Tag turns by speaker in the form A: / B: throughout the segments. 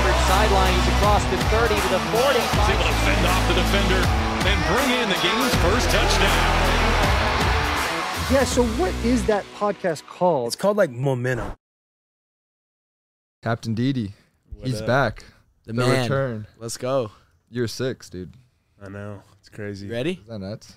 A: line. He's across the 30 to the 40.
B: He's able to fend off the defender and bring in the game's first touchdown.
C: Yeah, so what is that podcast called?
D: It's called like momentum.
E: Captain Didi, he's back. The
F: The, man.
E: return.
F: Let's go.
E: Year six, dude.
G: I know. It's crazy.
F: You ready?
E: Is that nuts?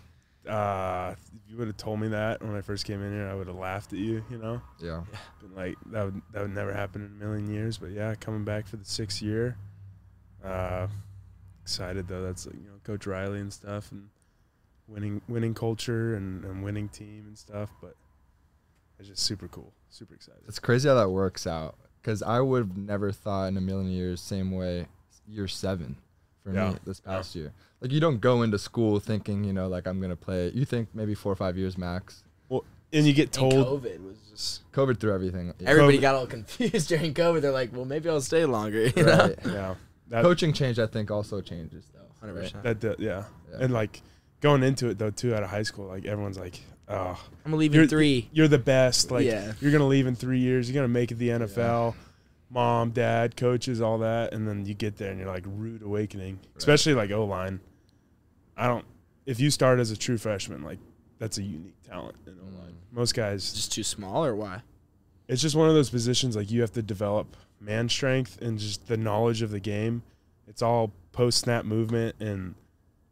G: Uh, if you would have told me that when I first came in here, I would have laughed at you, you know?
E: Yeah.
G: Been like, that would, that would never happen in a million years. But yeah, coming back for the sixth year. Uh, excited though. That's like, you know, Coach Riley and stuff and winning winning culture and, and winning team and stuff. But it's just super cool. Super excited.
E: It's crazy how that works out. Because I would have never thought in a million years, same way, year seven for
G: Yeah.
E: me this past year. Like, you don't go into school thinking, you know, like, I'm going to play. You think maybe four or five years max.
G: Well, and you get
F: And
G: told
F: COVID was just
E: COVID through everything. Yeah.
F: everybody
G: COVID.
F: got all confused during COVID. They're like, well, maybe I'll stay longer. You know?
E: Right.
G: Yeah. That,
E: Coaching change, I think, also changes, though.
F: 100%. I'm
G: That do- yeah.
E: Yeah.
G: and like going into it though too out of high school, like everyone's like, oh,
F: gonna leave
G: you're
F: in three.
G: You're the best. Like
F: Yeah.
G: you're gonna leave in three years. You're gonna make it the NFL. Mom, dad, coaches, all that, and then you get there and you're like rude awakening, especially like O line. I don't. If you start as a true freshman, like that's a unique talent in O line.
F: Mm.
G: Most guys
F: Just too small or why?
G: it's just one of those positions like you have to develop man strength and just the knowledge of the game. It's all post snap movement and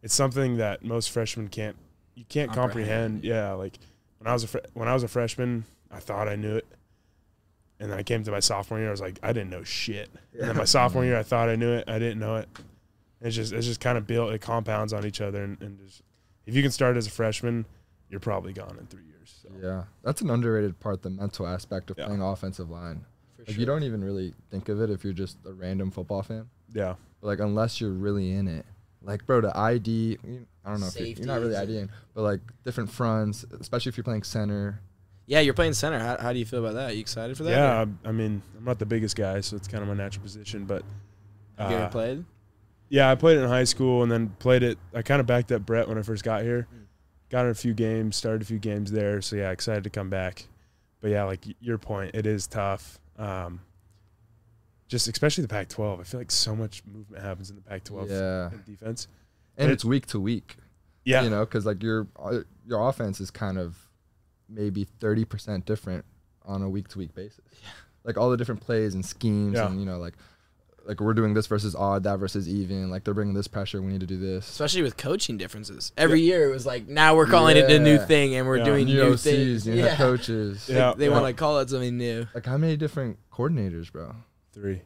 G: it's something that most freshmen can't you can't comprehend. Yeah, like when I was a fre- when I was a freshman, I thought I knew it. And then I came to my sophomore year, I was like, I didn't know shit. And then my sophomore year, I thought I knew it, I didn't know it. It's just it's just kind of built it compounds on each other and, and just if you can start as a freshman, you're probably gone in 3 years. So.
E: Yeah. That's an underrated part, the mental aspect of
G: Yeah.
E: playing offensive line. Like, You don't even really think of it if you're just a random football fan.
G: yeah.
E: But, like unless you're really in it. Like, bro, to ID, you- I don't know if you're, you're not really
F: Safeties and-
E: IDing, but like different fronts, especially if you're playing center.
F: Yeah, you're playing center. How, how do you feel about that? You excited for that?
G: Yeah, I'm- I mean, I'm not the biggest guy, so it's kind of my natural position. But
F: Or Have you
G: uh,
F: ever played?
G: yeah, I played it in high school and then played it. I kind of backed up Brett when I first got here.
E: Mm.
G: Got in a few games, started a few games there. So yeah, excited to come back. But yeah, like y- your point, it is tough. Um, just especially the Pac-12. I feel like so much movement happens in the Pac-12
E: Yeah.
G: in defense.
E: And
G: It-
E: it's week to week,
G: Yeah,
E: you know, because like your uh, your offense is kind of maybe 30% different on a week to week basis. Like all the different plays and schemes,
G: Yeah.
E: and you know, like like we're doing this versus odd, that versus even. Like they're bringing this pressure, we need to do this.
F: Especially with coaching differences. Every year it was like, now we're calling it a
E: Yeah.
F: new thing and we're
G: Yeah.
F: doing
E: New
F: new
E: OCs,
F: things.
E: new
F: yeah.
E: head coaches.
G: Yeah.
F: They want to call it something new.
E: Like how many different coordinators, bro?
G: three.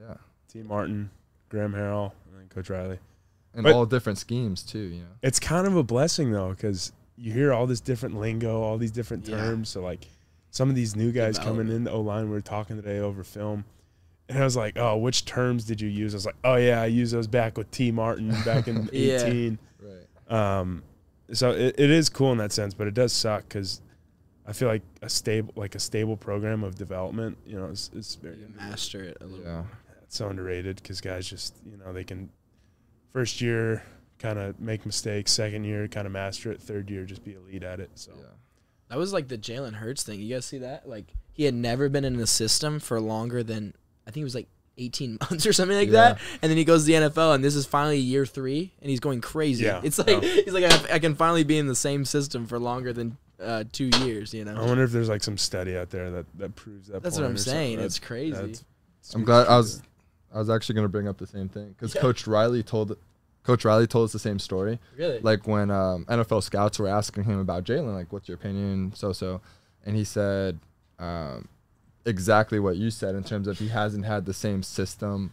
E: Yeah.
G: T. Martin, Graham Harrell, and then Coach Riley.
E: And
G: But-
E: all different schemes too, you know.
G: it's kind of a blessing though because you hear all this different lingo all these different
F: Yeah.
G: terms so like some of these new guys coming
F: Development.
G: in the o-line we were talking today over film and i was like oh which terms did you use i was like oh yeah i used those back with t martin back in
F: Yeah.
G: 18
E: Right.
G: um, so it, it is cool in that sense but it does suck because i feel like a stable like a stable program of development you know it's, it's very
F: Master it a little
E: Yeah.
G: it's so underrated because guys just you know they can first year kind of make mistakes second year kind of master it third year just be elite at it so
E: Yeah.
F: That was like the Jalen Hurts thing. You guys see that? Like he had never been in the system for longer than I think it was like 18 months or something like that. And then he goes to the NFL, and this is finally year three, and he's going crazy.
G: Yeah.
F: It's like he's like I, I can finally be in the same system for longer than uh, two years. You know.
G: i wonder if there's like some study out there that that proves that
F: That's what
G: point
F: I'm
G: or something.
F: saying.
G: That's-
F: It's crazy.
G: that's-
E: I'm glad I was I was actually gonna bring up the same thing because Coach Riley told Coach Riley told us the same story.
F: Really?
E: Like when um, NFL scouts were asking him about Jalen, like, "What's your opinion?" So so, and he said um, exactly what you said in terms of he hasn't had the same system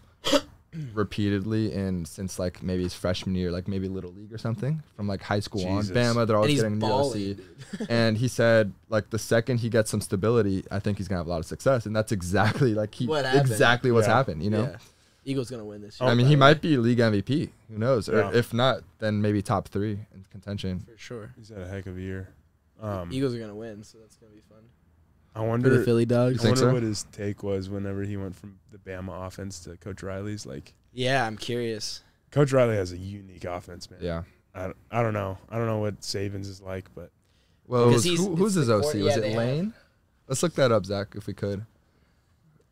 E: repeatedly and since like maybe his freshman year, like maybe little league or something from like high school
G: Jesus.
E: on. Bama, they're
F: and
E: always
F: he's
E: getting
F: balling.
E: the OC. and he said like the second he gets some stability, I think he's gonna have a lot of success, and that's exactly like he
F: What happened.
E: exactly what's
G: Yeah.
E: happened. You know, Oh.
F: Yeah. Eagles gonna win this. Year,
E: I mean,
F: by
E: he
F: the way,
E: might be league MVP. Who knows?
G: Yeah.
E: Or if not, then maybe top three in contention.
F: for sure.
G: he's had a heck of a year um
F: Eagles are gonna win, so that's gonna be fun.
G: i wonder
F: Philly
G: I
E: You
F: Dogs.
E: think
G: wonder
E: so?
G: what his take was whenever he went from the Bama offense to Coach Riley's. Like
F: Yeah, I'm curious.
G: Coach Riley has a unique offense, man.
E: Yeah.
G: I, don't- I don't know. I don't know what Savins is like, but
E: Well, it
F: Because
E: was-
F: he's-
E: who, who's his
F: it's the
E: OC?
F: court-
E: was
F: yeah, they
E: it
F: have-
E: Lane? Let's look that up, Zach, if we could.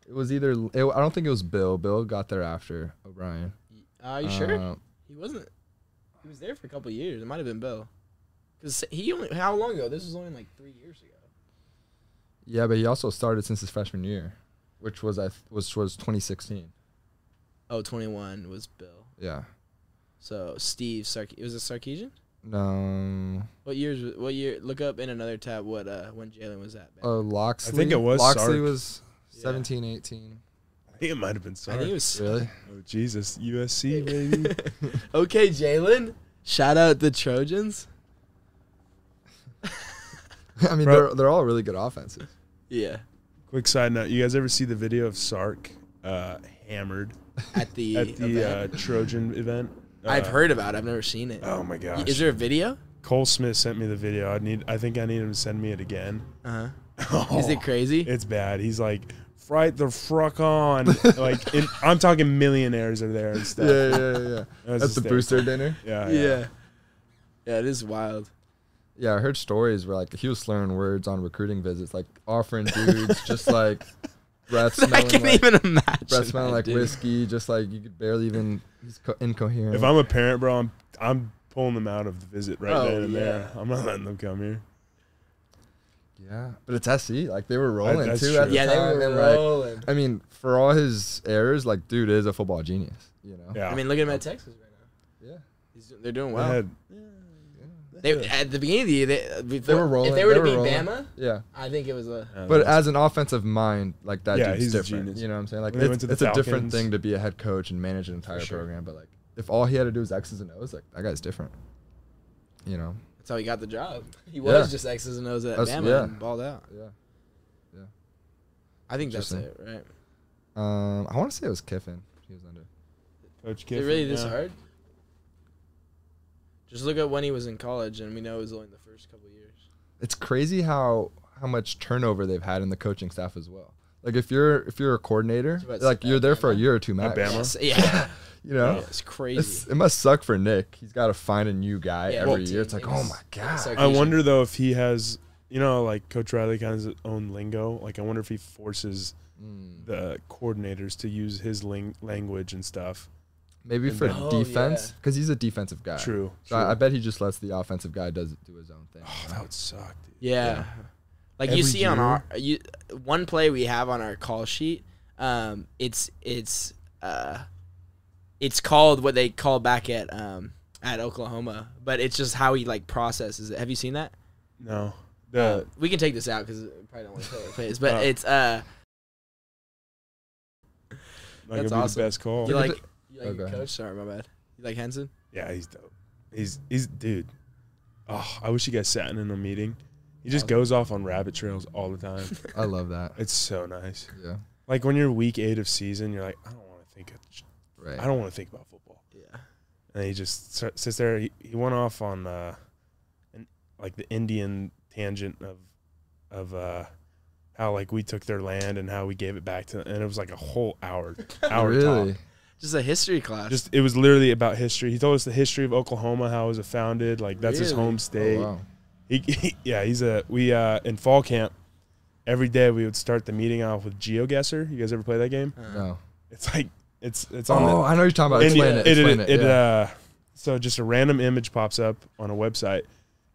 E: It was either it, I don't think it was Bill. Bill got there after O'Brien.
F: Are you sure?
E: Uh,
F: He wasn't. He was there for a couple years. It might have been Bill. Cause he only how long ago? This was only like three years ago.
E: yeah, but he also started since his freshman year, which was I th- which was 2016.
F: Oh, 21 was Bill.
E: Yeah.
F: So Steve Sark. Was it Sarkeesian?
E: No.
F: What years? was- What year? Look up in another tab. What uh when Jalen was at? back.
E: Uh, Loxley.
G: it was
E: Loxley
G: Sark.
E: was
F: Yeah.
E: 17, 18.
G: I think it might have been
F: I think
G: Sark.
F: it was.
E: Really?
G: oh Jesus, USC baby.
F: Okay, Jalen. Shout out the Trojans.
E: I mean,
G: Bro.
E: they're they're all really good offenses.
F: Yeah.
G: Quick side note: You guys ever see the video of Sark uh, hammered
F: At the.
G: at the uh,
F: event.
G: Trojan event?
F: I've
G: Uh,
F: heard about. it. I've never seen it. Is
G: Oh my gosh!
F: there a video?
G: Cole Smith sent me the video. I need. I think I need him to send me it again.
F: Uh huh.
G: Oh,
F: Is it crazy?
G: It's bad. He's like, fright the fruck on. like, in, I'm talking millionaires are there and stuff.
E: Yeah, yeah, yeah.
G: That's
E: yeah. At the
G: hysterical.
E: booster dinner.
G: Yeah, yeah.
F: yeah. Yeah, it is wild.
E: Yeah, I heard stories where like he was slurring words on recruiting visits, like offering dudes just like breath
F: I
E: smelling
F: can't
E: like,
F: even imagine.
E: breath smelling
F: that,
E: like
F: dude.
E: whiskey, just like you could barely even he's co- incoherent.
G: If I'm a parent, bro, I'm I'm pulling them out of the visit right
F: Oh,
G: then and
F: yeah.
G: there. I'm not letting them come here.
E: yeah, but it's SC, like they were rolling
G: that's
E: too.
G: true.
E: At the
F: Yeah, they
E: time,
F: were
E: and, like,
F: rolling.
E: I mean, for all his errors, like dude is a football genius. You know.
G: Yeah.
F: I mean, look at him at Texas right now.
E: Yeah.
F: He's, they're doing
G: I
F: well.
G: had-
F: They, at the beginning of the year, they, uh, before,
E: were rolling,
F: If they
E: they
F: were to
E: were
F: beat
E: rolling.
F: Bama,
E: Yeah.
F: I think it was a.
G: I
E: But
G: don't know.
E: as an offensive mind, like that
G: Yeah,
E: dude's
G: he's a
E: different.
G: genius.
E: You know what I'm saying? Like
G: When they
E: it's,
G: went to the
E: it's a different
G: Falcons.
E: thing to be a head coach and manage an entire
G: sure.
E: program. But like, if all he had to do was X's and O's, like that guy's different. You know?
F: That's how he got the job. He was
E: Yeah.
F: just X's and O's at
E: That's-
F: Bama
E: yeah.
F: and balled out.
E: Yeah.
F: I think that's it,
E: Interesting.
F: right?
E: Um, I want to say it was Kiffin. He was under.
G: Coach
F: Is uh, it
G: Kiffin,
F: really this
G: yeah.
F: hard? Just look at when he was in college, and we know it was only the first couple years.
E: It's crazy how how much turnover they've had in the coaching staff as well. Like if you're if you're a coordinator,
F: What,
E: like you're there for a
F: Alabama?
E: year or two max.
G: Alabama?
F: Yes, yeah,
E: You know,
F: Yeah, it's crazy.
E: it's, it must suck for Nick. He's got to find a new guy
F: Yeah,
E: every
F: well,
E: year. It's like,
F: it
E: oh
F: was-
E: my god.
F: Sarkeesian.
G: I wonder though if he has, you know, like Coach Riley kind of has his own lingo. Like I wonder if he forces
E: Mm.
G: the coordinators to use his ling- language and stuff.
E: Maybe
G: And
E: for
G: then-
F: Oh,
E: defense
F: yeah.
E: because he's a defensive guy.
G: True.
E: So I,
G: true.
E: I bet he just lets the offensive guy does do his own thing.
G: oh, that would suck, dude.
F: Yeah.
E: Yeah.
F: Like
G: Every
F: you see on
G: year?
F: our you one play we have on our call sheet, um, it's it's uh it's called what they call back at um at Oklahoma, but it's just how he like processes it. Have you seen that?
G: No. The
F: Um, we can take this out because probably don't want to play our plays, but
G: Oh.
F: it's uh
G: not
F: that's
G: gonna be
F: awesome.
G: the best call.
F: you
E: Look at
F: like you like
E: Oh, go ahead.
F: coach. Sorry, my bad. You like Henson?
G: Yeah, he's dope. He's he's dude. Oh, I wish you guys sat in on a meeting. He just goes off on rabbit trails all the time.
E: I love that.
G: it's so nice.
E: Yeah.
G: Like when you're week eight of season, you're like, I don't want to think. Of,
E: Right.
G: I don't want to think about football.
F: Yeah.
G: And he just s- sits there. He, he went off on uh, an, like the Indian tangent of of uh, how like we took their land and how we gave it back to, and it was like a whole hour hour talk.
E: really. Oh,
F: Just a history class.
G: Just it was literally about history. He told us the history of Oklahoma, how it was founded. Like that's his
F: Really?
G: home
E: Oh,
G: state.
E: wow.
G: He, he- yeah, he's a we uh in fall camp. Every day we would start the meeting off with GeoGuessr. You guys ever play that game?
E: No.
G: It's like it's uh, it's on.
E: Oh,
G: the,
E: I know what you're talking about.
G: and you-
E: Explain it. Explain it.
G: it,
E: yeah.
G: uh, so just a random image pops up on a website,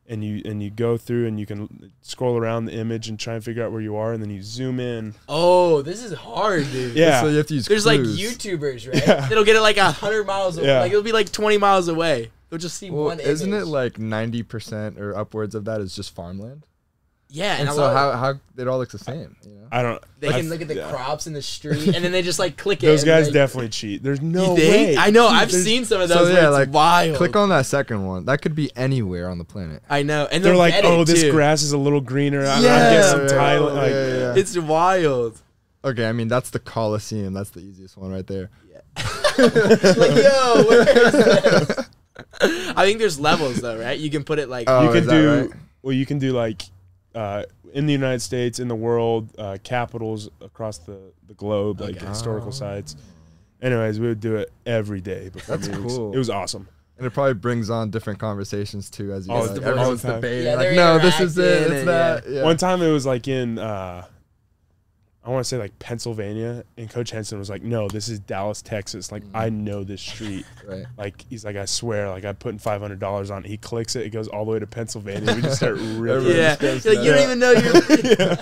G: and you and you go through and you can scroll around the image and try and figure out where you are, and then you zoom in.
F: oh, this is hard, dude.
G: Yeah,
E: So you have to use
F: There's like
E: clues.
F: YouTubers, right?
G: Yeah.
F: That'll get it like a hundred miles away.
G: Yeah.
F: Like it'll be like twenty miles away. They'll just see
E: Well,
F: one.
E: isn't
F: image.
E: it like 90% or upwards of that is just farmland?
F: yeah? And,
E: And
F: a
E: so
F: lot of-
E: how, how it all looks the same, you know?
G: I don't.
F: they
G: I-
F: can look at the
G: yeah.
F: crops in the street and then they just like click it.
G: Those
F: and
G: guys
F: they-
G: definitely cheat. There's no
F: You think?
G: way.
F: I know. I've
G: There's-
F: seen some of
E: So
F: those.
E: yeah,
F: where it's
E: like
F: wild.
E: click on that second one. That could be anywhere on the planet.
F: I know. And
G: They're
F: they'll
G: like,
F: get
G: oh,
F: it,
G: this
F: too.
G: grass is a little greener. I,
F: Yeah.
G: I guess I'm
E: Yeah,
G: Thailand.
E: yeah,
G: like,
E: yeah, yeah.
F: It's wild.
E: Okay, I mean that's the Colosseum. That's the easiest one right there.
F: Like yo, where is this? I think there's levels though, right? You can put it like.
E: Oh,
G: you can
E: is that
G: do
E: right?
G: well. You can do like uh, in the United States, in the world, uh, capitals across the, the globe, like
F: Okay.
G: historical
E: Oh.
G: sites. Anyways, we would do it every day. Before
E: That's
G: meetings.
E: cool.
G: It was awesome.
E: And it probably brings on different conversations too, as you
G: Oh,
E: know,
G: it's
E: like,
G: the- all the
E: everyone's
G: time.
E: debating.
F: Yeah,
E: like,
F: they're
E: no, this is it.
F: interacting
E: It's
F: and-
E: that. Yeah.
G: One time it was like in uh, I want to say like Pennsylvania, and Coach Henson was like, "No, this is Dallas, Texas. Like I
E: Mm.
G: know this street.
E: Right.
G: Like he's like, I swear, like I'm putting five hundred dollars on. it. He clicks it, it goes all the way to Pennsylvania. We just start ripping.
E: Everyone
F: Yeah,
E: just
F: You're
E: goes
F: like, you don't
E: nuts.
F: even know you're.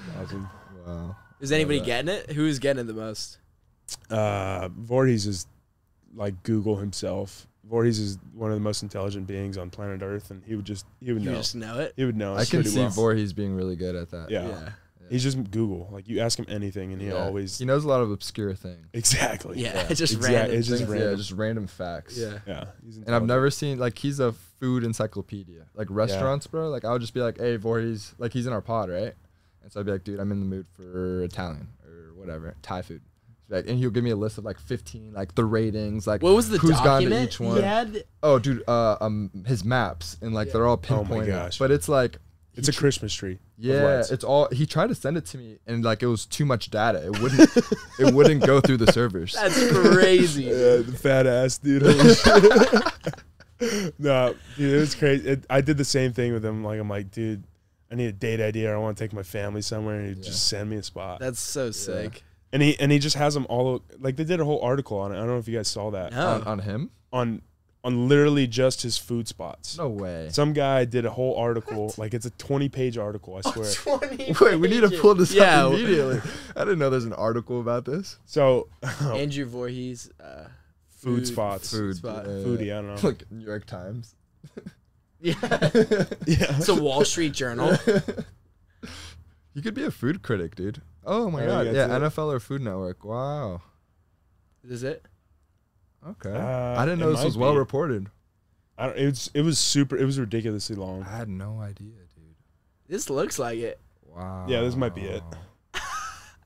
G: Awesome.
E: Wow.
F: Is anybody
E: that.
F: getting it? Who's getting it the most?
G: Uh, Voorhees is like Google himself. Voorhees is one of the most intelligent beings on planet Earth, and he would just he would
F: You
G: know.
F: just know it.
G: He would know.
E: I
G: us
E: can
G: pretty
E: see
G: well.
E: Voorhees being really good at that.
G: Yeah.
F: Yeah.
G: he's just Google. Like you ask him anything, and he
E: Yeah.
G: always
E: he knows a lot of obscure things.
G: exactly.
F: Yeah, just
G: Exact-
F: random.
G: it's just
E: Things- Yeah,
G: random.
E: just random facts.
F: yeah.
G: yeah. He's
E: And I've
G: intelligent.
E: never seen like he's a food encyclopedia. Like restaurants, bro. Like I would just be like, "Hey, Voorhees, like he's in our pod, right?" And so I'd be like, "Dude, I'm in the mood for Italian or whatever, Thai food." Like, and he'll give me a list of like 15, like the ratings, like
F: What was the
E: who's
F: document?
E: gone to each one.
F: He had
E: Oh, dude, uh, um, his maps and like they're all
G: Oh my
E: pinpointed.
G: gosh.
E: But it's like
G: It's a Christmas tree. with
E: Yeah,
G: lights.
E: it's all he tried to send it to me, and like it was too much data. It wouldn't, it wouldn't go through the servers.
F: that's crazy.
G: Yeah, Uh, the fat ass dude. Holy shit. no, dude, it was crazy. It, I did the same thing with him. Like, I'm like, dude, I need a date idea. Or I want to take my family somewhere, and he would just send me a spot.
F: That's so sick.
G: and he and he just has them all. o- Like, they did a whole article on it. I don't know if you guys saw that
F: No.
E: on, on him?
G: on on literally just his food spots.
E: No way.
G: Some guy did a whole article. Like, it's a 20 page article.
E: Oh,
G: I swear.
E: Wait, we need to pull this
F: Yeah,
E: up
F: w-
E: immediately. I didn't know there's an article about this.
G: so,
F: Andrew Voorhees. Uh,
G: food,
F: food-
G: spots.
E: Food,
F: Spot.
E: uh,
G: Foodie. I don't know.
E: like New York Times.
F: yeah.
G: yeah.
F: It's a Wall Street Journal.
E: You could be a food critic, dude. Oh my
G: Oh,
E: god,
G: yeah,
E: yeah,
G: that's
E: NFL or Food Network. Wow.
F: Is it?
E: Okay.
G: Uh,
E: I didn't
G: it
E: know this was
G: might
E: well
G: be.
E: reported.
G: I don't, it was it was super. It was ridiculously long.
E: I had no idea, dude.
F: This looks like it.
E: Wow.
G: Yeah, this might be it.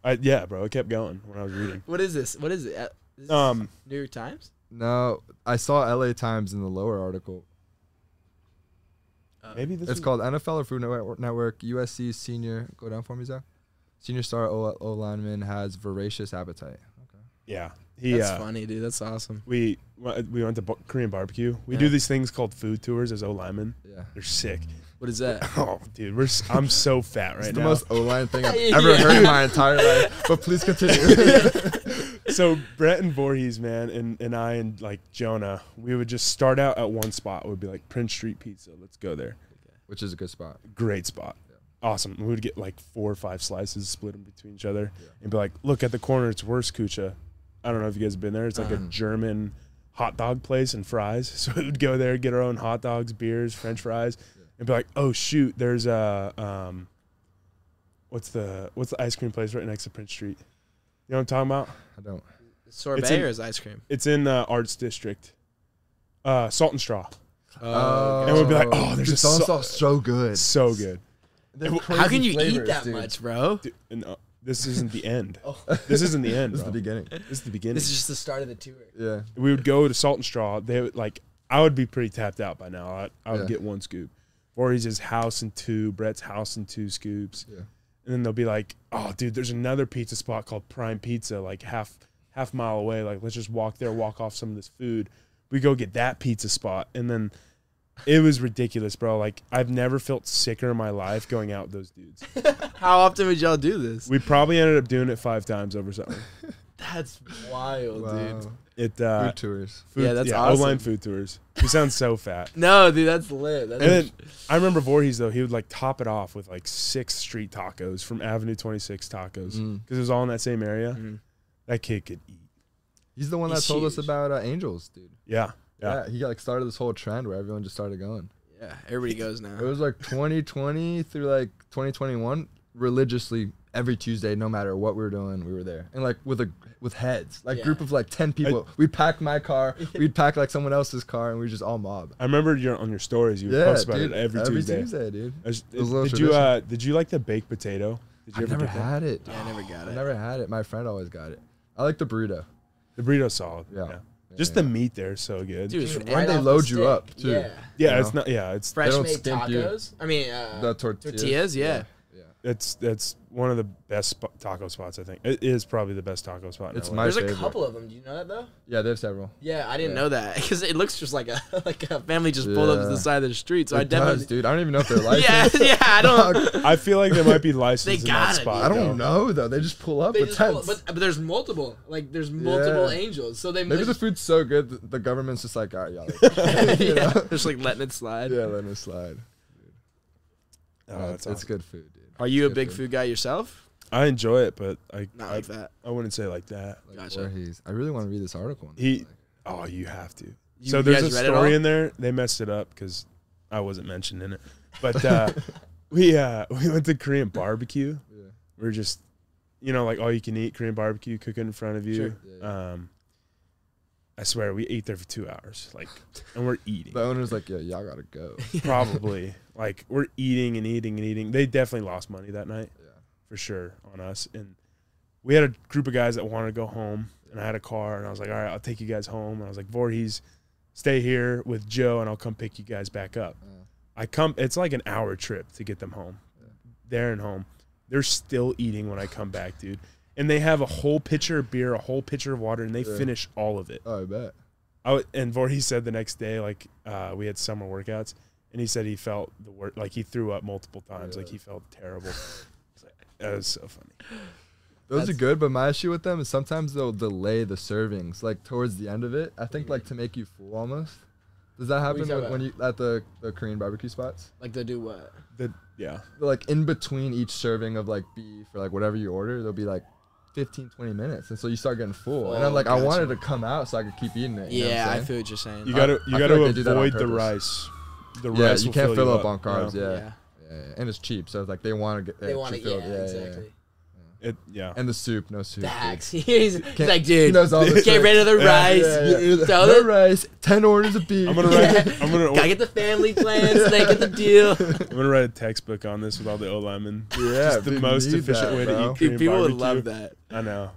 G: I, yeah, bro, it kept going when I was reading.
F: What is this? What is it? Uh, is this
G: Um,
F: New York Times.
E: No, I saw LA Times in the lower article.
G: maybe this.
E: It's
G: is-
E: called NFL or Food Network, Network USC senior. Go down for me, Zach. Senior star O, o lineman has voracious appetite.
G: Yeah, he.
F: That's
G: uh,
F: funny, dude. That's awesome.
G: We we went to bar- Korean barbecue. We do these things called food tours as O linemen.
E: Yeah.
G: They're sick.
F: What is that?
G: Oh, dude, we're s- I'm so fat right
E: It's the
G: now.
E: most O line thing I've
F: Yeah.
E: ever heard in my entire life. But please continue.
G: so Brett and Voorhees, man, and, and I and like Jonah, we would just start out at one spot. We'd be like Prince Street Pizza. Let's go there.
E: Which is a good spot.
G: Great spot. Awesome. We would get like four or five slices, split them between each other, and be like, look at the corner. It's worse kucha. I don't know if you guys have been there. It's like
E: Uh-huh.
G: a German hot dog place and fries. So we would go there, get our own hot dogs, beers, French fries, and be like, oh shoot, there's a um, what's the what's the ice cream place right next to Prince Street? You know what I'm talking about?
E: I don't.
F: Sorbet
G: It's in-
F: or is ice cream?
G: It's in the Arts District. Uh, Salt and Straw.
F: Oh,
G: And we'd be like, oh, there's
E: dude,
G: a
E: so
G: so-
E: so good.
G: So good.
F: how can you eat that much, bro?
G: Dude, and, uh, this isn't the end. This isn't the end.
E: Oh. This is the
G: bro.
E: beginning.
G: This is the beginning.
F: This is just the start of the tour.
E: Yeah.
G: we would go to Salt and Straw. They would like I would be pretty tapped out by now. I, I would
E: Yeah.
G: get one scoop. Voorhees' house and two, Brett's house and two scoops.
E: Yeah.
G: And then they'll be like, "Oh, dude, there's another pizza spot called Prime Pizza, like half half mile away. Like, let's just walk there, walk off some of this food. We go get that pizza spot, and then." It was ridiculous, bro. Like I've never felt sicker in my life going out with those dudes.
F: How often would y'all do this?
G: We probably ended up doing it five times over something.
F: That's wild,
E: Wow.
F: dude.
G: It uh,
E: Food tours.
G: food,
F: Yeah, that's awesome.
G: O-line food tours. You sound so fat.
F: No, dude, that's lit. That's
G: And then I remember Voorhees though he would like top it off with like six street tacos from Avenue Twenty Six Tacos because
E: Mm.
G: it was all in that same area.
E: Mm-hmm.
G: That kid could eat.
E: He's the one that
F: He's
E: told us
F: huge.
E: about uh, angels, dude.
G: Yeah, yeah.
E: Yeah. He like started this whole trend where everyone just started going.
F: yeah, everybody goes
E: It
F: now.
E: was like 2020 through like 2021, religiously every Tuesday, no matter what we were doing, we were there. And like with a with heads, like
F: Yeah.
E: group of like 10 people. we'd pack my car, we'd pack like someone else's car, and we just all mob.
G: I remember your on your stories you would
E: Yeah,
G: post about
E: dude,
G: it every, Tuesday.
E: dude.
G: I was-
E: It was a little
G: did you uh, did you like the baked potato? Did you
E: I've never
G: get that?
E: had it.
F: Yeah, I never got
E: I
F: it.
E: never had it. My friend always got it. I like the burrito.
G: the burrito solid. Yeah,
E: Yeah.
G: just
E: Yeah.
G: the meat there is so good.
F: Dude, it's
E: Dude,
F: right
E: when they
F: off the
E: load you
F: stick.
E: up, too.
F: Yeah.
G: yeah,
E: you
G: it's
E: know.
G: not. Yeah, it's
F: Fresh
E: don't
F: made
E: skimp you.
F: tacos. I mean, uh,
E: The tortillas.
F: tortillas. Yeah.
E: Yeah. Yeah.
G: It's that's one of the best sp- taco spots. I think it is probably the best taco spot. In
E: It's
G: LA.
E: my
F: There's a
E: favorite.
F: couple of them. Do you know that though?
E: Yeah, they have several.
F: Yeah, I didn't
E: Yeah.
F: know that because it looks just like a like a family just pulled up to
E: Yeah.
F: the side of the street. So I
E: it does,
F: definitely.
E: dude. I don't even know if they're licensed.
F: yeah, yeah. I don't.
G: I feel like there might be license in
F: gotta
G: that
F: be.
G: spot.
E: I don't
G: though.
E: know though. They just pull up
F: They
E: with
F: just pull,
E: tents.
F: but but there's multiple. Like there's multiple
E: Yeah.
F: angels. So they
E: Maybe
F: like,
E: the food's so good that the government's just like, all right, y'all. like,
F: yeah, they're just like letting it slide.
E: yeah, letting it slide.
G: Oh,
E: No,
G: that's
E: it's, it's
G: awesome.
E: good food, dude.
F: Are you a
E: Good
F: big food guy yourself?
G: I enjoy it, but I
F: Not
G: I,
F: like that.
G: I wouldn't say like that.
E: Like
F: Gotcha.
E: Voorhees. I really want to read this article. on that,
G: He-
E: like-
G: Oh, you have to.
F: You-
G: so
F: you
G: there's a
F: guys read it all?
G: story in there. They messed it up because I wasn't mentioned in it. But uh, we uh, we went to Korean barbecue.
E: Yeah.
G: We are just, you know, like all you can eat Korean barbecue, cook it in front of you.
F: Sure.
E: Yeah,
G: Um, I swear we ate there for two hours, like, and we're eating.
E: The owner's like, yeah, y'all gotta go.
G: probably like we're eating and eating and eating. They definitely lost money that night
E: Yeah.
G: for sure on us. And we had a group of guys that wanted to go home, and I had a car, and I was like, all right, I'll take you guys home. And I was like, Voorhees, stay here with Joe, and I'll come pick you guys back up.
E: Uh.
G: I come. It's like an hour trip to get them home, there and home. They're still eating when I come back, dude. And they have a whole pitcher of beer, a whole pitcher of water, and they
E: Yeah.
G: finish all of it.
E: Oh, I bet.
G: I w- and Voorhees said the next day, like uh, we had summer workouts, and he said he felt the wor- like he threw up multiple times, like
E: Yeah.
G: he felt terrible. It's like, that was so funny.
E: Those are
F: That's-
E: good, but my issue with them is sometimes they'll delay the servings, like towards the end of it. I think like to make you full almost. Does that
F: you
E: happen
F: talking
E: when, when you at the, the Korean barbecue spots?
F: Like they do what?
G: The yeah,
E: Like in between each serving of like beef or like whatever you order, there'll be like 15, 20 minutes, and so you start getting full. and I'm
F: Oh,
E: like, I
F: gotcha.
E: wanted to come out so I could keep eating it. you know what I'm
F: yeah, I
E: saying?
F: feel what you're saying.
G: you gotta
E: I
G: you
E: feel
G: gotta
E: like they do that on
G: avoid the
E: purpose.
G: rice. The
E: yeah,
G: rice
E: you
G: will
E: can't fill
G: you
E: up on carbs.
G: Yeah,
E: Yeah.
F: Yeah.
E: Yeah. yeah. and it's cheap, so it's like they want to get.
F: they want to.
E: to fill.
F: Yeah, exactly.
G: It, yeah.
E: And the soup, no soup. dude.
F: Facts. he's, he's
E: Can't-
F: like, dude,
E: he knows all this
F: get
E: shit.
F: rid of the rice.
E: Yeah, yeah, yeah.
F: Tell
E: No
F: them-
E: rice, ten orders of beef.
G: I'm gonna
F: Yeah.
G: write. I'm gonna.
F: Gotta get the family plan so they get the deal.
G: I'm gonna write a textbook on this with all the O linemen.
E: Yeah,
G: Just the
E: dude,
G: most
E: need
G: efficient
E: that,
G: way to
E: bro.
G: eat Korean
F: Dude, people would
G: barbecue.
F: love that.
G: I know.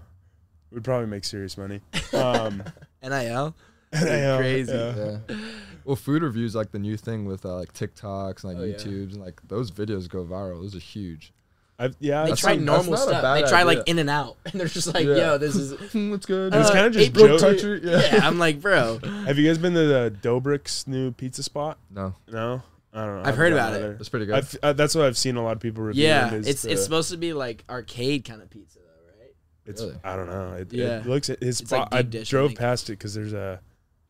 G: We'd probably make serious money. Um,
F: NIL.
G: yeah,
F: crazy.
G: yeah.
E: Yeah. Well, food reviews like the new thing with uh, like TikToks and like
F: Oh, yeah.
E: YouTubes and like those videos go viral. Those are huge.
G: I've, yeah.
F: They
G: I've
F: try
E: not-
F: normal
E: that's not a
F: stuff.
E: bad
F: They try like
E: idea.
F: in and out, and they're just like,
E: Yeah.
F: "Yo, this is."
E: Hmm, What's good?
G: It's
F: Uh,
G: kinda just
F: April
G: joke.
F: Tur-
E: country. Yeah.
F: Yeah, I'm like, bro.
G: Have you guys been to the Dobrik's new pizza spot?
E: No,
G: No, I don't know. I
F: I've heard
G: haven't
F: about
G: gone
F: it.
G: either.
E: that's pretty good.
G: I've, uh, that's what I've seen a lot of people review.
F: Yeah,
G: it is
F: it's
G: the-
E: uh,
F: it's supposed to be like arcade kind of pizza, though, right?
G: it's
E: Really?
G: I don't know. It,
F: Yeah.
G: it looks his
F: It's
G: spot.
F: like deep
G: I
F: dish, I
G: drove
F: think.
G: past it because there's a.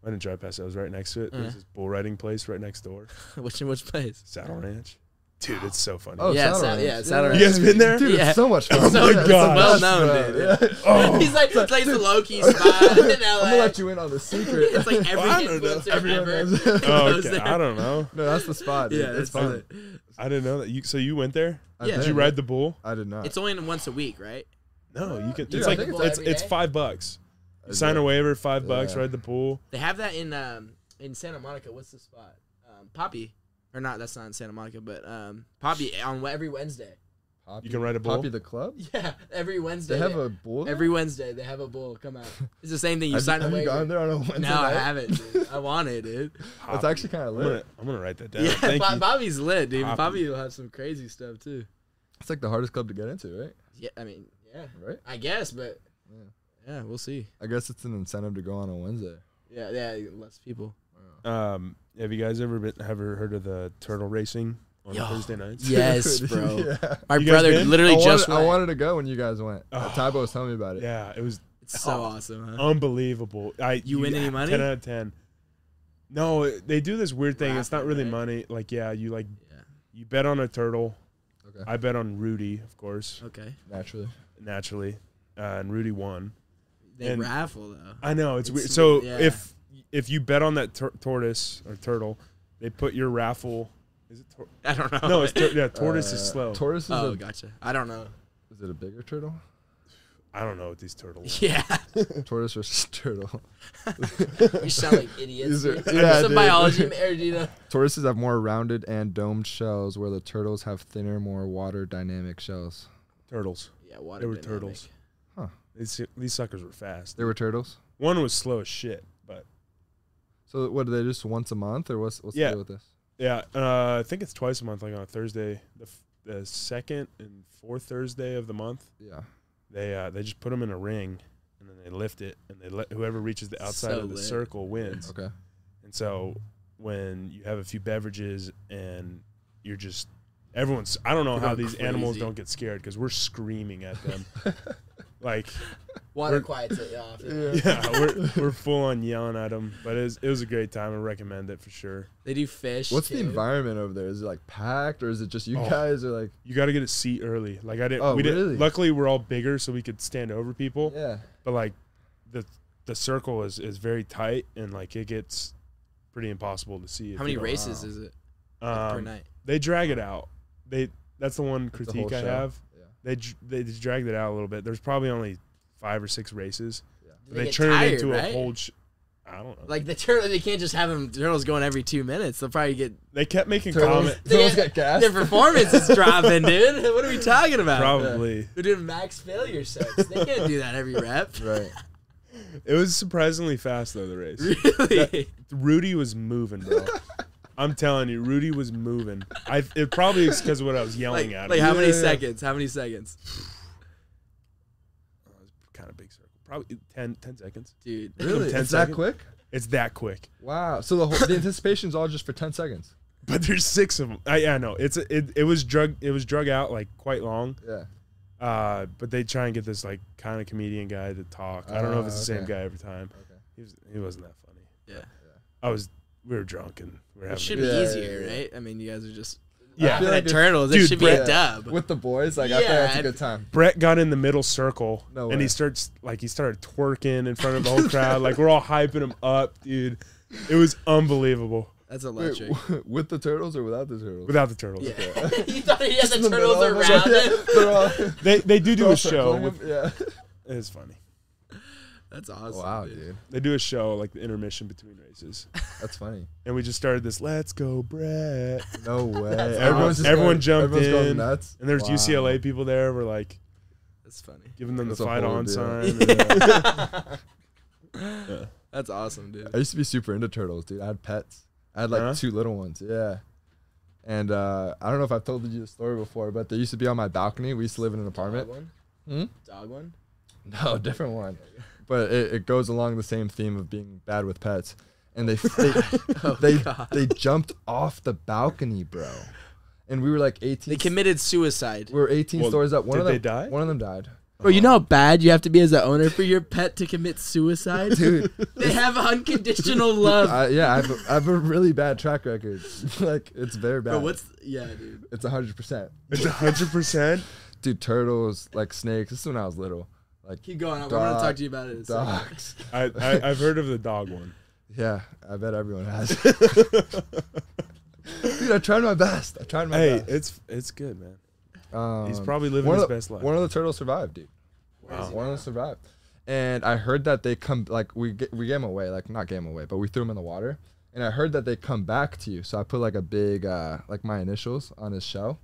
G: I didn't drive past it. I was right next to it.
F: Uh-huh.
G: There's this bull riding place right next door,
F: which in which place?
G: Saddle Ranch. Dude, it's so funny.
E: oh,
F: yeah,
E: Saddle
F: Sat-
E: Ranch.
F: yeah, Saddle
G: You guys been there? Oh
E: Dude,
F: Yeah.
E: it's so much fun.
F: so
E: Yeah, it's
G: good.
E: the
F: Well
E: best,
F: known,
E: bro. Yeah.
G: Oh.
F: He's like, it's like the low key spot in LA.
E: I'm gonna let you in on the secret.
F: It's like every
G: I don't know.
F: influencer
E: Everyone
F: ever.
E: knows.
G: Oh,
F: goes
G: okay.
F: there.
G: I don't know.
E: no, that's the spot. Dude.
F: Yeah,
E: it's
F: that's
E: fun.
F: fun.
G: I didn't know that. You so you went there?
E: I
F: Yeah.
G: Did
E: bet.
G: you ride the bull?
E: I did not.
F: It's only once a week, right?
G: No, you can.
E: Dude,
G: it's
E: I
G: like
E: think
G: it's
E: it's
G: it's,
F: every day.
G: five bucks.
E: I did.
G: Sign a waiver, five bucks.
E: Yeah.
G: Ride the pool.
F: They have that in um in Santa Monica. What's the spot? Um, Poppy, or not? That's not in Santa Monica, but um Poppy on we- every Wednesday.
E: Poppy-
G: You can ride a bull?
E: Poppy the club.
F: Yeah, every Wednesday.
E: They have a bull.
F: every Wednesday they have a bull come out. It's the same thing. You
E: Have
F: sign
E: have
F: away.
E: you gone there on a Wednesday
F: No, I
E: night?
F: haven't. Dude. I want it, dude.
E: That's actually kind of
G: I'm gonna,
E: lit.
G: I'm gonna write that down.
F: Yeah,
G: Thank
F: Bo-
G: you.
F: Bobby's lit, dude.
G: Poppy.
F: Bobby. will have some crazy stuff too.
E: It's like the hardest club to get into, right?
F: Yeah, I mean, yeah,
E: Right.
F: I guess, but yeah, we'll see.
E: I guess it's an incentive to go on a Wednesday.
F: Yeah, yeah, less people.
G: Um, have you guys ever been ever heard of the turtle racing on
F: Yo.
G: Thursday nights?
F: Yes, bro.
E: yeah.
F: My
G: You guys
F: brother
G: been?
E: I
F: literally
E: wanted,
F: just
E: I
F: went.
E: wanted to go when you guys went.
G: Oh.
E: Tybo was telling me about it.
G: Yeah, it was
F: It's so
E: Oh.
F: awesome. Huh?
G: unbelievable. I
F: You win any money?
G: Ten out of ten. No, it- they do this weird thing. It's not
F: Raffle,
G: really
F: right?
G: money. Like, yeah, you like
E: Oh.
F: Yeah.
G: you bet on a turtle.
E: Okay.
G: I bet on Rudy, of course,
F: Okay.
E: Naturally.
G: naturally, uh, and Rudy won.
F: They
G: And-
F: raffle though.
G: I know it's,
F: It's
G: weird. So
F: weird, yeah.
G: if if you bet on that tur- tortoise or turtle, they put your raffle. Is it tor-
F: I don't know.
G: no? It's tur- yeah. Tortoise
E: Uh,
G: is slow.
E: Tortoise is
F: oh,
E: a,
F: gotcha. I don't know.
E: is it a bigger turtle?
G: I don't know what these turtles.
F: Yeah,
E: tortoise versus turtle.
F: you sound like idiots.
E: These are-
F: dude.
E: yeah,
F: Some
E: dude.
F: biology, ma- or, you know.
E: Tortoises have more rounded and domed shells, where the turtles have thinner, more water dynamic shells.
G: Turtles.
F: Yeah, water.
G: They were
F: dynamic.
G: turtles.
E: Huh.
G: These these suckers were fast.
E: There were turtles.
G: One was slow as shit, but
E: So what do they just once a month, or what's what's
G: Yeah.
E: the deal with this?
G: yeah, uh, I think it's twice a month, like on a Thursday. The f- the second and fourth Thursday of the month.
E: Yeah.
G: They uh, they just put them in a ring, and then they lift it, and they let whoever reaches the outside
F: So
G: of the
F: lit.
G: circle wins.
E: Okay.
G: And so when you have a few beverages and you're just everyone's I don't know how
F: going
G: these animals
F: crazy.
G: don't get scared because we're screaming at them. like
F: Water
G: We're-
F: quiets it off.
G: yeah, we're we're full on yelling at them, but it was, it was a great time. I recommend it for sure.
F: They do fish.
E: What's the
F: too.
E: environment over there? Is it like packed or is it just you
G: Oh.
E: guys are like
G: You got to get a seat early. Like I didn't.
E: Oh,
G: we
E: really?
G: didn't. Luckily, we're all bigger, so we could stand over people.
E: yeah.
G: But like the the circle is is very tight, and like it gets pretty impossible to see. if
F: How many
G: you don't-
F: races is it per
G: Um,
F: night?
G: they drag it out. They that's the one
E: That's a whole
G: critique I
E: show.
G: have.
E: Yeah.
G: They dr- they just dragged it out a little bit. There's probably only five or six races.
F: Do
G: they
F: get
G: turn
F: tired,
G: it into
F: right?
G: a whole. Sh- I don't know.
F: Like the turtle, they can't just have them turtles going every two minutes. They'll probably get
G: they kept making
E: Turtles,
G: comments.
E: turtles
F: They-
E: get gassed.
F: their performance is dropping, dude. What are we talking about?
G: Probably.
F: They're doing max failure sets. They can't do that every rep.
E: Right.
G: It was surprisingly fast though. The race.
F: Really?
G: Rudy was moving, bro. I'm telling you, Rudy was moving. I it probably is because of what I was
F: like,
G: yelling at him.
F: like how many
E: Yeah, yeah.
F: seconds? How many seconds,
G: kind of big circle, probably 10, 10 seconds.
F: dude?
E: Really?
G: Ten
E: It's that
G: seconds.
E: quick?
G: It's that quick,
E: Wow. So the whole the anticipation's all just for 10 seconds.
G: but there's six of them. I yeah, no, it's it it was drug it was drug out like quite long.
E: Yeah.
G: Uh, but they try and get this like kind of comedian guy to talk. I don't know if it's the
E: Ah,
G: same
E: okay.
G: guy every time.
E: Okay.
G: He was he wasn't that funny.
F: Yeah.
G: I was we were drunk and we were
F: It
G: having.
F: should
G: a
F: be
E: Yeah, yeah,
F: easier,
E: yeah.
F: right? I mean, you guys are just
G: Yeah.
E: I
F: laughing
E: feel like
F: at
E: if-
F: turtles. It
G: Dude,
F: should be
E: Brett-
F: a dub.
E: With the boys, like I thought that's
F: Yeah.
E: a good time.
G: Brett got in the middle circle
E: No
G: and
E: way.
G: he starts like he started twerking in front of the whole crowd. Like we're all hyping him up, dude. It was unbelievable.
F: That's
E: Wait,
F: electric.
E: w- with the turtles or without the turtles?
G: Without the turtles.
F: yeah. you thought he had the
E: In the
F: turtles
E: middle of
F: around
E: it.
F: him?
E: Yeah, they're all-
G: They they do do
E: they're all
G: a show.
E: circling
G: With,
E: him. yeah.
G: it's funny.
F: That's awesome.
E: Wow, dude.
G: They do a show like the intermission between races,
E: That's funny.
G: and we just started this. Let's go, Brett!
E: No way.
G: Everyone,
E: just
G: everyone
E: going-
G: jumped
E: everyone's going
G: in,
E: nuts.
G: and there's
E: Wow.
G: UCLA people there. We're like
F: That's funny.
G: giving them
E: That's
G: the
E: a
G: fight
E: whole
G: on
E: deal.
G: sign.
F: That's awesome, dude.
E: I used to be super into turtles, dude. I had pets. I had like
G: Huh?
E: two little ones. Yeah. And uh, I don't know if I've told you the story before, but they used to be on my balcony. We used to live in an apartment.
F: Dog one.
E: Hmm?
F: Dog one.
E: No, different one. But it, it goes along the same theme of being bad with pets. And they they
F: Oh,
E: they,
F: God.
E: they jumped off the balcony, bro. And we were like 18.
F: They committed suicide.
E: we were 18
G: Well,
E: stories up. One of
G: did
E: them
G: they die?
E: One of them died.
F: Bro, you know how bad you have to be as an owner for your pet to commit suicide?
E: Dude,
F: they have unconditional love.
E: I, yeah, I have, a, I have a really bad track record. like it's very bad.
F: Bro, what's yeah, dude?
E: It's hundred percent.
G: It's hundred percent.
E: Dude, turtles, like snakes. This is when I was little. Like
F: Keep going. I want
E: Dog-
F: to talk to you about it. in a second.
E: dogs.
G: I I- I've heard of the dog one.
E: Yeah, I bet everyone has. Dude, I tried my best. I tried my
G: Hey,
E: best.
G: it's it's good, man.
E: Um,
G: He's probably living
E: one
G: his
E: of the-
G: best life.
E: One of the turtles survived, dude.
G: Wow.
E: One of them survived. And I heard that they come like we get, we gave him away, like not gave him away, but we threw him in the water. And I heard that they come back to you, so I put like a big uh like my initials on his shell.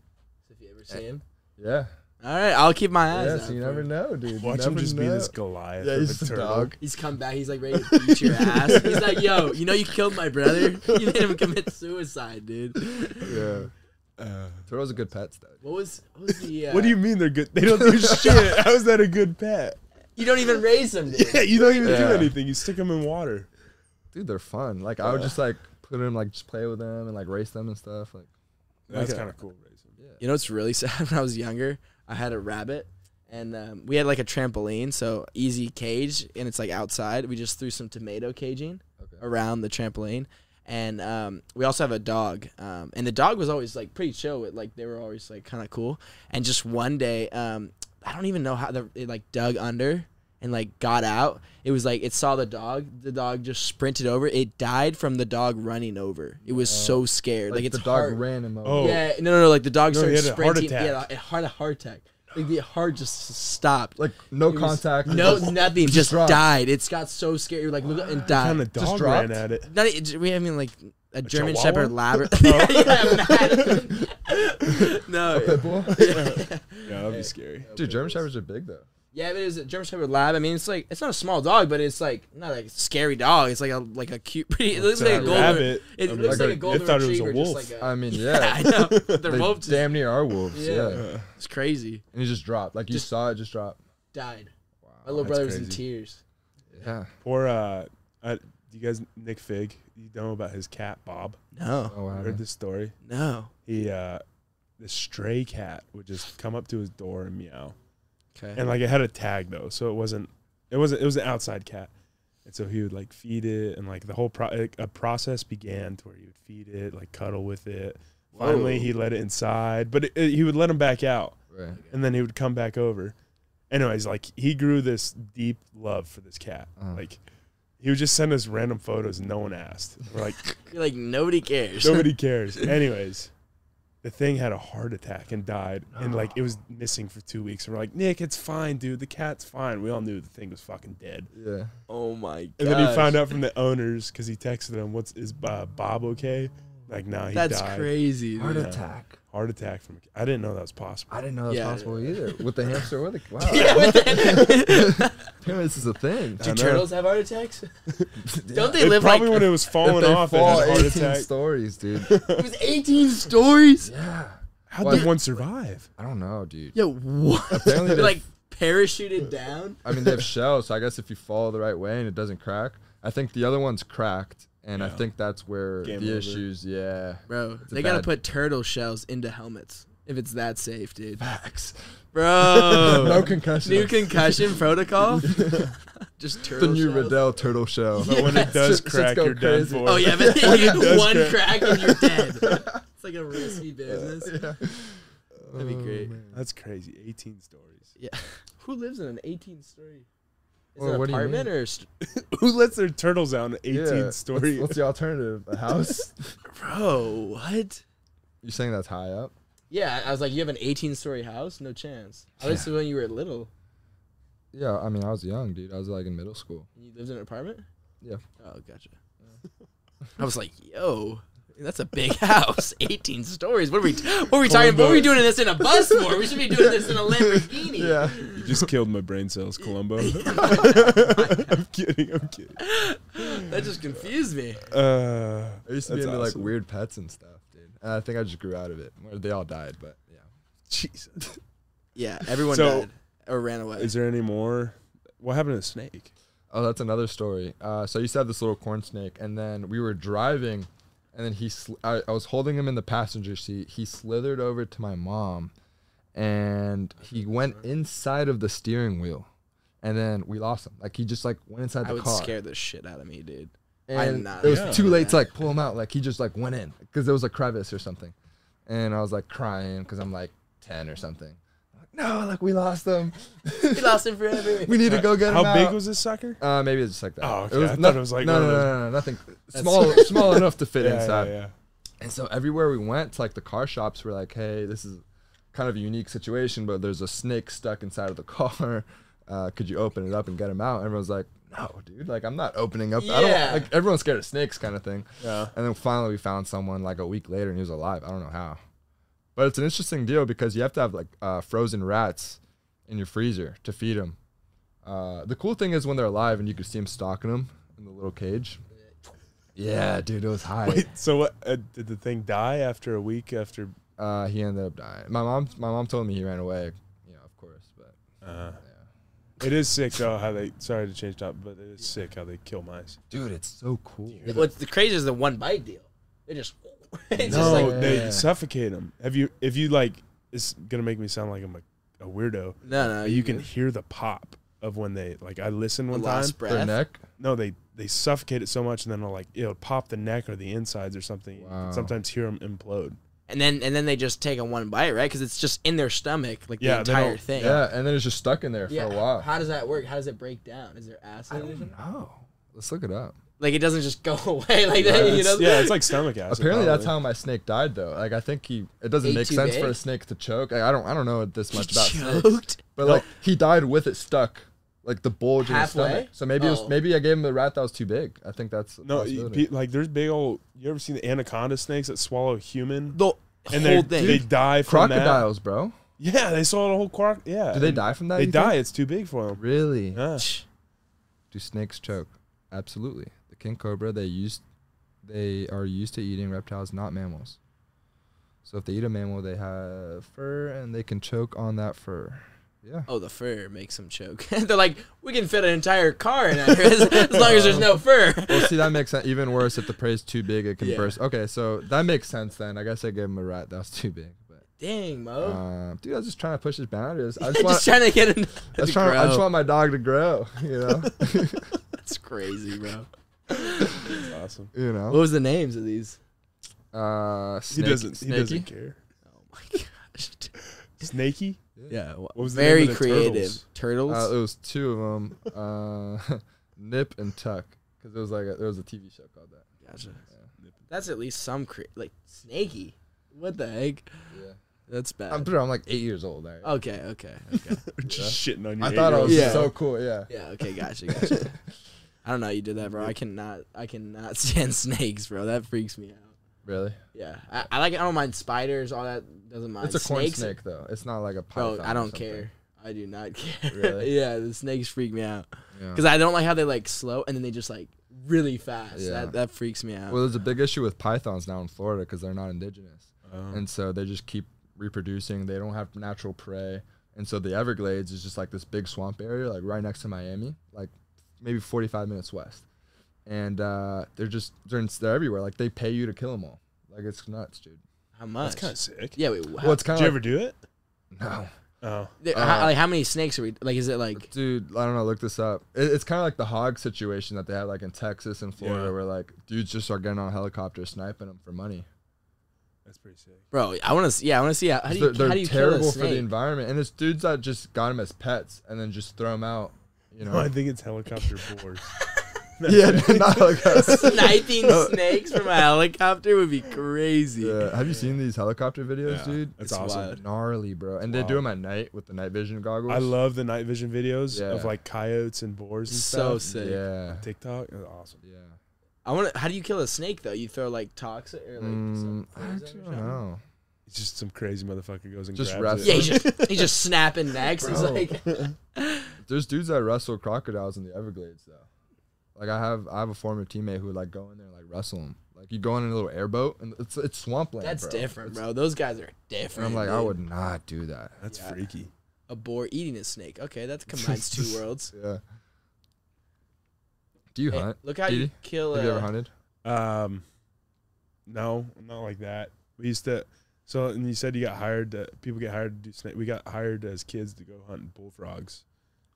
F: If you ever see him.
E: Yeah,
F: All right, I'll keep my eyes.
E: yeah.
F: out
E: So you
F: for
E: never
F: him.
E: know, dude. You
G: Watch him
E: never
G: just be
E: know.
G: this Goliath
E: Yeah,
G: of
E: he's
G: a
E: a
G: turtle.
E: dog.
F: He's come back. He's like ready to beat your ass. He's like, yo, you know you killed my brother. You made him commit suicide, dude.
E: Yeah. Turtles are good pets, though.
F: What was what was the? Uh,
G: What do you mean they're good? They don't do shit. How is that a good pet?
F: You don't even raise him. Dude.
G: Yeah, you don't even
E: Yeah.
G: do anything. You stick them in water.
E: Dude, they're fun. Like I would just like put them, like just play with them and like race them and stuff. Like
G: That's
E: Okay.
G: kind of cool. Grayson.
F: You know what's really sad? When I was younger, I had a rabbit, and um, we had like a trampoline, so easy cage, and it's like outside. We just threw some tomato caging around the trampoline, and um, we also have a dog. Um, and the dog was always like pretty chill. With like they were always like kind of cool. And just one day, um, I don't even know how the, it like dug under. And like got out. It was like it saw the dog. The dog just sprinted over. It died from the dog running over. It was so scared. Like,
E: like
F: it's
E: the dog
F: hard.
E: ran him over.
G: Oh.
F: Yeah, no, no, no. Like the dog
G: No, he
F: started
G: had a heart
F: sprinting.
G: attack.
F: Yeah, it had a heart attack. Like the heart just s- stopped.
E: Like no
F: It was-
E: contact.
F: no,
E: just-
F: nothing. Just
E: dropped.
F: died. It's got so scared. You're like, look
G: Kind
F: and died.
G: of dog
E: dropped?
G: ran at it.
F: Not, e- we I mean like a, German
G: Chihuahua?
F: Shepherd Labrador. yeah, yeah, Matt. no,
E: Pitbull?
G: Yeah, that'd be scary.
E: Dude, German shepherds are big though.
F: Yeah, but it was a German Shepherd lab. I mean, it's like it's not a small dog, but it's like not a scary dog. It's like a like a cute, pretty. It looks
G: It's
F: like
G: a
F: a golden.
G: rabbit.
F: It
G: I mean,
E: like
F: looks like,
E: a-
F: a
E: I
F: golden
G: thought it was a
F: retriever.
G: wolf.
F: Just
G: Uh,
F: like a,
E: I mean,
F: yeah,
E: yeah.
F: I know. They're
E: They
F: wolves.
E: damn near are wolves.
F: Yeah.
E: Yeah.
F: It's crazy.
E: And it just dropped. Like you
F: Just-
E: saw it just drop.
F: Died. My little
G: that's
F: brother was in
G: crazy.
F: tears.
E: Yeah.
G: Or uh, uh, you guys, Nick Fig, you know about his cat Bob?
F: No,
E: Oh, wow.
G: Heard this story?
F: no.
G: He, uh, the stray cat would just come up to his door and meow,
F: Okay.
G: and like it had a tag though, so it wasn't, it wasn't, it was an outside cat, and so he would like feed it, and like the whole pro- like, a process began to where he would feed it, like cuddle with it. Finally, he let it inside, but it, it- he would let him back out,
E: Right.
G: and then he would come back over. Anyways, like he grew this deep love for this cat.
E: Uh.
G: Like he would just send us random photos, no one asked. We're like,
F: You're like nobody cares.
G: nobody cares. Anyways, the thing had a heart attack and died, and like
F: Oh.
G: it was missing for two weeks. And we're like, Nick, it's fine, dude. The cat's fine. We all knew the thing was fucking dead.
E: Yeah.
F: oh my god.
G: And then he found out from the owners because he texted them, "What's is uh, Bob okay?" Like, nah, he
F: That's
G: died.
F: crazy. dude.
E: Heart
G: Yeah.
E: attack.
G: Heart attack from. I didn't know that was possible.
E: I didn't know that was
F: Yeah.
E: possible either. With the hamster or the wow. Apparently this is a thing.
G: I know.
F: Do turtles have heart attacks? Don't they
G: It
F: live like
G: probably when it was falling
E: they
G: off,
E: fall
G: it had a
E: 18
G: heart attack.
E: stories, dude.
F: it was 18 stories?
E: yeah.
G: How
E: Well,
G: did one survive?
E: I don't know, dude.
F: Yo, what?
E: Apparently
F: They,
E: they-
F: like parachuted down?
E: I mean, they have shells, so I guess if you fall the right way and it doesn't crack, I think the other one's cracked, and I
G: Yeah.
E: think that's where
G: Game
E: the
G: over.
E: issues. Yeah.
F: Bro,
E: a
F: they gotta
E: bad-
F: put turtle shells into helmets if it's that safe, dude.
E: Facts.
F: Bro,
E: No concussion.
F: new concussion protocol. Just
E: the
F: turtle.
E: new
F: shells.
E: Riddell turtle shell.
G: But when it does
E: Shit's
G: crack,
E: going
G: you're done
E: crazy.
G: for.
F: Oh yeah, but then you get
G: does
F: one
G: crack.
F: crack and you're dead. It's like a risky business. That'd be
E: Oh,
F: great.
G: That's crazy. 18 stories.
F: Who lives in an 18 story? Is
E: Well,
F: it an
E: what do you
F: apartment
E: mean?
F: or? a St-
G: Who lets their turtles out in an 18
E: Yeah.
G: story?
E: What's, what's the alternative? A house?
F: Bro, what?
E: You're saying that's high up?
F: Yeah, I was like, you have an 18 story house? No chance. I was when you were little.
E: Yeah, I mean, I was young, dude. I was like in middle school.
F: And you lived in an apartment?
E: Yeah.
F: Oh, gotcha. I was like, yo, that's a big house. 18 stories. What are we what are we talking What are we doing this in a bus for? We should be doing this in a Lamborghini.
E: Yeah.
G: you just killed my brain cells, Columbo. I'm kidding. I'm kidding.
F: That just confused me.
G: Uh,
E: I used
G: that's
E: to be into
G: awesome.
E: like weird pets and stuff, dude. And I think I just grew out of it. Well, They all died, but yeah.
G: Jesus.
F: Yeah, everyone
G: So-
F: died or ran away.
G: Is there any more? What happened to the snake?
E: Oh, that's another story. Uh, so I used to have this little corn snake, and then we were driving, and then he, sl- I, I was holding him in the passenger seat. He slithered over to my mom, and he went inside of the steering wheel, and then we lost him. Like he just like went inside the
F: I would
E: car.
F: scare the shit out of me, dude.
E: And
F: I'm not
E: it was
F: doing
E: too late to
F: that.
E: like pull him out. Like he just like went in because there was a crevice or something, and I was like crying because I'm like ten or something. Like, no, like we lost him.
F: We lost him forever.
E: We need to go get him.
G: How big
E: out."
G: was this sucker?
E: Uh, maybe it's just like that.
G: Oh, okay. I thought
E: not-
G: it was like
E: no,
G: one
E: no,
G: of
E: no,
G: those-
E: no, no, nothing. Small, small enough to fit inside.
G: yeah.
E: And so everywhere we went to like the car shops, we're like, hey, this is kind of a unique situation, but there's a snake stuck inside of the car. Uh, could you open it up and get him out? Everyone's like, no, dude. Like I'm not opening up. I
F: Yeah.
E: don't. Like everyone's scared of snakes, kind of thing.
G: Yeah.
E: And then finally, we found someone like a week later, and he was alive. I don't know how, but it's an interesting deal because you have to have like uh, frozen rats in your freezer to feed them. Uh, the cool thing is when they're alive and you can see them stalking them in the little cage. Yeah, dude, it was high.
G: Wait, so what? Uh, did the thing die after a week? After
E: Uh, he ended up dying. My mom, my mom told me he ran away. You know, of course, but
G: uh, it is sick though how they. Sorry to change topic, but it is sick how they kill mice.
E: dude, it's so cool.
F: What's the crazy is the one bite deal. They just it's
G: no,
F: just like
G: they
E: Yeah.
G: suffocate them. Have you? If you like, it's gonna make me sound like I'm a, a weirdo.
F: no, no.
G: you can hear the pop of when they like. I listened
F: the
G: one time.
F: last
E: Their
F: breath.
E: neck.
G: No, they they suffocate it so much, and then they'll like it'll pop the neck or the insides or something. You can
E: Wow.
G: sometimes hear them implode.
F: and then and then they just take a one bite, right? Because it's just in their stomach, like
G: Yeah,
F: the
G: they
F: entire
G: don't-
F: thing.
E: Yeah. and then it's just stuck in there for a while.
F: How does that work? How does it break down? Is there acid?
E: I
F: in it?
E: don't know. Let's look it up.
F: Like it doesn't just go away like
G: Yeah,
F: that. You know?
G: it's, yeah, it's like stomach acid.
E: Apparently, that's
G: probably.
E: how my snake died, though. Like, I think he. It doesn't make
F: Ate too
E: sense for
F: big?
E: a snake to choke. I, I don't. I don't know this much about snakes.
F: choked.
E: But like, he died with it stuck, like the bulge in
F: Halfway?
E: his stomach. So maybe it
F: Oh.
E: was, maybe I gave him a rat that was too big. I think that's a
G: No, you,
E: possibility.
G: pe- like there's big old. You ever seen the anaconda snakes that swallow human?
F: The
G: and they
F: whole thing.
G: they die from that.
E: crocodiles, bro.
G: Yeah, they sold a whole quark. Yeah.
E: Do they
G: and
E: die from that?
G: They
E: you think?
G: die. It's too big for them.
E: Really?
G: Yeah.
E: Do snakes choke? Absolutely. The king cobra they used they are used to eating reptiles, not mammals. So if they eat a mammal, they have fur and they can choke on that fur. Yeah.
F: Oh, the fur makes them choke. They're like, we can fit an entire car in there as, as long as there's no fur.
E: Well, see, that makes sense. Even worse, if the prey's too big, it can
F: Yeah.
E: burst. Okay, so that makes sense then. I guess I gave him a rat. That was too big. But
F: Dang,
G: Uh,
F: Mo.
E: um, dude, I was just trying to push his boundaries. I just
F: Oh. just,
E: want,
F: trying to get him.
E: I, just trying, I just want my dog to grow. You know.
F: That's crazy, bro.
G: That's awesome.
E: you
F: What
E: know.
F: was the names of these?
E: Uh,
G: He
E: snake,
G: doesn't. He doesn't
E: snakey?
G: care.
F: Oh my gosh.
G: Snaky.
F: Yeah. What
G: was the name
F: very
G: of the
F: creative.
G: turtles?
F: Turtles.
E: Uh, it was two of them. Uh, Nip and Tuck, because it was like a, there was a TV show called that.
F: Gotcha. That's at least some cre- like snaky. What the heck?
E: Yeah.
F: That's bad.
E: I'm, bro, I'm like eight years old. Right?
F: okay, okay, okay.
G: Just shitting on your.
E: I thought I was
F: Yeah.
E: so cool. Yeah.
F: yeah, okay, gotcha, gotcha. I don't know how you did that, bro. I cannot, I cannot stand snakes, bro. That freaks me out.
E: Really?
F: Yeah, I, I like. I don't mind spiders. All that doesn't mind.
E: It's a corn
F: snakes,
E: snake though. It's not like a python.
F: bro.
E: or
F: I don't
E: something.
F: care. I do not care.
E: Really?
F: yeah, the snakes freak me out
E: Yeah.
F: because I don't like how they like slow and then they just like really fast.
E: Yeah.
F: That that freaks me out.
E: Well, there's a big issue with pythons now in Florida because they're not indigenous,
G: Um,
F: Mm-hmm.
E: and so they just keep reproducing. They don't have natural prey, and so the Everglades is just like this big swamp area, like right next to Miami, like maybe 45 minutes west, and uh, they're just they're, in, they're everywhere. Like they pay you to kill them all. Like it's nuts, dude.
F: how much?
G: that's kind of sick.
F: yeah, wait. How,
E: Well, it's
G: Did
E: kind
G: you
E: of
G: ever do it?
E: no,
G: Oh,
F: there-
E: uh,
F: how- like how many snakes are we? Like, is it like?
E: dude. I don't know. Look this up. It, it's kind of like the hog situation that they had like in Texas and Florida,
G: Yeah.
E: where like dudes just are getting on helicopters, sniping them for money.
G: that's pretty sick.
F: Bro, I want to. Yeah, I want to see how, how do you
E: they're they're
F: how do you kill a
E: terrible for the
F: snake?
E: environment. And it's dudes that just got them as pets and then just throw them out. You know?
G: No, I think it's helicopter boars.
E: yeah, not like us.
F: Sniping snakes from a helicopter would be crazy.
E: Yeah. Have you seen these helicopter videos,
G: Yeah,
E: dude?
G: that's awesome.
E: gnarly, bro. And they do them at night with the night vision goggles.
G: I love the night vision videos of
E: Yeah.
G: like coyotes and boars and
F: So
G: stuff.
F: sick.
E: Yeah.
G: TikTok, That's awesome.
E: Yeah.
F: I want to. How do you kill a snake though? You throw like toxic or like
E: Mm,
F: some
E: I
F: poison or
E: don't
F: something?
E: know.
G: It's just some crazy motherfucker goes and
E: Just
G: grabs
E: wraps
G: it.
F: Yeah, he's just, he's just snapping necks. He's
E: Bro.
F: like,
E: There's dudes that wrestle crocodiles in the Everglades though. Like I have, I have a former teammate who would like go in there and like wrestle them. Like you go in a little airboat and it's it's swampland.
F: that's
E: bro.
F: different,
E: It's-
F: bro. Those guys are
E: And
F: different.
E: I'm like, I
F: dude.
E: would not do that.
G: That's
F: Yeah.
G: freaky.
F: a boar eating a snake. Okay, that combines two worlds.
E: Yeah. Do you
F: Hey,
E: hunt?
F: look how you
E: Didi?
F: kill
E: Have you ever
F: a.
E: hunted?
G: Um, no, not like that. We used to. So, and you said you got hired. To, people get hired to do snake. We got hired as kids to go hunt bullfrogs,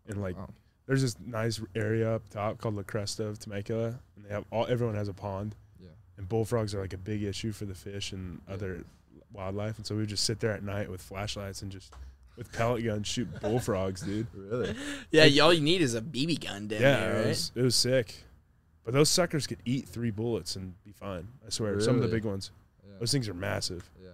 G: and like
E: Wow.
G: there's this nice area up top called La Cresta of Temecula, and they have all. Everyone has a pond.
E: Yeah.
G: And bullfrogs are like a big issue for the fish and other wildlife, and so we would just sit there at night with flashlights and just with pellet guns shoot bullfrogs, dude.
E: Really?
F: Yeah, you- all you need is a BB gun down
G: Yeah,
F: there,
G: it,
F: right?
G: was, it was sick. But those suckers could eat three bullets and be fine. I swear. Some of the
E: Really?
G: big ones.
E: Yeah.
G: Those things are massive.
E: yeah.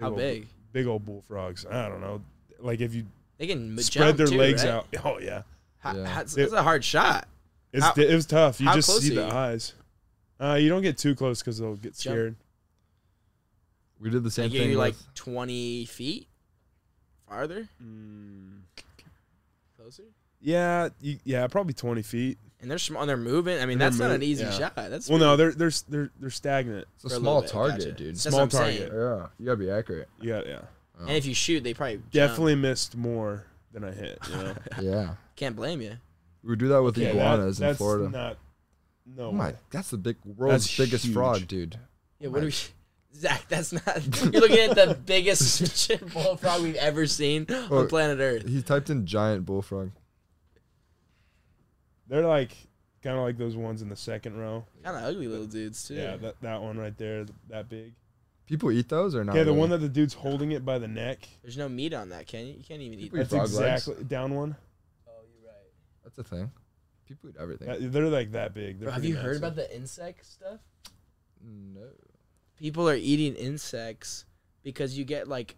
F: how
G: old-
F: big?
G: Big old bullfrogs. I don't know. Like if you
F: They can m-
G: spread
F: jump
G: their
F: too,
G: legs
F: right?
G: out. Oh yeah,
F: How,
E: Yeah.
F: how- it's,
G: It-
F: it's a hard shot.
G: it's
F: How-
G: di- it was tough. You
F: how
G: just
F: close
G: see
F: are
G: the
F: you?
G: eyes. Uh, you don't get too close because they'll get
F: Jump.
G: scared.
E: We did the same
F: Like,
E: thing.
F: you're like
E: with-
F: twenty feet farther,
G: Mm,
F: closer.
G: yeah, you, yeah, probably twenty feet.
F: and they're small. They're moving. I mean,
G: And they're
F: that's not an
G: mov-
F: easy
G: yeah.
F: shot. That's
G: Well, no, they're they're s- they're they're stagnant.
E: it's a
F: for a
E: small
F: little bit,
E: target,
F: gotcha.
E: dude.
F: That's
G: Small
F: what I'm
G: target.
F: saying.
E: yeah. You gotta be accurate.
G: Yeah, yeah.
E: Oh.
F: And if you shoot, they probably jump.
G: Definitely missed more than I hit. You know?
E: yeah.
F: can't blame you.
E: We would do that with
G: Yeah, that-
E: iguanas in
G: that's
E: Florida.
G: Not, no.
E: oh
G: way.
E: my, that's the big world's
G: That's
E: biggest fraud,
G: huge.
E: dude.
F: Yeah, what are we? Zach, that's not. You're looking at the biggest bullfrog we've ever seen on
E: Or-
F: planet Earth.
E: He typed in giant bullfrog.
G: They're like kind of like those ones in the second row.
F: Kind of ugly little dudes too.
G: Yeah, that that one right there, th- that big.
E: People eat those or not?
G: yeah, the
E: really?
G: one that the dude's holding it by the neck.
F: There's no meat on that, can you? You can't even eat.
E: People
F: That.
E: eat
G: That's
E: frog legs.
G: exactly down one.
F: Oh, you're right.
E: That's a thing. People eat everything.
G: That- they're like that big. They're
F: Bro, have
G: pretty
F: you heard
G: massive.
F: about the insect stuff?
E: no.
F: People are eating insects because you get like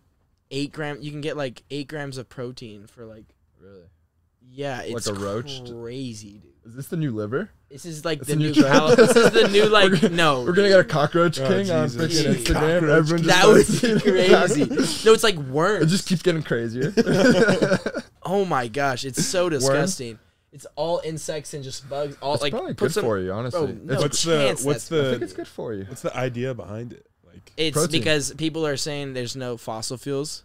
F: eight gram. You can get like eight grams of protein for like
E: Really?
F: Yeah, it's
E: a roach?
F: crazy, dude.
E: Is this the new liver?
F: This is like
E: It's
F: the
E: a new
F: new
E: trend.
F: cali- This is the new like
E: We're gonna-
F: no.
E: We're gonna get a cockroach
G: Oh,
E: king on
G: Jesus.
E: freaking
F: Jeez.
E: Instagram. Everyone just
F: that
E: starts
F: was
E: eating
F: crazy.
E: cockroach.
F: No, it's like worms.
E: It just keeps getting crazier.
F: oh my gosh, it's so disgusting. It's all insects and just bugs. All
E: It's
F: like
E: probably
F: put
E: good
F: some-
E: for you, honestly.
F: Bro,
E: It's-
F: no
G: What's the
F: chance
G: what's
F: that's good.
E: I think it's
G: the
E: good for you.
G: what's the idea behind it? Like
F: It's
E: Protein.
F: because people are saying there's no fossil fuels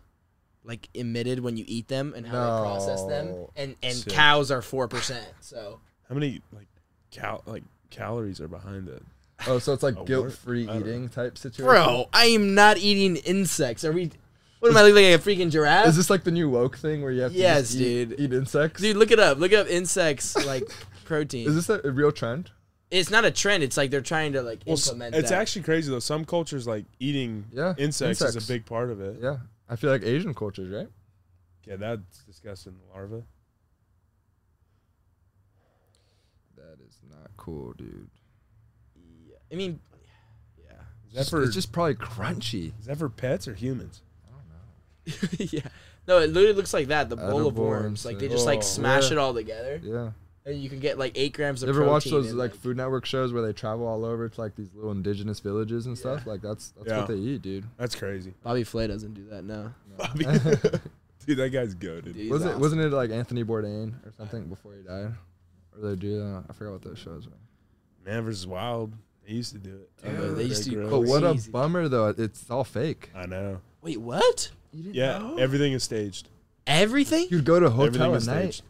F: like emitted when you eat them and how they process them,
E: No.
F: and and
G: Shit.
F: cows are four percent. So
G: how many like cal like calories are behind it?
E: Oh, so it's
G: Oh,
E: like guilt-free
G: word. I don't
E: eating type situation.
F: bro, I am not eating insects. Are we? What am I looking like a freaking giraffe?
E: is this like the new woke thing where you have to
F: Yes,
E: just eat,
F: dude.
E: eat insects?
F: Dude, look it up. Look up insects like protein.
E: Is this a, a real trend?
F: it's not a trend. It's like they're trying to like
G: Well, s-
F: implement.
G: it's
F: that.
G: actually crazy though. Some cultures like eating
E: Yeah,
G: insects, is
E: insects.
G: a big part of it. Yeah,
E: Yeah, I feel like Asian cultures, right?
G: that's disgusting. Larva.
E: That is not cool, dude.
F: I mean, yeah,
G: Is that for
E: it's just probably crunchy.
G: is that for pets or humans?
F: yeah. No, it literally looks like that. The bowl of
E: Edible
F: worms, like they just
G: Oh,
F: like smash
E: yeah.
F: it all together,
E: Yeah.
F: and you can get like eight grams of.
E: You ever watch
F: protein
E: those
F: in,
E: like Food Network shows where they travel all over to like these little indigenous villages and stuff? Like that's that's
G: Yeah.
E: what they eat, dude.
G: That's crazy.
F: Bobby Flay doesn't do that now.
G: Bobby. Dude, that guy's goaded.
F: Dude,
E: Was
F: he's
E: it
F: awesome.
E: wasn't it like Anthony Bourdain or something before he died? Or they do that? I forgot what those shows were.
G: Man versus Wild. They used to do it.
F: Dude,
G: Uh,
F: they used
G: Bear
F: to-
G: Grylls.
E: But what a
F: Crazy.
E: bummer though. It's all fake.
G: I know.
F: Wait, what?
E: You didn't
G: Yeah,
E: know?
G: everything is staged.
F: Everything,
E: You'd go to a
G: everything
E: hotel at
G: is
E: night.
G: staged.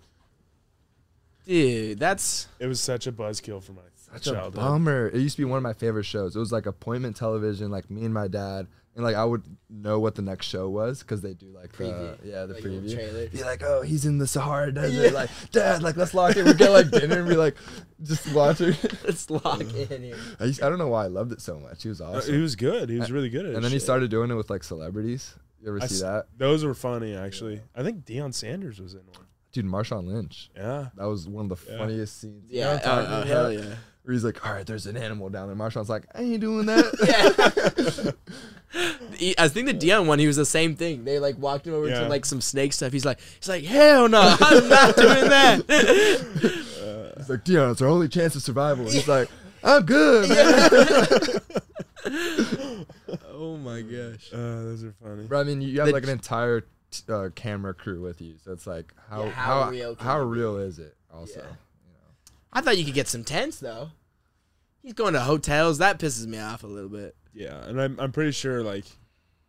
F: dude. That's
G: It was such a buzzkill for my
E: Such a
G: childhood.
E: bummer. It used to be one of my favorite shows. It was like appointment television, like me and my dad, and like I would know what the next show was because they do like the
F: Preview.
E: yeah the
F: Like, little
E: preview.
F: trailer.
E: Be like, oh, he's in the Sahara Desert. Like, dad, like let's lock it. We get like dinner and be like, just watching.
F: let's lock in here.
E: I, used, I don't know why I loved it so much. He was
G: Uh,
E: awesome.
G: he was good. He was really good at it.
E: and then he started doing it with like celebrities. You ever
G: I s-
E: see that?
G: Those were funny, actually. I think Deion Sanders was in one.
E: Dude, Marshawn Lynch.
G: Yeah.
E: That was one of the
G: Yeah.
E: funniest scenes. You know
F: Yeah,
E: what I'm
F: oh,
E: talking
F: oh,
E: about?
F: hell yeah.
E: Where he's like, all right, there's an animal down there. Marshawn's like, I ain't doing that.
F: He- I think the Dion one, he was the same thing. They like walked him over
G: Yeah.
F: to like some snake stuff. He's like, he's like, hell no, I'm not doing that.
E: he's like, Dion, it's our only chance of survival. And he's like, I'm good. man."
F: oh my gosh.
G: Uh, those are funny.
E: Bro, I mean, you have
F: The-
E: like an entire t- uh, camera crew with you, so it's like, how
F: Yeah,
E: how
F: how
E: how real,
F: real can it
E: is it? Also,
F: Yeah. I thought you could get some tents though. He's going to hotels. That pisses me off a little bit.
G: Yeah, and I'm I'm pretty sure like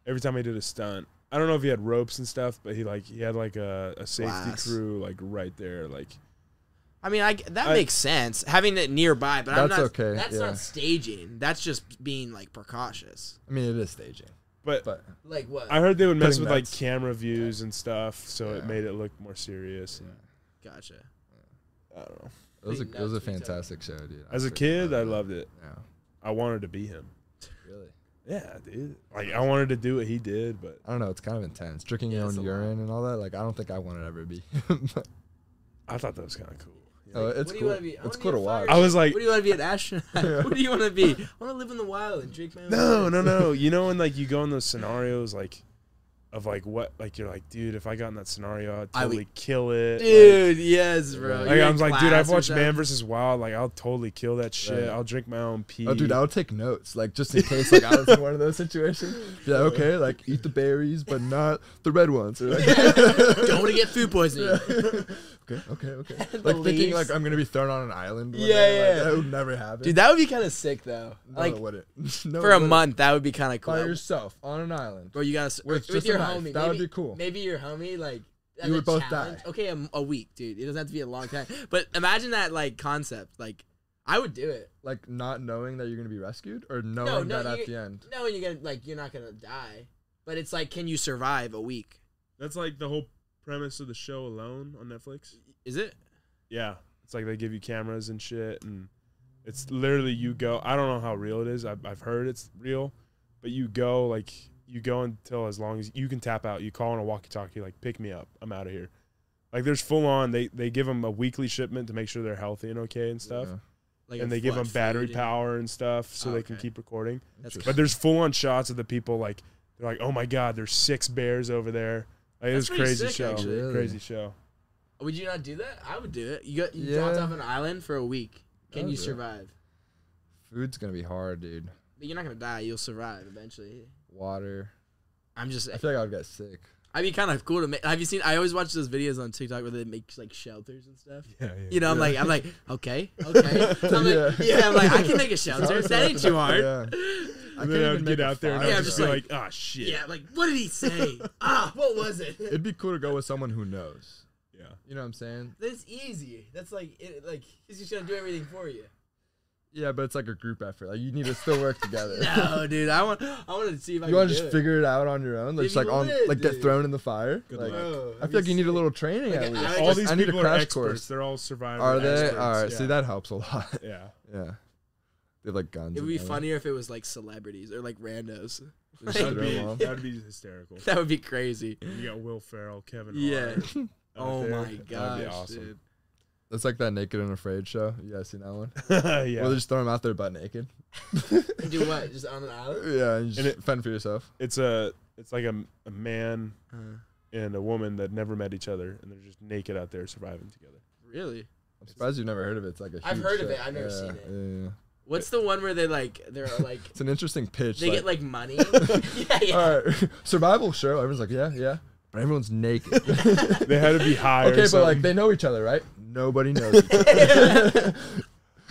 G: every time he did a stunt, I don't know if he had ropes and stuff, but he like he had like a, a safety
F: Glass.
G: crew like right there, like
F: I mean, I, that
G: I-
F: makes sense having it nearby, but I'm
E: That's
F: not.
E: okay,
F: That's
E: yeah.
F: not staging. That's just being like precautious.
E: I mean, it is staging,
G: but.
E: but
F: Like what?
G: I heard they would mess
E: Putting
G: with like
E: nuts.
G: camera views and stuff, so it
E: Yeah.
G: made it look more serious. and-
F: gotcha.
G: I don't know.
E: it was a,
F: Putting
E: it was a
F: nuts in each other.
E: fantastic show, dude. I
G: As a
E: freaking
G: kid, I loved it.
E: Yeah,
G: I wanted to be him.
E: really.
G: Yeah, dude. Like I wanted to do what he did, but
E: I don't know. It's kind of intense. Drinking
F: Yeah,
E: your
F: it's
E: own
F: a lot.
E: urine and all that. Like, I don't think I want to ever be. But-
G: I thought that was kind of cool.
E: oh, it's
F: what do you
E: cool.
F: wanna be?
E: It's
F: I wanna be
E: cool
F: a
E: to watch.
G: I was like,
F: What do you want to be an astronaut? what do you want to be? I want to live in the wild and drink my own.
G: No,
F: urine.
G: no, no. You know when like you go in those scenarios like of like what like you're like, dude, if I got in that scenario, I'd
F: I would-
G: totally kill it. Like,
F: Dude, yes, bro.
G: like,
F: You're
G: I'm
F: in
G: like, dude,
F: class
G: I've
F: or
G: watched Man
F: something.
G: vs. Wild. Like, I'll totally kill that shit.
E: Right.
G: I'll drink my own pee.
E: Oh, dude, I would take notes, like just in case, like I was in one of those situations. Yeah, okay, like eat the berries, but not the red ones. Or, like,
F: Don't want to get food poisoning.
E: okay, okay, okay. Like thinking,
F: leaves.
E: like I'm gonna be thrown on an island. one
F: Yeah,
E: day, like,
F: yeah.
E: that would never happen.
F: Dude, that would be kind of sick though.
E: No,
F: like
E: it wouldn't. No, it
F: for a
E: wouldn't.
F: month, that would be kind of cool.
E: by yourself on an island.
F: Bro, you gotta s-
E: With
F: with,
E: just a
F: your
E: knife.
F: homie.
E: That would
F: maybe-
E: be cool.
F: Maybe your homie, like as
E: You
F: a
E: would both
F: challenge.
E: die.
F: Okay, a, m- a week, dude. It doesn't have to be a long time. But imagine that like concept. Like I would do it.
E: Like not knowing that you're gonna be rescued, or
F: No,
E: knowing
F: no,
E: that at
F: you-
E: the end.
F: No, and you're gonna like you're not gonna die. But it's like, can you survive a week?
G: That's like the whole premise of the show alone on Netflix.
F: Is it?
G: Yeah, it's like they give you cameras and shit, and it's literally you go. I don't know how real it is. I've, I've heard it's real, but you go like you go until as long as you can tap out. You call on a walkie-talkie like, "Pick me up. I'm out of here." Like there's full on. They they give them a weekly shipment to make sure they're healthy and okay and stuff,
E: Yeah.
F: Like
G: and
F: a
G: they give
F: flood
G: them battery
F: food and-
G: power and stuff so
F: Oh,
G: they can
F: okay.
G: keep recording.
F: That's
E: Interesting.
G: But there's full on shots of the people like they're like, "Oh my god, there's six bears over there." Like, it
F: That's
G: was
F: pretty
G: crazy
F: sick,
G: show,
E: actually.
G: crazy show.
F: Would you not do that? I would do it. You got you
E: Yeah.
F: dropped off an island for a week. Can
E: I'd
F: you
E: do it.
F: survive?
E: Food's gonna be hard, dude.
F: But you're not gonna die. You'll survive eventually.
E: Water.
F: I'm just.
E: I feel like I would get sick.
F: I'd be kind of cool to make. Have you seen? I always watch those videos on TikTok where they make like shelters and stuff.
G: Yeah, yeah.
F: You know, I'm like, I'm like, okay, okay. I'm like,
E: Yeah.
F: yeah. I'm like, I can make a shelter. That ain't too hard. Yeah,
G: And
E: Yeah. I can't
G: then I
E: even
G: would
E: make
G: get
E: a
G: out there and
E: fire,
G: I
F: Yeah,
G: would
E: bro.
G: just
F: just
G: be
F: like-
G: like, ah, shit.
F: I'm like, what did he say? ah, what was it?
E: It'd be cool to go with someone who knows.
G: Yeah.
E: You know what I'm saying?
F: That's easy. That's like, it, like he's just gonna do everything for you.
E: Yeah, but it's like a group effort. Like you need to still work together.
F: No, dude, I want, I want to see if I
E: You
F: can
E: want
F: do
E: to just
F: it.
E: figure it out on your own, like,
F: Dude,
E: just like
F: you
E: on,
F: would,
E: like get
F: dude.
E: thrown in the fire. like,
F: Bro,
E: I feel like you need a little training
F: Like,
E: at least.
F: I
E: I,
G: All
F: just-
G: these
E: need a
G: people are
E: crash
G: experts.
E: course.
G: They're all survivors.
E: Are they? All right.
G: yeah.
E: See, that helps a lot.
G: Yeah.
E: yeah. They have like guns.
F: It would
E: and
F: be
E: everything.
F: funnier if it was like celebrities or like randos.
E: Just
G: That'd
E: throw 'em
G: be,
E: off.
G: that'd be hysterical.
F: That would be crazy.
G: You got Will Ferrell, Kevin
F: Yeah.
G: Hart. out
F: Oh
G: there.
F: my gosh, dude.
E: It's like that Naked and Afraid show. You guys seen that one?
G: yeah.
E: Where they just throw them out there butt naked.
F: Do what? Just on an island?
E: Yeah, and you just
G: And it-
E: fend for yourself.
G: it's a it's like a, a man
F: Uh,
G: and a woman that never met each other and they're just naked out there surviving together.
F: really?
E: I'm surprised you've never heard of it. It's like a
F: I've
E: huge
F: heard of
E: show.
F: it. I've never
E: Yeah,
F: seen it.
E: yeah, yeah.
F: What's the one where they like they're like
E: It's an interesting pitch.
F: they
E: like,
F: get like money? yeah, yeah.
E: All right, survival show. Everyone's like, yeah, yeah, but everyone's naked. okay,
G: They had to be high. or
E: but like
G: something.
E: they know each other, right? Nobody knows. Each other.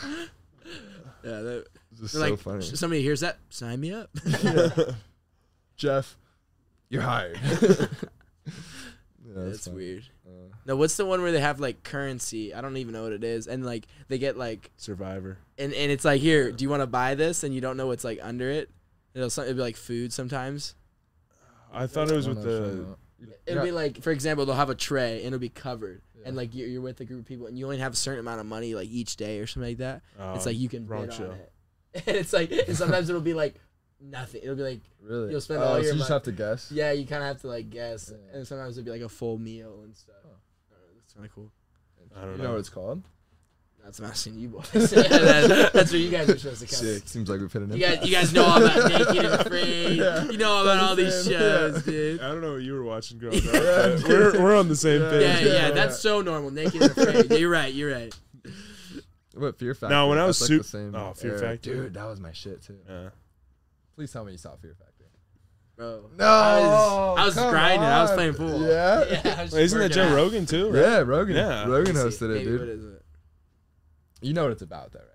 F: Yeah, they're, they're
E: This is Uh, so
F: like
E: funny.
F: "Sh- somebody hears that, sign me up.
E: Jeff, you're hired. Yeah,
F: That's
E: fine.
F: weird.
E: Uh,
F: No, what's the one where they have like currency? I don't even know what it is, and like they get like
G: Survivor.
F: and and it's like here, do you want to buy this? And you don't know what's like under it. It'll some- it'll be like food sometimes.
G: I thought it was
E: I
G: with
E: don't know if you
G: the
E: know.
F: It'll be
E: Yeah.
F: like, for example, they'll have a tray and it'll be covered, and like you're, you're with a group of people, and you only have a certain amount of money like each day or something like that.
G: uh,
F: it's like you can
G: wrong
F: bid
G: show.
F: on it, and it's like and sometimes it'll be like nothing. It'll be like
E: really.
F: you'll spend
E: Oh,
F: all
E: so
F: your
E: you just
F: mon-
E: have to guess.
F: yeah, you kind of have to like guess,
E: Yeah.
F: and sometimes it'll be like a full meal and stuff.
E: Huh.
F: That's kind of cool.
G: I don't
E: You
G: know.
E: know what it's called?
F: That's not seeing you boys. that's, that's where you guys are supposed to come.
E: Seems like we've hit an
F: You
E: impact.
F: guys, you guys know all about Naked and Afraid. You know about all these shows, dude.
G: I don't know what you were watching growing up. but we're, we're on the same page.
F: Yeah,
E: Yeah.
F: yeah, that's so normal. Naked and Afraid. You're right. You're right.
E: What Fear Factor?
G: No, when I was
E: That's,
G: sup-
E: the same
G: oh, Fear
E: era.
G: Factor.
E: dude, that was my shit too.
G: Yeah.
E: Please tell me you saw Fear Factor.
F: Bro.
E: No,
F: I was, I was grinding. I was playing football.
E: Oh, Yeah,
F: Yeah, I was just
G: Wait, isn't that
F: working
G: Joe
F: out.
G: Rogan too? Right?
E: yeah. Rogan,
G: Yeah.
E: Rogan
F: Let me see.
E: hosted it,
F: Maybe
E: dude.
F: what is it?
E: You know what it's about, though, right?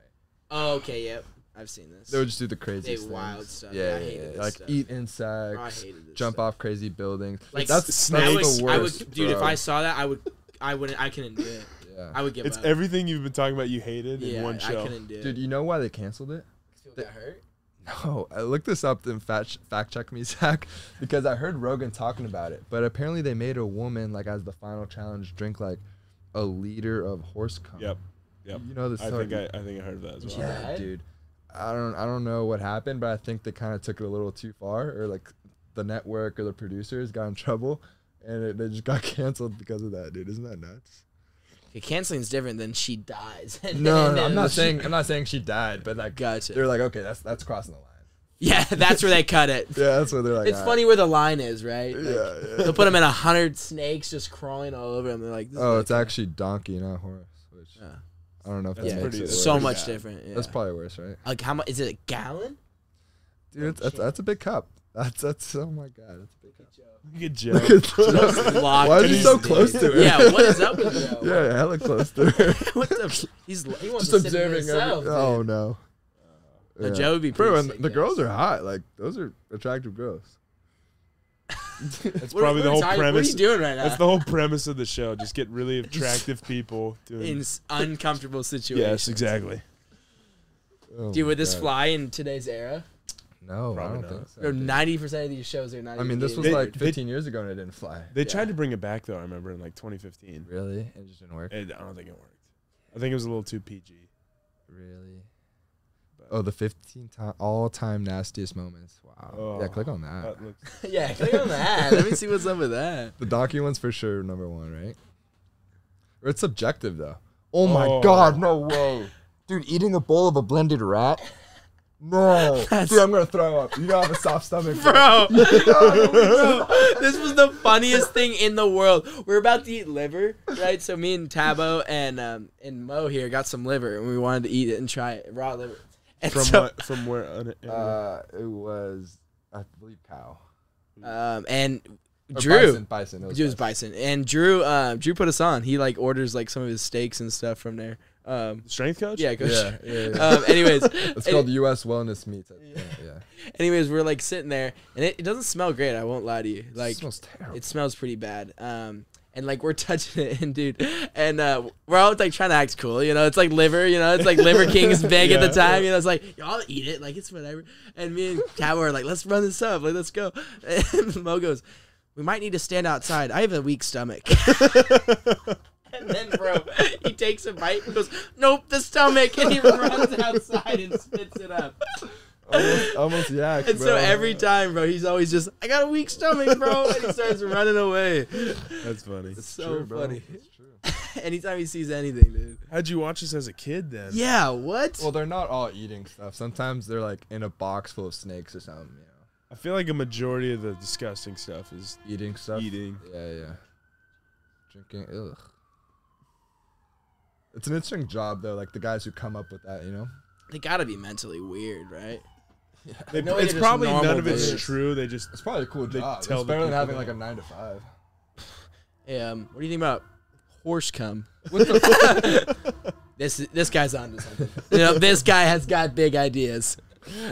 F: Oh, okay. Yep. I've seen this.
E: They would just do the craziest
F: They
E: things.
F: wild stuff.
E: Yeah,
F: I
E: yeah,
F: hated
E: yeah.
F: this
E: like
F: stuff.
E: eat
F: Bro, I
E: insects,
F: hated this
E: jump
F: stuff.
E: off crazy buildings.
F: Like
E: that's
F: s-
E: that's
F: I would,
E: the
F: I
E: worst,
F: would, dude. If
E: bro.
F: I saw that, I would. I wouldn't. I couldn't do it.
E: Yeah.
F: I would give
G: It's
F: up.
G: everything you've been talking about you hated
F: yeah,
G: in one
F: I
G: show.
F: couldn't do it.
E: dude, you know why they canceled it?
F: People got hurt.
E: No, I looked this up and fact fact check me, Zach, because I heard Rogan talking about it. But apparently, they made a woman like as the final challenge drink like a liter of horse cum.
G: Yep. Yep.
E: You know this
G: I
E: story.
G: think I, I think I heard of that as well.
F: Yeah.
E: Yeah, dude. I don't I don't know what happened, but I think they kind of took it a little too far, or like the network or the producers got in trouble, and it, they just got canceled because of that, dude. Isn't that nuts?
F: Okay, canceling's different than she dies. And
E: No,
F: then-
E: no, I'm
F: then
E: not
F: she-
E: saying I'm not saying she died, but like
F: Gotcha.
E: they're like, okay, that's that's crossing the line.
F: Yeah, that's where they cut it.
E: Yeah, that's what they're like.
F: It's
E: "All right."
F: funny where the line is, right? Like,
E: Yeah, yeah.
F: They'll put him in a hundred snakes just crawling all over him. They're like, this is
E: Oh,
F: like-
E: it's actually donkey, not horse. Which
F: Yeah.
E: I don't know if
G: That's
E: that makes
F: yeah,
G: pretty-
E: it
G: that's
E: worse.
F: so
G: worse.
F: much
G: Yeah.
F: different. Yeah.
E: That's probably worse, right?
F: like how much is it? A gallon?
E: Dude, it's, that's that's a big cup. That's that's oh my god, that's a big cup.
G: Good Joe.
E: Why is he so close to her?
F: Yeah, what is up with Joe?
E: Yeah, hella close to her.
F: What the? He's he wants
E: just
F: to sit by
E: observing. every-
F: himself.
E: oh no.
F: No, Joe would be
E: Bro,
F: pretty
E: and
F: sick,
E: the
F: yes.
E: girls are hot. Like those are attractive girls.
G: That's probably the whole premise.
F: What are you doing right now?
G: That's the whole premise of the show. Just get really attractive people
F: in
G: doing.
F: s- uncomfortable situations.
G: Yes, exactly.
E: Oh
F: Dude,
E: my
F: would this
E: God.
F: fly in today's era?
E: No, I
G: Probably
E: don't
G: not.
E: think so.
F: Bro,
E: dude.
F: ninety percent of these shows are not.
E: I mean,
F: even
E: this was
F: getting-
E: like
G: they-
E: 15 years ago and it didn't fly.
G: They
F: Yeah.
G: tried to bring it back though. I remember in like 2015.
E: Really? It just didn't work.
G: It, I don't think it worked. I think it was a little too PG.
E: Really? Oh, the 15 time all-time nastiest moments. Wow. Yeah,
G: Oh,
E: click on
F: Uh,
E: that.
G: That looks,
F: yeah, click on that. Let me see what's up with that.
E: The donkey one's for sure number one, right? Or it's subjective though. Oh my
G: Oh.
E: god, no way. Dude, eating a bowl of a blended rat? No,
F: That's-
E: dude, I'm gonna throw up. You don't have a soft stomach, bro.
F: bro. Bro, this was the funniest thing in the world. We're about to eat liver, right? So me and Tabo and um, and Mo here got some liver, and we wanted to eat it and try it raw liver. And
G: From
F: so,
G: what? From where? on-
E: Uh, it was I believe cow.
F: um, and
E: Or
F: Drew,
E: bison, bison. It was
F: It was bison, and Drew, uh, Drew put us on. He like orders like some of his steaks and stuff from there. Um,
G: strength coach?
F: yeah, coach.
E: Yeah, yeah, yeah.
F: Um, anyways,
E: It's
F: and-
E: called U.S. Wellness Meats. I think, Yeah,
F: anyways, we're like sitting there, and it, it doesn't smell great. I won't lie to you. Like
E: it smells terrible.
F: It smells pretty bad. Um, and like we're touching it, and dude, and uh, we're all like trying to act cool, you know. It's like liver, you know. It's like Liver King's big at the
G: Yeah.
F: time, you know. It's like y'all eat it, like it's whatever. And me and Tabo are like, let's run this up, like let's go. And Mo goes, we might need to stand outside. I have a weak stomach. and then, bro, he takes a bite and goes, nope, the stomach, and he runs outside and spits it up.
E: almost, almost yak,
F: And
E: bro.
F: so every time, bro, he's always just, I got a weak stomach, bro, and he starts running away.
G: that's funny.
F: So
E: True, bro.
F: funny.
E: It's true.
F: Anytime he sees anything, dude.
G: How'd you watch this as a kid then?
F: Yeah, what?
E: Well, they're not all eating stuff. Sometimes they're like in a box full of snakes or something. You
G: I feel like a majority of the disgusting stuff is
E: know, eating stuff.
G: eating.
E: Yeah, yeah. Drinking. Ugh. It's an interesting job though. Like the guys who come up with that, you know.
F: they gotta be mentally weird, right?
G: They,
F: No,
G: it's
F: they're just
G: probably
F: normal
G: none of it's
F: dudes.
G: true. They just
E: It's probably a cool
G: They
E: job.
G: tell
E: it's
G: the
E: better than
G: people
E: having
G: that.
E: like a nine to five.
F: Hey, um, what do you think about horse cum?
E: What the fuck?
F: This this guy's on to something. you know, this guy has got big ideas.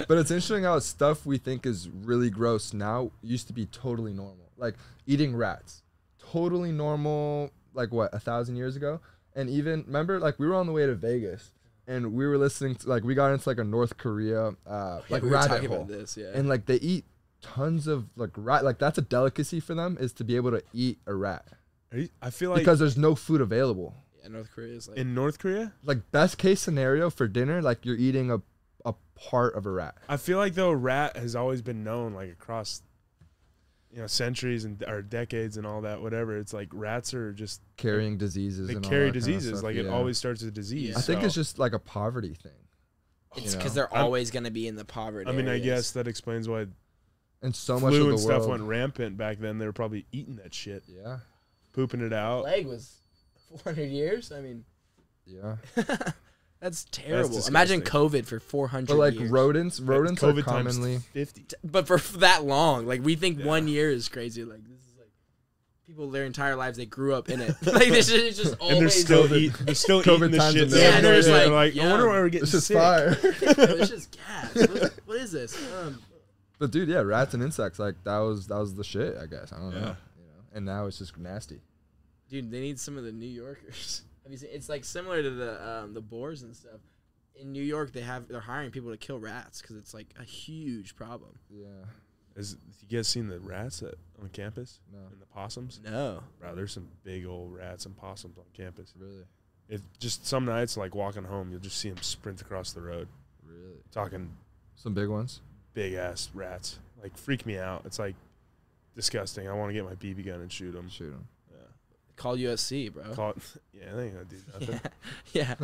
E: But it's interesting how stuff we think is really gross now used to be totally normal. Like eating rats, totally normal. Like what a thousand years ago, and even remember, like we were on the way to Vegas, and we were listening to like we got into like a North Korea uh, like
F: we were
E: rabbit
F: talking
E: hole,
F: about this, yeah.
E: and like they eat tons of like rat. Like that's a delicacy for them is to be able to eat a rat
G: Are you- I feel like
E: because there's no food available.
F: Yeah, North Korea is like
G: in North Korea,
E: Like best case scenario for dinner, like you're eating a a part of a rat.
G: I feel like though rat has always been known like across you know centuries and or decades and all that whatever. It's like rats are just
E: Carrying diseases.
G: they
E: and all
G: carry
E: that kind of
G: diseases.
E: stuff,
G: like it
E: yeah.
G: always starts with a disease.
F: Yeah.
E: I think it's
G: so-
E: just like a poverty thing.
F: it's
E: you know.
F: because they're
G: I'm-
F: always gonna be in the poverty.
G: I mean, I
F: areas.
G: guess that explains why
E: And so much of
G: flu
E: the
G: and stuff
E: world.
G: went rampant back then. They were probably eating that shit,
E: yeah.
G: pooping it out.
F: plague was 400 years. I mean,
E: Yeah.
F: that's terrible.
G: disgusting.
F: Imagine COVID for 400
E: But like
F: years.
E: rodents, rodents are
G: COVID times
E: commonly
G: fifty.
F: but for f- that long, like we think one year is crazy. Like this is like people their entire lives they grew up in it. like this shit is just always.
G: And they're still
E: COVID-
G: eat, they're still
E: COVID
G: eating this
E: times
G: shit.
E: and
G: so
E: they're
G: they don't
E: like, Yeah,
F: they're
G: know.
F: like,
G: They're like,
F: yeah.
G: I wonder why we're getting
E: This is
G: sick.
E: fire.
F: it's just gas. What, what is this? Um,
E: but dude, yeah, rats and insects, like that was that was the shit, I guess. I don't
G: Yeah.
E: know. You know? And now it's just nasty.
F: dude, they need some of the New Yorkers. Have you seen? It's like similar to the um, the boars and stuff. In New York, they have they're hiring people to kill rats because it's like a huge problem.
E: Yeah.
G: Is, you guys seen the rats that, on campus
E: No.
G: and the possums?
F: No,
G: Bro, there's some big old rats and possums on campus.
E: Really.
G: If just some nights, like walking home, you'll just see them sprint across the road,
E: Really.
G: talking
E: Some big ones.
G: big ass rats. Like freak me out. It's like disgusting. I want to get my BB gun and shoot them.
E: Shoot 'em.
F: call USC, bro.
G: Caught. Yeah, they ain't gonna do nothing.
F: yeah,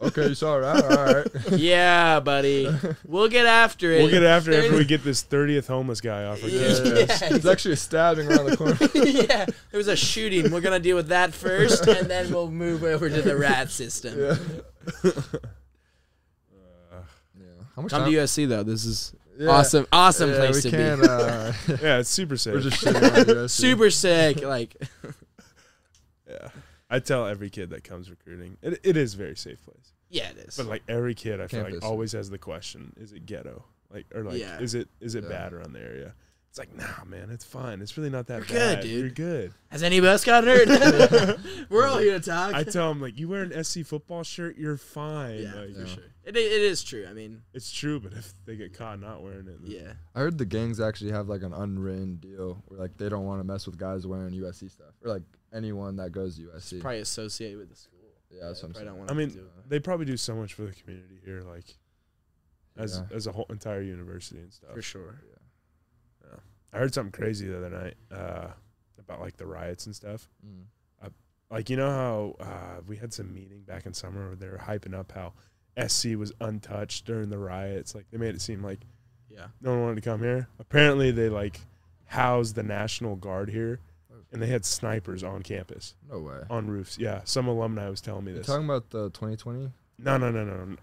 E: Okay, you saw a rat. All right.
F: yeah, buddy. We'll get after it.
G: We'll get after it after
F: There's-
G: we get this thirtieth homeless guy off our
E: Yeah,
G: campus.
E: yeah, yeah. It's actually a stabbing around the corner.
F: yeah, there was a shooting. We're gonna deal with that first, and then we'll move over to the rat system.
E: Yeah. yeah. How much
F: Come
E: time?
F: to USC though. This is
E: Yeah.
F: awesome, awesome
E: Yeah,
F: place
E: we
F: to
E: can,
F: be.
E: Uh,
G: Yeah, it's super safe.
E: we're just shitting on USC.
F: Super sick. Like,
G: yeah, I tell every kid that comes recruiting, it, it is a very safe place.
F: yeah, it is.
G: But like every kid, I feel
E: Campus.
G: like always has the question: Is it ghetto? Like or like,
F: Yeah.
G: is it is it
E: Yeah.
G: bad around the area? It's like, nah, man, it's fine. It's really not that
F: You're good,
G: bad.
F: dude.
G: You're good.
F: Has any of us got hurt? We're all here to talk.
G: I tell them like, you wear an SC football shirt, you're fine.
F: yeah,
G: like,
F: for sure. It, i- it is true. I mean,
G: It's true, but if they get caught not wearing it, then-
F: yeah,
E: I heard the gangs actually have like an unwritten deal where like they don't want to mess with guys wearing USC stuff or like anyone that goes to USC.
F: probably associated with the school.
E: yeah, that's what I'm
F: Probably
E: saying.
F: don't want
G: I mean,
F: do it.
G: they probably do so much for the community here, like as
E: Yeah.
G: as a whole entire university and stuff.
F: for sure.
G: I heard something crazy the other night uh, about like the riots and stuff.
E: Mm.
G: uh, like you know how uh, we had some meeting back in summer where they were hyping up how SC was untouched during the riots. Like they made it seem like
F: Yeah.
G: no one wanted to come here. Apparently they like housed the National Guard here
F: Oh,
G: and they had snipers on campus
E: No way.
G: on roofs. Yeah, some alumni was telling me
E: You're
G: this.
E: talking about the 2020?
G: No, no, no, no.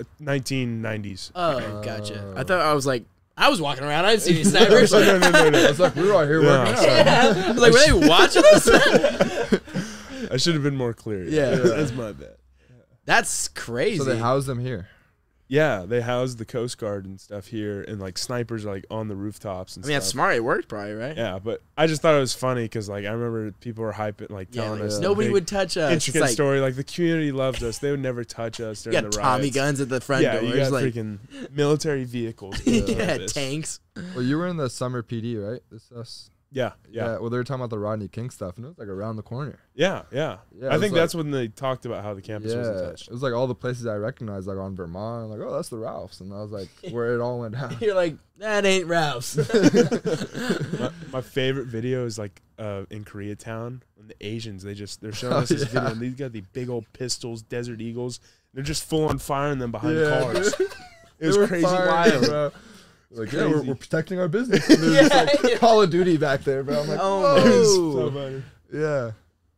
G: 1990s.
F: Oh, gotcha. I
E: Oh.
F: thought I was like, I was walking around. I didn't see any snipers.
G: no, no, no, no, no.
E: It's like we were out here
G: Yeah.
E: working out.
F: I was like, were they watching this?
G: I should have been more clear.
F: Yeah.
G: that's my bad.
F: That's crazy.
E: So they housed them here.
G: Yeah, they housed the Coast Guard and stuff here, and like snipers are like on the rooftops. And
F: I mean, that's
G: stuff.
F: smart. It worked probably, right?
G: Yeah, but I just thought it was funny because like I remember people were hyping, like
F: Yeah,
G: telling
F: like,
G: us the
F: nobody
G: big
F: would touch us. It's
G: intricate
F: like,
G: story. Like the community loves us; they would never touch us
F: you
G: during
F: got
G: the
F: Tommy
G: riots.
F: guns at the front
G: yeah,
F: doors.
G: you got
F: like,
G: freaking military vehicles.
F: yeah,
G: this.
F: tanks.
E: Well, you were in the summer PD, right? This us.
G: Yeah, yeah,
E: Well, they were talking about the Rodney King stuff, and it was like around the corner.
G: yeah, yeah.
E: Yeah,
G: I
E: it
G: think
E: was
G: that's when they talked about how the campus wasn't
E: Yeah,
G: touched.
E: it was like all the places I recognized, like on Vermont. like, oh, that's the Ralphs, and I was like, where it all went down.
F: You're like, that ain't Ralph's. Oh
G: my, my favorite video is like uh, in Koreatown when the Asians they just they're showing us this
E: Oh, yeah.
G: video and these got the big old pistols, Desert Eagles. They're just full on firing them behind
E: Yeah,
G: cars.
E: dude.
G: It was
E: They were
G: crazy
E: firing,
G: wild.
E: bro. Like, yeah, we're,
G: Crazy.
E: we're protecting our business. And there's just like Call of Duty back there, bro. I'm like,
F: Oh my
E: oh,
G: So
E: yeah.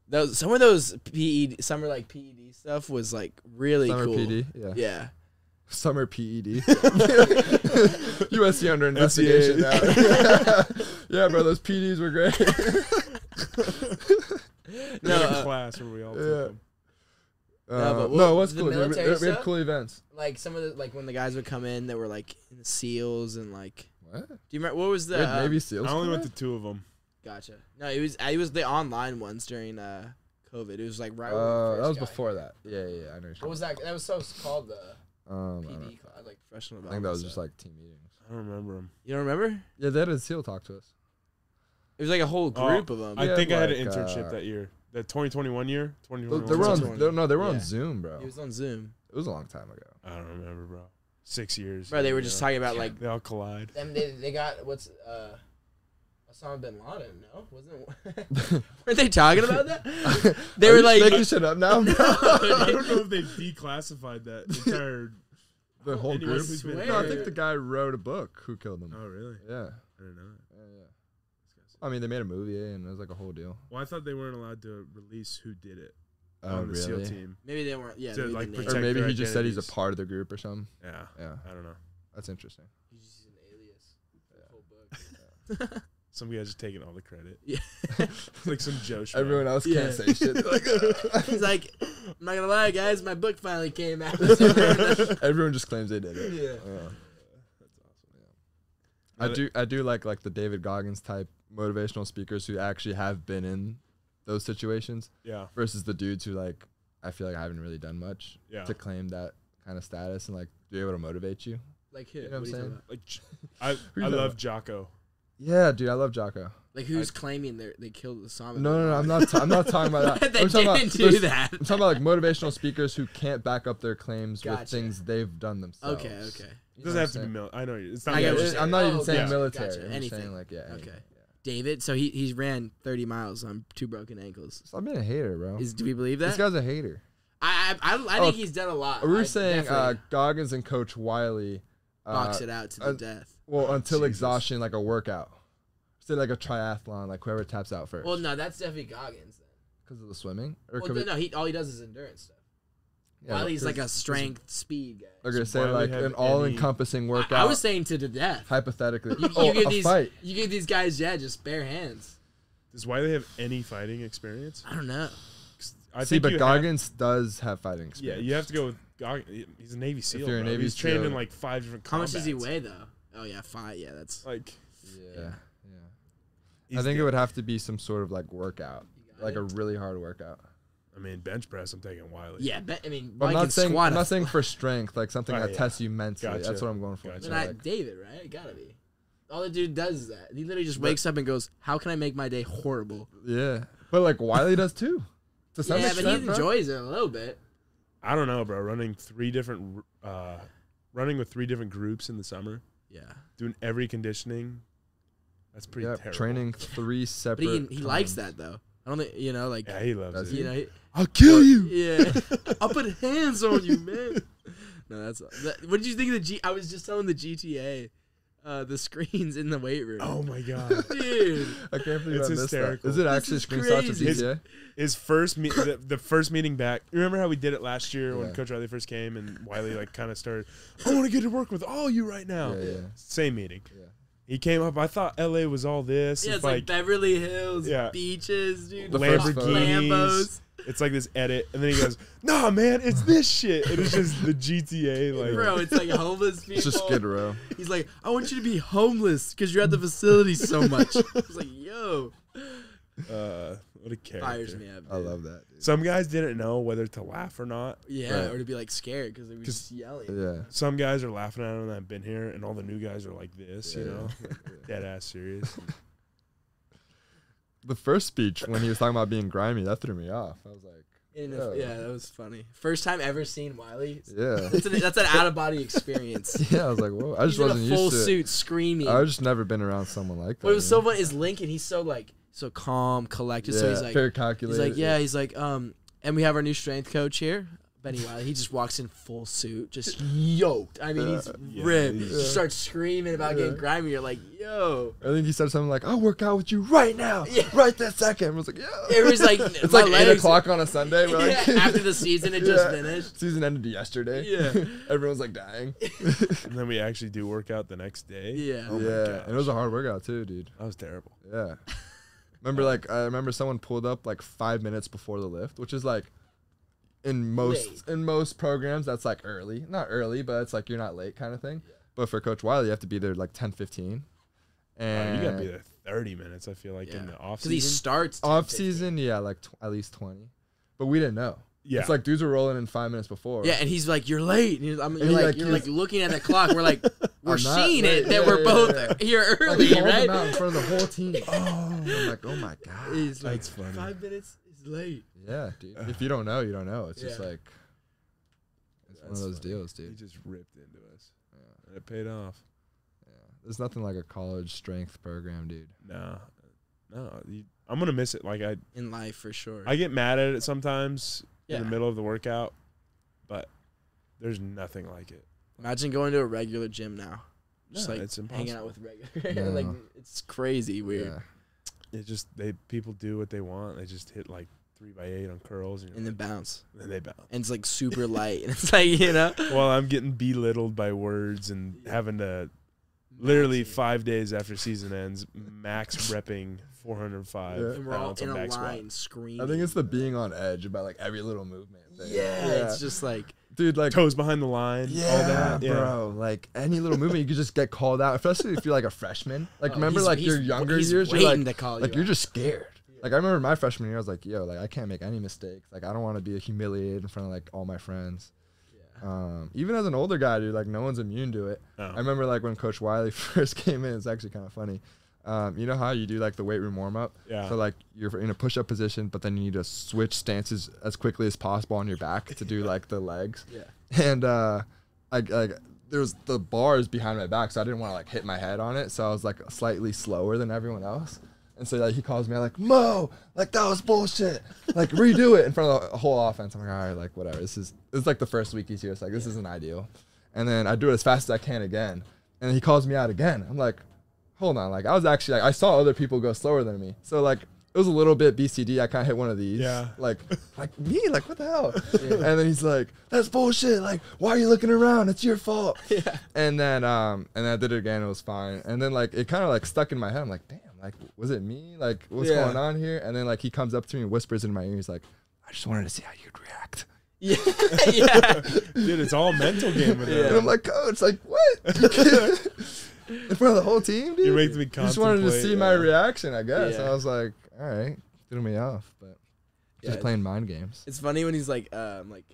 F: those, some of those E PED, summer like PED stuff was like really
E: Summer
F: cool.
G: E
E: PD, yeah.
F: Yeah.
E: Summer E PED. USC under investigation now. yeah, bro, those PDs were great. Uh,
G: We had a
F: No, uh,
G: class where we all
E: yeah.
G: took them.
E: Uh,
F: but
E: no,
F: what-
E: it was
F: the
E: cool. dude. We-
F: military
E: we, we had
F: stuff?
E: cool events.
F: Like some of the like when the guys would come in that were like in the seals and like
E: What?
F: do you remember what was
E: We
F: the
E: had
F: uh,
E: Navy SEAls.
G: I only
E: come
G: went
E: in?
G: to two of them.
F: Gotcha. No, it was it was the online ones during uh COVID. It was like right. when we
G: Oh,
E: Uh, that
F: first
E: was
F: got
E: before that. Yeah, yeah, yeah I know.
F: What was that? That was so called the
E: Um, I, don't-
F: PD class, like professional.
E: I think that was
F: development
E: just
F: stuff.
E: like team meetings.
G: I don't remember them.
F: You don't remember?
E: Yeah, they had a SEAL talk to us.
F: It was like a whole
G: Oh,
F: group of them.
E: Yeah,
G: I think I had an
E: like,
G: internship
E: uh,
G: that year, that 2021 year.
E: They,
G: 2021.
E: they were on.
F: Zoom.
E: they- no, they were on
F: Yeah.
E: Zoom, bro.
F: It was on Zoom.
E: It was a long time ago.
G: I don't remember, bro. Six years.
F: Bro, they were
G: Yeah.
F: just talking about like
G: They all collide.
F: them. They, they got what's uh, Osama bin Laden. No, wasn't. Weren't they talking about that? They
E: Are
F: were
E: you
F: like,
E: making shit up now. Bro?
G: I don't know if they declassified that entire.
E: the whole
G: Anyone
E: group.
G: who's been
E: No, I
G: hurt.
E: think the guy wrote a book. Who killed him?
G: really?
E: Yeah.
G: I don't know.
E: Yeah, yeah. I mean, they made a movie eh, and it was like a whole deal.
G: Well, I thought they weren't allowed to release who did it
E: Oh,
G: on the SEAL
E: really?
G: team.
F: maybe they weren't. Yeah,
G: To,
F: maybe
G: like,
F: the
E: Or
G: Protect
F: name.
E: maybe
G: their
E: he just said he's a
G: identities.
E: part of the group or something.
G: Yeah,
E: Yeah,
G: I don't know.
E: that's interesting.
F: He's just an alias.
E: Yeah.
F: Whole book.
G: Some guys just taking all the credit.
F: Yeah.
G: It's like some Joe. Schmo.
E: Everyone else
F: Yeah. uh,
E: can't say shit. They're like,
F: He's like, I'm not gonna lie, guys, my book finally came out. yeah.
E: Everyone just claims they did it. Yeah. I
G: But-
E: do I do like like the David Goggins type motivational speakers who actually have been in those situations
G: Yeah,
E: versus the dudes who like I feel like I haven't really done much
G: yeah.
E: to claim that kind of status and like be able to motivate you.
F: Like who?
E: You know what
F: What
E: I'm
F: are you talking
E: saying?
F: about?
G: Like, J- I
E: Who
G: I
E: the-
G: love Jocko.
E: Yeah, dude, I love Jocko.
F: Like who's claiming they they killed Osama?
E: No, no, no, I'm not. i I'm not talking about that.
F: they
E: I'm
F: didn't
E: talking about,
F: do
E: there's-
F: that.
E: I'm talking about like motivational speakers who can't back up their claims
F: Gotcha.
E: with things they've done themselves.
F: Okay, okay.
E: You
G: It doesn't
E: know
G: have
E: what
G: to
E: I'm
G: be
E: saying?
G: mil. I know it's
F: I
G: not.
F: got
E: Yeah,
G: gonna
F: what you're
G: be-
E: it-
F: saying.
E: I'm not even
F: Oh,
E: saying
G: gotcha,
E: military.
F: gotcha,
E: I'm
F: anything.
E: just saying like yeah. anything,
F: Okay.
E: yeah.
F: David, so he he's ran 30 miles on two broken ankles.
E: Stop being a hater, bro.
F: Is do we believe
E: Oh. This
F: that?
E: guy's a hater.
F: I I, I, I think he's done a lot.
E: We
F: I
E: were saying uh,
F: definitely
E: Goggins and Coach Wiley uh,
F: box it out to the
E: uh,
F: death.
E: Well, until
G: Jesus.
E: exhaustion, like a workout. Say like a triathlon, like whoever taps out first.
F: Well, no, that's definitely Goggins. Then.
E: because of the swimming. Or
F: Well,
E: could be-
F: no, he all he does is endurance stuff.
E: yeah,
F: Wiley's like
E: 'cause-
F: a strength speed guy.
E: Okay, say
G: Wiley
E: like
G: had
E: an
G: any-
E: all-encompassing
F: I,
E: workout.
F: I was saying to the death.
E: hypothetically.
F: You, you
E: oh,
F: give
E: a
F: these
E: fight.
F: you give these guys yeah just bare hands.
G: Does Wiley have any fighting experience?
F: I don't know.
G: 'Cause I
E: See, but
G: you have-
E: Goggins does have fighting
G: Yeah,
E: experience.
G: you have to go with Goggins. He's a Navy SEAL.
E: you're a
G: bro.
E: Navy
G: he's trained in
E: SEAL.
G: like five different.
F: How much does he
G: combats.
F: weigh though? Oh yeah, five. Yeah, that's
G: Like,
E: Yeah. yeah.
G: he's
E: I think
G: the-
E: it would have to be some sort of like workout,
F: got
E: like
F: it.
E: a really hard workout.
G: I mean, bench press. I'm taking Wiley.
F: yeah. But, I mean,
E: But I'm
F: Mike can
E: not saying
F: squat.
E: I'm
F: a-
E: not saying for strength, like something
G: Oh,
E: that
G: yeah.
E: tests you mentally. That's
G: Gotcha.
E: what I'm going for.
G: Gotcha.
E: So,
F: Then I,
E: like-
F: David, right? It gotta be. All the dude does is that. He literally just wakes up and goes, "How can I make my day horrible?"
E: yeah, but like Wiley does too. To some
F: yeah, but
E: extent,
F: he
E: bro.
F: enjoys it a little bit.
G: I don't know, bro. Running three different, uh, running with three different groups in the summer,
F: Yeah,
G: doing every conditioning. That's pretty
E: Yeah,
G: terrible.
E: training three separate.
F: but he he likes
E: times.
F: that though. I don't think you know, like
G: Yeah, he loves
E: Does
G: it.
F: you know, he,
G: I'll kill
F: yeah. I'll put hands on you, man. No, that's that, what did you think of the G? I was just telling the GTA, uh, the screens in the weight room.
G: Oh my god.
F: dude,
E: I can't believe
G: It's
E: I missed
G: hysterical.
E: that. Is it actually
F: is
E: screenshots
F: crazy.
E: of GTA?
G: His first me- the, the first meeting back. Remember how we did it last year when
E: Yeah.
G: Coach Riley first came and Wiley like kind of started. I want to get to work with all you right now.
E: Yeah, yeah.
G: Same meeting.
E: Yeah.
G: He came up. I thought LA was all this.
F: yeah,
G: it's,
F: it's like, Beverly Hills,
G: Yeah.
F: beaches, dude,
E: The first photo.
G: Lamborghinis.
F: Lambos,
G: it's like this edit, and then he goes, "Nah, man, it's this shit." And it's just the GTA like.
F: bro. It's like homeless people.
E: It's just Skid Row.
F: He's like, I want you to be homeless because you're at the facility so much. I was like, yo,
G: Uh, what a character.
F: fires me up. Dude.
E: I love that. Dude.
G: Some guys didn't know whether to laugh or not.
F: Yeah,
E: Right.
F: or to be like scared because they were just yelling.
E: Yeah.
G: Some guys are laughing at him that have been here, and all the new guys are like this, you
E: Yeah.
G: know, dead ass serious.
E: The first speech when he was talking about being grimy, that threw me off. I was like,
F: In
E: Yeah.
F: a- yeah, that was funny. First time ever seeing Wiley.
E: yeah.
F: That's an, that's an out of body experience.
E: Yeah, I was like, whoa. I just
F: He's in
E: wasn't
F: a full
E: used to it.
F: suit screaming.
E: I've just never been around someone like that.
F: what was
E: you
F: so funny is Lincoln. He's so like so calm, collected.
E: know?
F: So
E: yeah,
F: he's like
E: very
F: he's
E: calculated.
F: like yeah. He's like um. And we have our new strength coach here, Benny Wiley. He just walks in full suit, just yoked. I mean, he's ripped.
G: he's-
F: Just starts screaming about getting
E: Yeah.
F: grimy. You're like, yo.
E: I think he said something like, "I'll work out with you right now,
F: Yeah.
E: right that second. I was like, "Yeah."
F: Everyone's like,
E: it's
F: my
E: like eight
F: legs-
E: o'clock on a Sunday. We're
F: Yeah,
E: like,
F: after the season had just
E: Yeah.
F: finished.
E: Season ended yesterday.
F: Yeah.
E: everyone's like dying. Yeah,
G: and then we actually do work out the next day.
F: Yeah.
G: Oh my
E: and it was a hard workout too, dude.
G: That was terrible.
E: Yeah. Remember, like, I remember someone pulled up like five minutes before the lift, which is like, in most
F: Late.
E: in most programs, that's like early. Not early, but it's like you're not late kind of thing. But for Coach Wiley, you have to be there like 10,
G: Wow,
E: 15. And
G: you gotta be there 30 minutes, I feel like, in the off
F: Because he
G: season.
F: starts
E: off season, yeah, like tw- at least twenty, but we didn't know.
G: Yeah.
E: it's like dudes were rolling in five minutes before.
F: Yeah, and he's like, "You're late." And he's, I'm, you're
E: he,
F: like,
E: like,
F: "You're
E: he's-
F: like looking at the clock." We're like, "We're
E: I'm not
F: seeing
E: late.
F: it that
E: Yeah,
F: we're
E: yeah,
F: both
E: yeah.
F: here
E: Like,
F: early,
E: called
F: right?"
E: them out in front of the whole team. oh, I'm like, oh my god.
F: He's like,
G: That's funny.
F: Five minutes is late.
E: Yeah, dude. If you don't know, you don't know. It's just
F: Yeah.
E: like it's one
G: That's
E: of those
G: funny.
E: deals,
G: He
E: dude.
G: just ripped into us. And it paid off.
E: There's nothing like a college strength program, dude.
G: Nah. No. You, I'm gonna miss it. Like I
F: In life, for sure.
G: I get mad at it sometimes in
F: Yeah.
G: the middle of the workout, but there's nothing like it.
F: Imagine going to a regular gym now, just
G: No,
F: like
G: it's impossible.
F: hanging out with regular. like
E: No.
F: it's crazy weird.
E: Yeah.
G: it just they people do what they want. They just hit like three by eight on curls and, you're
F: And
G: like,
F: then bounce,
G: and they bounce.
F: and it's like super light, and it's like you know.
G: Well, I'm getting belittled by words and having to literally five days after season ends max repping 405
E: Yeah.
F: And we're all
G: pounds
F: in
G: on
F: a
G: back squat.
F: line screaming.
E: I think it's the being on edge about like every little movement. Thing.
F: yeah,
E: Yeah.
F: it's just like
E: dude. Like
G: Toes behind the line.
E: Yeah,
G: all that. Yeah.
E: bro. Like any little movement, you could just get called out, especially if you're like a freshman. Like
F: oh,
E: remember,
F: he's-
E: like
F: he's-
E: your younger
F: he's
E: years, you're
F: waiting
E: like,
F: to call
E: like
F: you
E: you're
F: out.
E: just scared. Like I remember my freshman year, I was like, yo, like I can't make any mistakes. Like I don't want to be humiliated in front of like all my friends. Um, even as an older guy, dude, like no one's immune to it.
G: Oh.
E: I remember like when Coach Wiley first came in, it's actually kind of funny. Um, you know how you do like the weight room warm up?
G: Yeah.
E: So like you're in a push up position, but then you need to switch stances as quickly as possible on your back to do like the legs. Yeah. And uh, I like there was the bars behind my back, so I didn't want to like hit my head on it. So I was like slightly slower than everyone else. And so like he calls me out like Mo, like that was bullshit. Like redo it in front of the whole offense. I'm like, all right, like whatever. This is this is like the first week he's here. It's like this isn't ideal. And then I do it as fast as I can again. And he calls me out again. I'm like, hold on, like I was actually like I saw other people go slower than me. So like it was a little bit BCD. I kind of hit one of these.
G: Yeah.
E: Like, like me, like what the hell? And then he's like, "That's bullshit. Like, why are you looking around? It's your fault." Yeah. And then, um, and then I did it again. It was fine. And then like it kind of like stuck in my head. I'm like, "Damn, like was it me? Like what's
F: Yeah.
E: going on here?" And then like he comes up to me and whispers in my ear. He's like, "I just wanted to see how you'd react."
F: yeah, yeah.
G: Dude, it's all a mental game with
E: And
G: them.
E: I'm like, "Coach, like what? You kidding? in front of the whole team, dude?
G: You make me
E: You just wanted to
G: contemplate,
E: see my
G: uh,
E: reaction, I guess."
F: Yeah.
E: I was like, "All right, threw me off, but
F: Yeah,
E: just playing mind games."
F: It's funny when he's like, um, like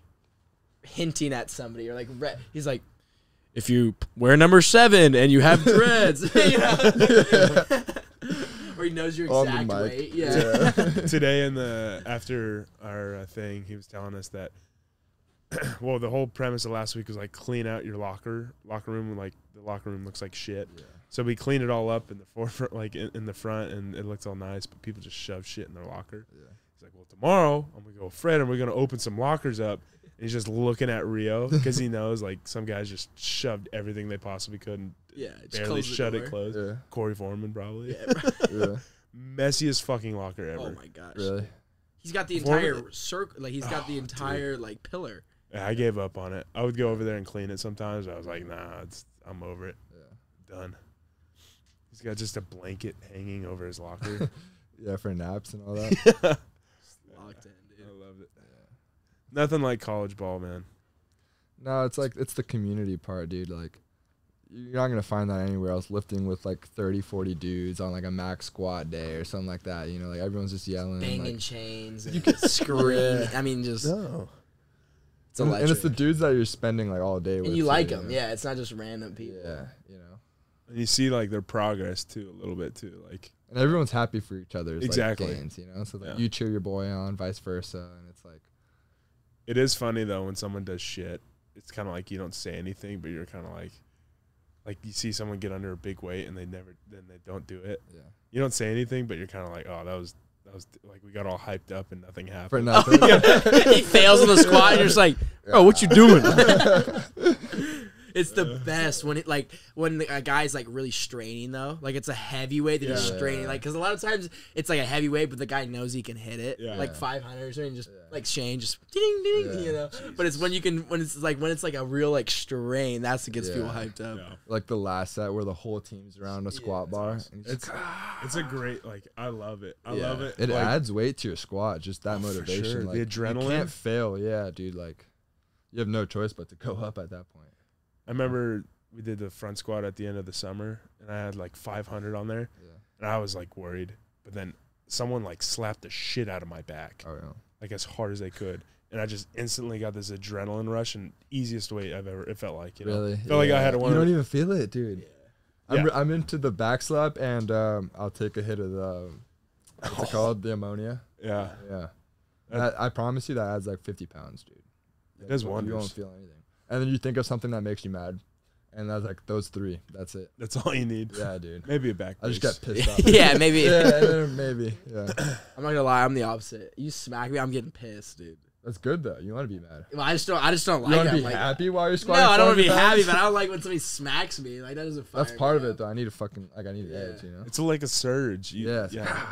F: hinting at somebody or like re- he's like, if you p- wear number seven and you have dreads, you know? or he knows your
E: On the
F: exact
E: mic.
F: weight. Yeah.
G: today in the after our uh, thing, he was telling us that. well, the whole premise of last week was like clean out your locker locker room. Like the locker room looks like shit. So we cleaned it all up in the forefront, like in, in the front, and it looked all nice. But people just shove shit in their locker. He's like, "Well, tomorrow I'm gonna go, with Fred, and we're gonna open some lockers up." And he's just looking at Rio because he knows like some guys just shoved everything they possibly could and
F: Yeah, just
G: barely
F: close the
G: shut
F: door.
G: it closed.
E: Yeah,
G: Corey Foreman probably
E: yeah,
G: messiest fucking locker ever.
F: Oh my gosh.
E: really.
F: He's got the
G: Before-
F: entire circle. Like he's
E: Oh,
F: got the entire like pillar.
G: I gave up on it. I would go over there and clean it sometimes. but I was like, nah, it's, I'm over it. Done. He's got just a blanket hanging over his locker.
E: Yeah, for naps and all that.
F: Locked in,
E: Oh
F: dude.
G: love it. Nothing like college ball, man.
E: No, it's like it's the community part, dude. Like you're not gonna find that anywhere else. Lifting with like 30, 40 dudes on like a max squat day or something like that. You know, like everyone's just yelling.
F: Banging
E: like,
F: chains. And you can scream. I mean, just
E: no.
F: it's
E: And, and
F: electric.
E: it's the dudes that you're spending like all day with.
F: and you like
E: too,
F: them,
E: know?
F: yeah. It's not just random people.
E: Yeah, you know.
G: And you see like their progress too, a little bit too. Like
E: And everyone's happy for each other's
G: Exactly.
E: like, gains, you know. So like,
G: Yeah.
E: you cheer your boy on, vice versa, and it's like,
G: it is funny though when someone does shit. It's kind of like you don't say anything, but you're kind of like, like you see someone get under a big weight and they never, then they don't do it.
E: yeah,
G: You don't say anything, but you're kind of like, oh, that was, that was like we got all hyped up and nothing happened.
E: for nothing.
F: he fails in the squat, and you're just like, "Oh, what you doing?" it's the best when it like when the, a guy's like really straining though, like it's a heavyweight that he's
E: Yeah.
F: straining, like because a lot of times it's like a heavyweight, but the guy knows he can hit it,
G: Yeah.
F: like
E: Yeah.
F: 500 or something, just like Shane, just ding ding,
E: Yeah.
F: you know. But it's when you can when it's like when it's like a real like strain, that's what gets
E: Yeah.
F: people hyped up.
G: Yeah.
E: like the last set where the whole team's around a squat bar. And it's,
G: It's it's a great like I love it. I
E: yeah.
G: love it.
E: It
G: like, Oh,
E: adds weight to your squat, just that
G: for
E: motivation.
G: sure. The
E: Like,
G: adrenaline.
E: You can't fail, yeah, dude. Like you have no choice but to go up at that point.
G: I remember we did the front squat at the end of the summer, and I had like 500 on there,
E: Yeah.
G: and I was like worried. But then someone like slapped the shit out of my back,
E: Oh yeah.
G: like as hard as they could, and I just instantly got this adrenaline rush and easiest weight I've ever. It felt like you know,
E: Really?
G: felt like I had
E: Yeah.
G: one.
E: You
G: of-
E: don't even feel it, dude. I'm,
G: Yeah.
E: I'm into the back slap and um, I'll take a hit of the what's it called? The ammonia.
G: yeah,
E: e- Yeah.
G: That-
E: That, I promise you that adds like 50 pounds, dude. Like,
G: does
E: you won't- You
G: wonders.
E: won't feel anything. And then you think of something that makes you mad, and that's like those three. That's it.
G: that's all you need.
E: Yeah, dude.
G: Maybe a back.
E: I just
G: brace.
E: got pissed off.
F: yeah, maybe.
E: yeah, maybe. Yeah,
F: I'm not gonna lie, I'm the opposite. You smack me, I'm getting pissed, dude.
E: that's good though. You want to be mad.
F: Well, I just don't. I just don't
E: You
F: like.
E: want to
F: that,
E: be
F: like,
E: happy while you're squatting.
F: No, I don't want to be
E: 400
F: happy,
E: pounds?
F: but I don't like when somebody smacks me. Like that doesn't.
E: That's part of it though. I need a fucking like I need an edge. You know.
G: It's like a surge. You,
E: Yes.
G: Yeah.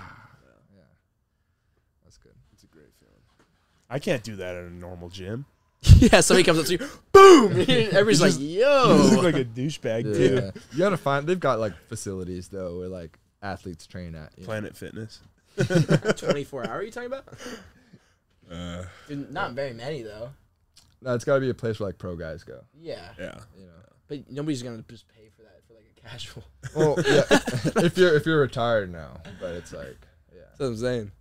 E: That's good.
G: It's a great feeling. I can't do that at a normal gym.
F: yeah, somebody comes up to you, boom! Everybody's like,
G: You look
F: "Yo!"
G: like a douchebag too.
E: Oh. Yeah. you gotta find. They've got like facilities though where like athletes train at. You know?
G: Planet Fitness.
F: Twenty-four hour? Are you talking about?
G: Uh,
F: Dude, not very many though.
E: No, it's gotta be a place where like pro guys go.
F: Yeah,
G: yeah.
E: You know.
F: but nobody's gonna just pay for that for like a casual.
E: Well, yeah. if you're if you're retired now, but it's like yeah.
F: That's what I'm saying.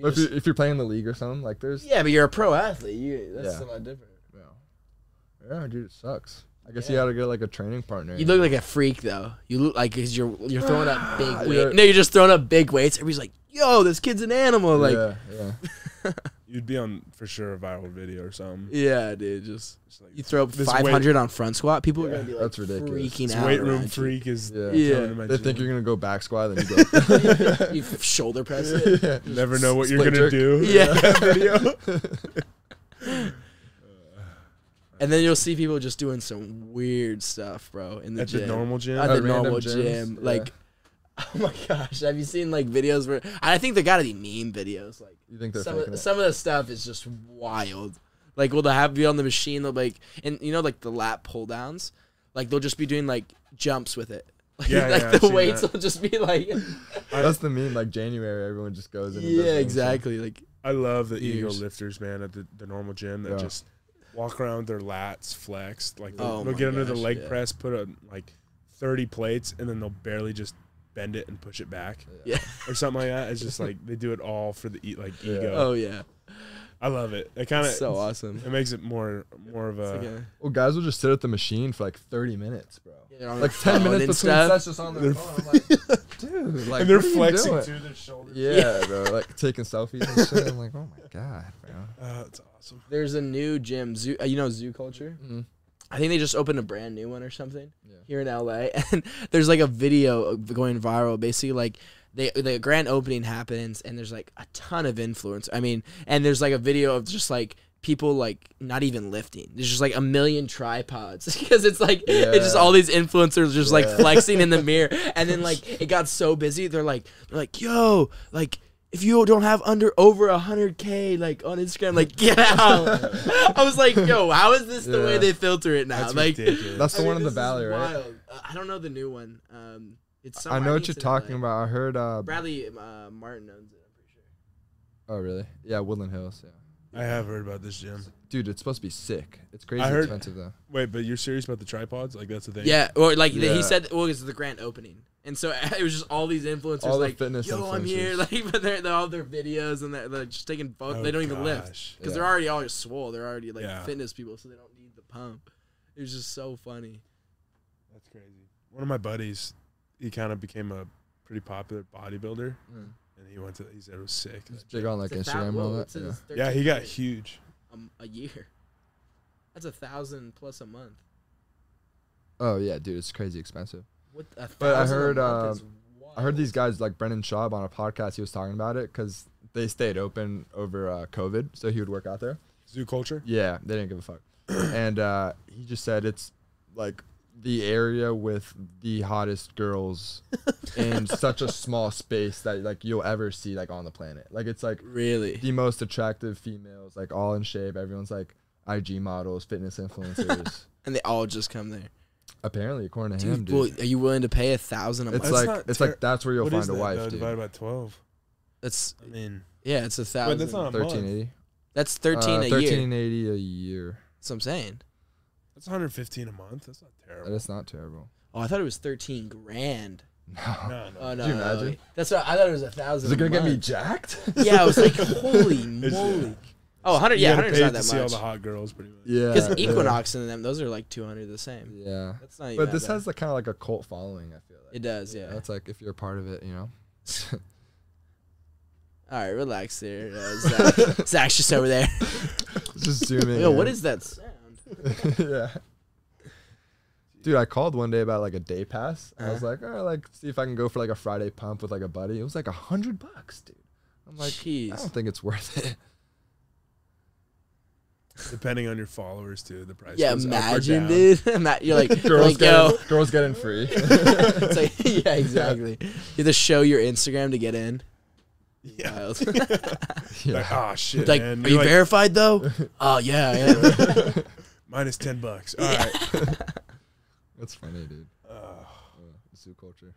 E: But if you're, if you're playing the league or something, like there's
F: yeah, but you're a pro athlete. You that's
E: Yeah.
F: a lot different.
E: yeah, yeah dude, it sucks. I guess you gotta get like a training partner.
F: You look like a freak though. You look like because you're you're throwing up big
E: You're-
F: weights. No, you're just throwing up big weights. Everybody's like, "Yo, this kid's an animal!" Like,
E: yeah, yeah.
G: You'd be on for sure a viral video or something.
F: yeah, dude, just.
G: It's like,
F: You throw up
G: This
F: 500 on front squat, people are
G: Yeah.
F: gonna be like
E: That's ridiculous.
F: freaking
G: this
F: out.
G: weight
F: around
G: room
F: you.
G: freak is
E: Yeah.
G: coming
F: Yeah.
G: to my
E: They
G: gym.
E: think you're gonna go back squat, then you go.
F: you f- shoulder press it.
G: never know what you're
E: split
G: gonna
E: jerk.
G: do.
F: Yeah. and then you'll see people just doing some weird stuff, bro, in the
G: At
F: gym.
G: the normal gym.
F: At
E: At
F: the
E: random
F: normal
E: gyms,
F: gym.
E: yeah.
F: Like, oh my gosh, have you seen like videos where I think there gotta be meme videos. Like,
E: you think they're
F: some
E: faking
F: of,
E: it?
F: some of the stuff is just wild. Like, will they have you on the machine? They'll like, and you know, like the lap pull downs, like they'll just be doing like jumps with it. Like,
G: Yeah,
F: like
G: yeah, I've
F: the
G: seen
F: weights
G: that.
F: will just be like,
E: That's the meme. Like January, everyone just goes in. and does
F: yeah,
E: their own shit.
F: exactly. Like,
G: I love the ego
F: Years.
G: lifters, man, at the, the normal gym that
E: Yeah.
G: just walk around with their lats flexed. Like they'll,
F: Oh
G: they'll
F: my
G: get under the
F: gosh,
G: leg
F: yeah.
G: press, put on like thirty plates, and then they'll barely just bend it and push it back.
F: Yeah.
G: Or something like that. It's just like they do it all for the e- like
E: Yeah.
G: ego.
F: oh yeah,
G: I love it. It kind of
F: so awesome.
G: It makes it more more of a,
F: It's like a-
E: Well, guys will just sit at the machine for like 30 minutes, bro.
F: they're on
E: Like
F: their
E: 10
F: phone
E: minutes
F: and
E: between
F: stuff.
E: sets, just on their
G: They're
E: phone. I'm like, dude, like,
G: and they're
E: what are you
G: flexing
E: doing?
G: to their shoulders.
E: Yeah, bro. Like taking selfies and shit. I'm like, oh my god, bro.
G: Uh, it's awesome.
F: There's a new gym, zoo. Uh, you know, Zoo Culture.
E: Mhm.
F: I think they just opened a brand new one or something
E: Yeah.
F: here in LA, and there's like a video of- going viral. Basically, like they the grand opening happens, and there's like a ton of influence. I mean, and there's like a video of just like people like not even lifting. There's just like a million tripods because it's like it's just
E: Yeah.
F: all these influencers just like
E: Yeah.
F: flexing in the mirror, and then like it got so busy. They're like they're like yo like. If you don't have under over hundred k like on Instagram, like get out. I was like, yo, how is this the way
E: Yeah.
F: they filter it now?
G: That's
F: like,
G: ridiculous.
E: That's the
F: I
E: one in
F: mean,
E: the
F: this is
E: valley, right?
F: wild. Uh, I don't know the new one. Um, it's some-
E: I know
F: think
E: what you're
F: it's in
E: talking
F: LA.
E: about. I heard. Uh,
F: Bradley uh, Martin owns it. I'm pretty sure.
E: oh, really? Yeah, Woodland Hills. Yeah.
G: I have heard about this gym.
E: Dude, it's supposed to be sick. It's crazy
G: heard-
E: expensive though.
G: Wait, but you're serious about the tripods? Like that's the thing.
F: Yeah, or like the-
E: Yeah.
F: he said, well, it's the grand opening, and so it was just all these influencers
E: All the
F: like,
E: fitness
F: yo, I'm here,
E: influencers.
F: like, but they're, they're all their videos and they're, they're just taking photos.
G: Oh,
F: they don't even lift
G: gosh.
F: because
E: Yeah.
F: they're already all swole. They're already like
G: Yeah.
F: fitness people, so they don't need the pump. It was just so funny.
G: That's crazy. One of my buddies, he kind of became a pretty popular bodybuilder,
E: Mm.
G: and he went to. He said it was sick.
E: It's big on like
F: It's a thou-
E: Instagram and
F: whoa,
E: all that.
F: it's his
G: Yeah, he got
F: 13K
G: huge.
F: a m- a year. That's a thousand plus a month.
E: Oh yeah, dude, it's crazy expensive.
F: What a
E: But I
F: thousand a
E: heard, um,
F: month is
E: I heard these
F: wild.
E: guys like Brendan Schaub on a podcast. He was talking about it because they stayed open over uh, COVID, so he would work out there.
G: Zoo culture.
E: Yeah, they didn't give a fuck. and uh, he just said it's like the area with the hottest girls in such a small space that like you'll ever see like on the planet. Like it's like
F: really.
E: the most attractive females, like all in shape. Everyone's like IG models, fitness influencers.
F: and they all just come there.
E: Apparently, according to him,
F: Dude,
E: dude.
F: well, are you willing to pay a thousand a
E: it's
F: month?
G: That's
E: like
G: not
E: it's
G: ter-
E: like that's where you'll
G: What
E: find
G: is
E: a
G: that,
E: wife,
G: though,
E: dude.
G: divided by twelve.
F: That's
G: I mean,
F: yeah, it's a
G: but
F: thousand.
G: that's not a
E: Thirteen
G: month.
E: eighty. Uh,
F: That's thirteen a year.
E: Thirteen eighty a year.
F: That's what I'm saying.
G: That's 115 a month. That's not
E: That
G: terrible.
E: is not terrible.
F: Oh, I thought it was thirteen grand.
E: No.
G: No, no.
F: Oh no!
E: you
F: no, no.
E: imagine?
F: That's what I thought it was a thousand.
E: Is it
F: a
E: gonna get me
F: month.
E: jacked?
F: yeah, I was like, holy
G: It's-
F: moly! Oh, hundred.
G: You
F: Yeah,
G: gotta
F: hundred's
G: pay
F: not
G: to
F: that
G: see all
F: much.
G: the hot girls, pretty much.
E: Yeah.
F: Because
E: yeah.
F: Equinox and them, those are like two hundred the same.
E: Yeah.
F: That's not. even
E: But
F: that
E: this
F: bad.
E: has like kind of like a cult following. I feel like
F: It does, yeah.
E: That's like if you're a part of it, you know.
F: All right, relax there. Uh, Zach. Zach's just over there.
E: Just zooming.
F: Yo, what is that sound?
E: yeah. Dude, I called one day about like a day pass. I was
F: Uh-huh.
E: like, all right, like see if I can go for like a Friday pump with like a buddy. It was like a hundred bucks, dude. I'm like, I
F: Jeez.
E: don't think it's worth it.
G: Depending on your followers, too, the price.
F: Yeah,
G: goes up or
F: imagine,
G: down.
F: dude. Ima- You're like,
E: Girls
F: like yo.
E: getting, girls getting free.
F: It's like, yeah, exactly. You have to show your Instagram to get in.
G: Yeah.
F: Wild.
G: Like,
E: yeah.
G: oh shit,
F: like,
G: man.
F: are
G: You're
F: you
G: like,
F: verified though? Oh yeah, I am.
G: minus ten bucks. All right.
E: That's funny, dude.
G: Ugh.
E: Zoo culture.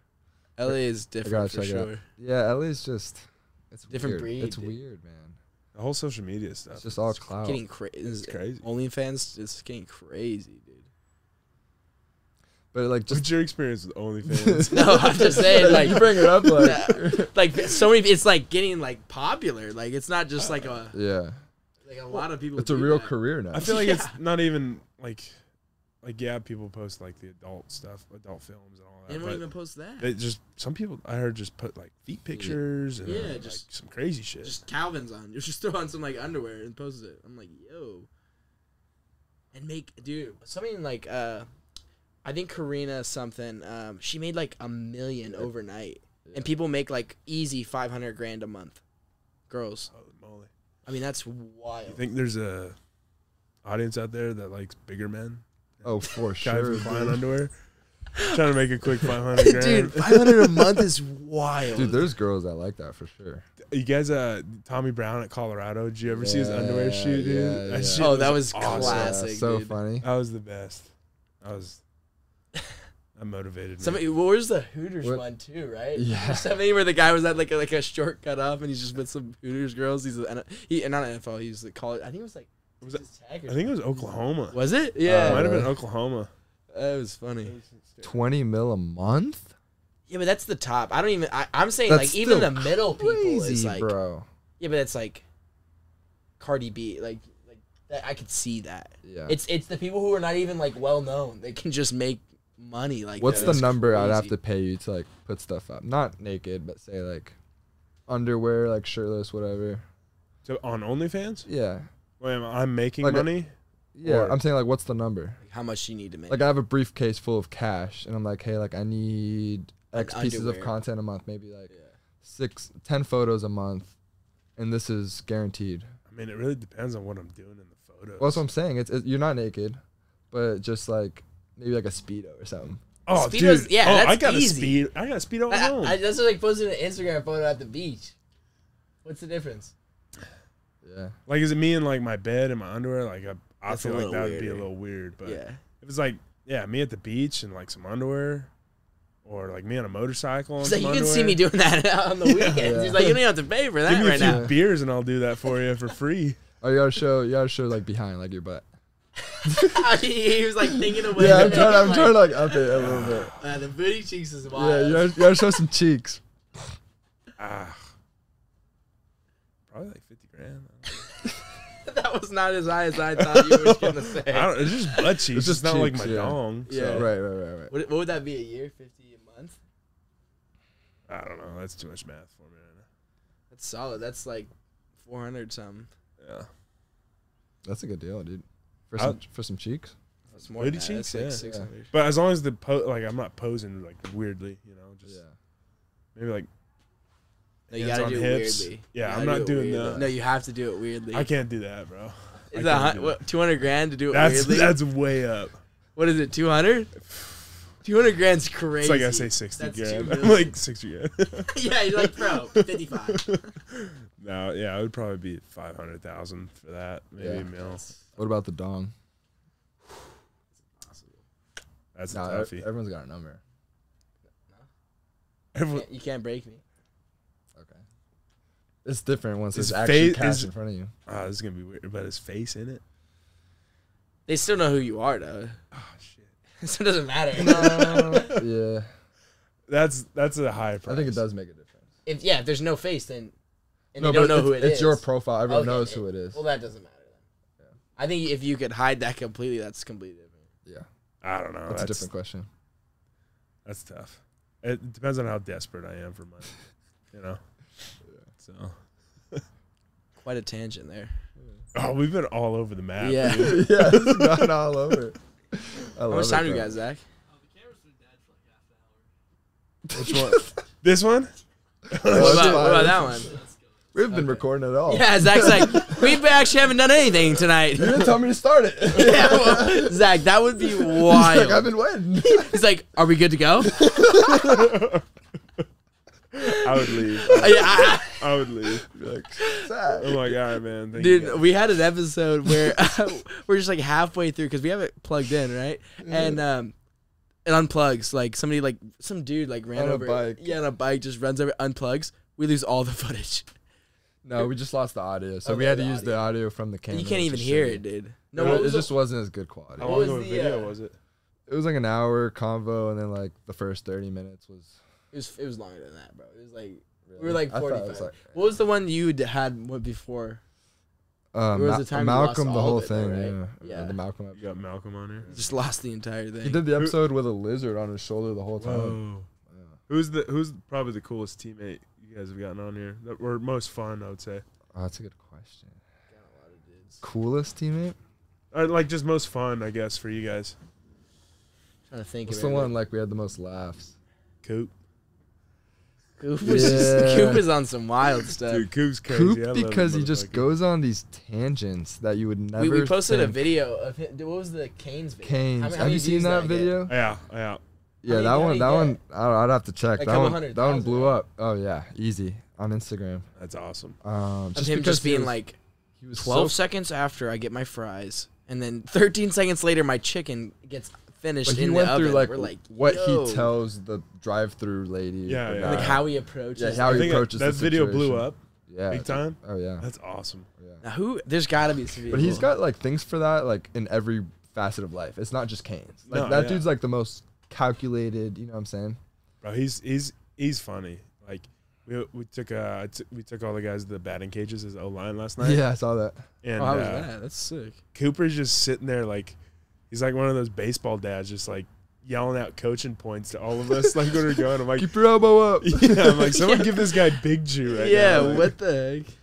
F: LA is different for
E: check it out.
F: sure.
E: Yeah, LA's just it's
F: Different
E: weird.
F: breed,
E: It's
F: dude.
E: weird, man.
G: the whole social media stuff.
E: It's just all
G: is
E: clout.
F: Getting cra- is-
G: crazy.
F: OnlyFans is getting crazy, dude.
E: But like just
G: What's your experience with OnlyFans?
F: No, I'm just saying, like,
E: you bring it up like
F: yeah, like so many. It's like getting like popular. Like it's not
G: Uh,
F: just like a
E: yeah.
F: like a lot of people.
E: It's a
F: do
E: real
F: that.
E: career now.
G: I feel like it's not even like, like yeah, people post like the adult stuff, adult films and all that.
F: They don't
G: but
F: even post that.
G: they just some people I heard just put like feet pictures and
F: Yeah,
G: like,
F: just-
G: some crazy shit.
F: just Calvin's on. You just throw on some like underwear and post it. I'm like, yo. And make dude something like uh, I think Karina something. Um, she made like a million overnight, and people make like easy 500 grand a month. Girls,
G: Holy moly!
F: I mean that's
G: You
F: wild.
G: think there's a audience out there that likes bigger men?
E: oh, for
G: Guy
E: sure.
G: from Klein
E: Dude.
G: underwear, trying to make a quick five hundred grand.
F: 500 a month is wild.
E: Dude, there's girls that like that for sure.
G: You guys, uh, Tommy Brown at Colorado. Did you ever see his underwear
E: Yeah,
G: shoot, dude?
E: yeah, yeah.
G: shit
F: oh, that was
G: awesome.
F: classic.
E: yeah, so
F: dude.
E: funny.
G: That was the best. I was. I motivated. me.
F: Somebody, well, where's the Hooters
E: What-
F: one too, right?
E: Yeah.
F: There's something where the guy was at like a, like a short cut off, and he's just with some Hooters girls. He's an, he and not NFL. He's the college. I think it was like
G: Was it-
F: Texas Tech or
G: I think it was Oklahoma.
F: something. was it? Yeah,
E: Uh,
G: It might have been
E: really?
G: Oklahoma.
F: that was funny.
E: Twenty mil a month?
F: Yeah, but that's the top. I don't even. I, I'm saying
E: That's
F: like even the
E: still
F: middle people is
E: Crazy,
F: like
E: bro.
F: yeah, but that's like Cardi B. Like like that, I could see that.
E: Yeah.
F: It's it's the people who are not even like well known. They can just make money. Like
E: What's
F: that.
E: the
F: It's
E: number I'd have
F: crazy.
E: to pay you to like put stuff up? Not naked, but say like underwear, like shirtless, whatever.
G: So on OnlyFans,
E: Yeah.
G: Wait, am I- I'm making
E: Like a-
G: money.
E: Yeah.
G: Or-
E: I'm saying like what's the number?
F: How much you need to make?
E: Like I have a briefcase full of cash and I'm like, hey, like I need
F: An
E: X pieces of
F: underwear.
E: content a month, maybe like
F: Yeah.
E: six ten photos a month and this is guaranteed.
G: I mean, it really depends on what I'm doing in the photos.
E: Well, that's what I'm saying. It's, it, you're not naked, but just like maybe like a speedo or something.
G: oh,
F: Speedos-
G: dude.
F: yeah,
G: oh,
F: that's
G: I got
F: easy.
G: a speed. I got a speedo
F: I,
G: alone.
F: I, that's like posting an Instagram photo at the beach. What's the difference?
E: Yeah.
G: like, is it me in like my bed and my underwear? Like, I, I
F: That's a
G: feel like
F: little
G: that would be a
F: weird.
G: little weird. But
F: yeah.
G: if it's like, yeah, me at the beach and like some underwear, or like me on a motorcycle. And
F: He's like,
G: some
F: you can
G: underwear.
F: see me doing that on the weekends. He's like, you don't even have to pay for that
G: Give me
F: right
G: a few
F: now.
G: beers and I'll do that for you for free.
E: Oh, you gotta show. You gotta show like behind, like your butt.
F: he was like thinking away.
E: Yeah, I'm trying. I'm trying to like up it a little bit.
F: Uh, the booty cheeks is
E: Yeah,
F: wild.
E: you gotta, you gotta show some cheeks.
G: Ah, probably like fifty grand.
F: that was not as high as I thought you were gonna say.
G: I don't. It's just butt cheeks. It's
E: just
G: just not like my
E: cheeks, yeah.
G: dong. So
F: Yeah.
E: Right, right, right, right.
F: What, what would that be a year? Fifty a month?
G: I don't know. That's too much math for me. Right
F: That's solid. That's like four hundred something.
G: now. Yeah.
E: That's a good deal, dude. For
G: I'll-
E: some for some cheeks.
F: That's more.
G: Booty
F: than that.
G: cheeks?
F: That's like
G: Yeah.
F: six hundred.
G: But as long as the po- like, I'm not posing like weirdly. You know, just
E: Yeah.
G: maybe like.
F: No, you
G: hands
F: gotta
G: on
F: do it
G: hips.
F: weirdly.
G: Yeah,
F: You
G: I'm
F: gotta
G: not
F: do it
G: doing
F: weirdly.
G: that.
F: No, you have to do it weirdly.
G: I can't do that, bro.
F: Is
G: I can't
F: that
G: do that.
F: two hundred grand to do it
G: That's
F: weirdly?
G: that's way up.
F: what is it? Two hundred? Two hundred grand's crazy.
G: It's like I say sixty
F: That's
G: grand.
F: two
G: I'm
F: million.
G: like sixty grand.
F: yeah, you're like, bro, fifty-five.
G: no, yeah, it would probably be five hundred thousand for that. Maybe
E: Yeah.
G: a mil.
E: What about the dong?
G: That's a
E: Nah, ev-
G: toughie.
E: everyone's got a number.
G: Everyone,
F: You can't break me.
E: Okay. It's different once
G: Is
E: there's actually
G: face-
E: cash
G: is-
E: in front of you.
G: ah, this is gonna be weird. But his face in it.
F: They still know who you are, though.
G: Oh shit.
F: so it doesn't matter.
E: yeah,
G: That's that's a high price.
E: I think it does make a difference.
F: If yeah, if there's no face, then and
E: No,
F: you don't
E: but
F: know
E: it's,
F: who it
E: it's
F: is.
E: your profile. Everyone
F: Okay,
E: knows who it is.
F: Well, that doesn't matter. Then. I think if you could hide that completely, that's completely different.
E: yeah,
G: I don't know.
E: that's,
G: That's
E: a different question.
G: That's tough. It depends on how desperate I am for money. you know. So.
F: Quite a tangent there.
G: Oh, we've been all over the map.
F: Yeah.
G: dude.
E: yeah, it's not all over. I
F: How
E: love
F: much
E: it,
F: time do you
E: though.
F: got, Zach?
G: Which one? this one?
E: Oh,
F: What
E: it's
F: about, what about
E: fine.
F: that one?
E: We've been recording it all.
F: Yeah, Zach's like, we actually haven't done anything tonight.
E: You didn't tell me to start it. It's
F: Yeah, well, Zach, that would be
E: like I've
F: wild.
E: been waiting.
F: He's like, are we good to go?
G: I would leave.
F: Yeah, I-
G: I would leave.
E: like,
G: I'm
E: sad.
G: like, all right, man. Thank you
F: Dude,
G: guys."
F: we had an episode where we're just like halfway through because we have it plugged in, right?
E: Mm-hmm.
F: And um, it unplugs. Like somebody, like some dude, like ran
E: On a
F: over.
E: bike.
F: Yeah, on a bike, just runs over, unplugs. We lose all the footage.
E: No, we just lost the audio, so
F: Oh,
E: we
F: yeah,
E: had to
F: the
E: use the audio from the camera.
F: you can't
E: which
F: even
E: is
F: hear
E: shitty.
F: it, dude.
E: No,
F: No, what
E: it,
F: was
E: just wasn't as good quality.
G: How long
F: what was
G: of a
F: the,
G: video
F: uh,
G: was it?
E: It was like an hour convo, and then like the first thirty minutes was.
F: it was it was longer than that, bro. It was like we were like
E: I thought it
F: forty
E: was
F: five.
E: like-
F: what was the one you d- had what before?
E: Uh,
F: There was
E: Ma-
F: a time we lost
E: Malcolm, the
F: all
E: whole
F: of it, though,
E: thing.
F: right?
E: Yeah.
F: Yeah.
E: the Malcolm.
G: You got Malcolm on here.
F: Just lost the entire
E: He
F: thing.
E: did the episode with a lizard on his shoulder the whole time.
G: Whoa. Who's the who's probably the coolest teammate you guys have gotten on here? That were most fun, I would say.
E: Oh, that's a good question. Coolest teammate?
G: Or Uh, like just most fun, I guess, for you guys.
F: trying to think.
E: What's the
F: of it.
E: one like we had the most laughs?
G: Coop.
F: Coop was just-
E: Yeah.
F: Coop is on some wild stuff.
G: Dude, Coop's crazy. I
E: Coop
G: love
E: because he
G: the
E: just
G: motherfucker.
E: goes on these tangents that you would never.
F: we, we posted a
E: think.
F: video of him. What was the Canes video?
E: Canes.
F: How many- how
E: have
F: many
E: you seen
F: views
E: that
F: get?
E: video?
G: Yeah, yeah.
E: Yeah,
F: many
E: that
F: did
E: one.
F: he
E: That
F: get?
E: one. I don't, I'd have to check.
F: Like,
E: that
F: couple
E: one.
F: hundred
E: That one
F: thousand,
E: blew
F: right?
E: up. Oh yeah, easy on Instagram.
G: That's awesome.
E: Um,
F: Of him
E: because
F: just
E: he
F: being
E: was-
F: like
E: he was
F: 12
E: so-
F: seconds after I get my fries, and then 13 seconds later my chicken gets finished
E: But he
F: in
E: went
F: the
E: through
F: oven.
E: like,
F: We're like
E: what
F: "Yo."
E: he tells the drive-through lady.
G: Yeah, yeah.
E: about-
F: like how he approaches.
E: Yeah, how
G: I
E: he
G: think
E: approaches
G: that,
E: the
G: that video blew
E: situation.
G: up
E: yeah,
G: big time.
E: Oh yeah.
G: That's awesome.
F: Now who? There's gotta be some people.
E: But he's got like things for that, like in every facet of life. It's not just Canes. Like
G: No,
E: that
G: yeah.
E: dude's like the most calculated. You know what I'm saying?
G: Bro, he's he's he's funny. Like we we took uh I took- we took all the guys to the batting cages as O line last night.
E: Yeah, I saw that.
G: And
F: Oh, how was
G: uh,
F: that? That's sick.
G: Cooper's just sitting there like he's like one of those baseball dads just like yelling out coaching points to all of us like when we're going. I'm like
E: Keep your elbow up.
G: yeah, I'm like someone give this guy big Jew right
F: yeah,
G: now. Like,
F: what the heck?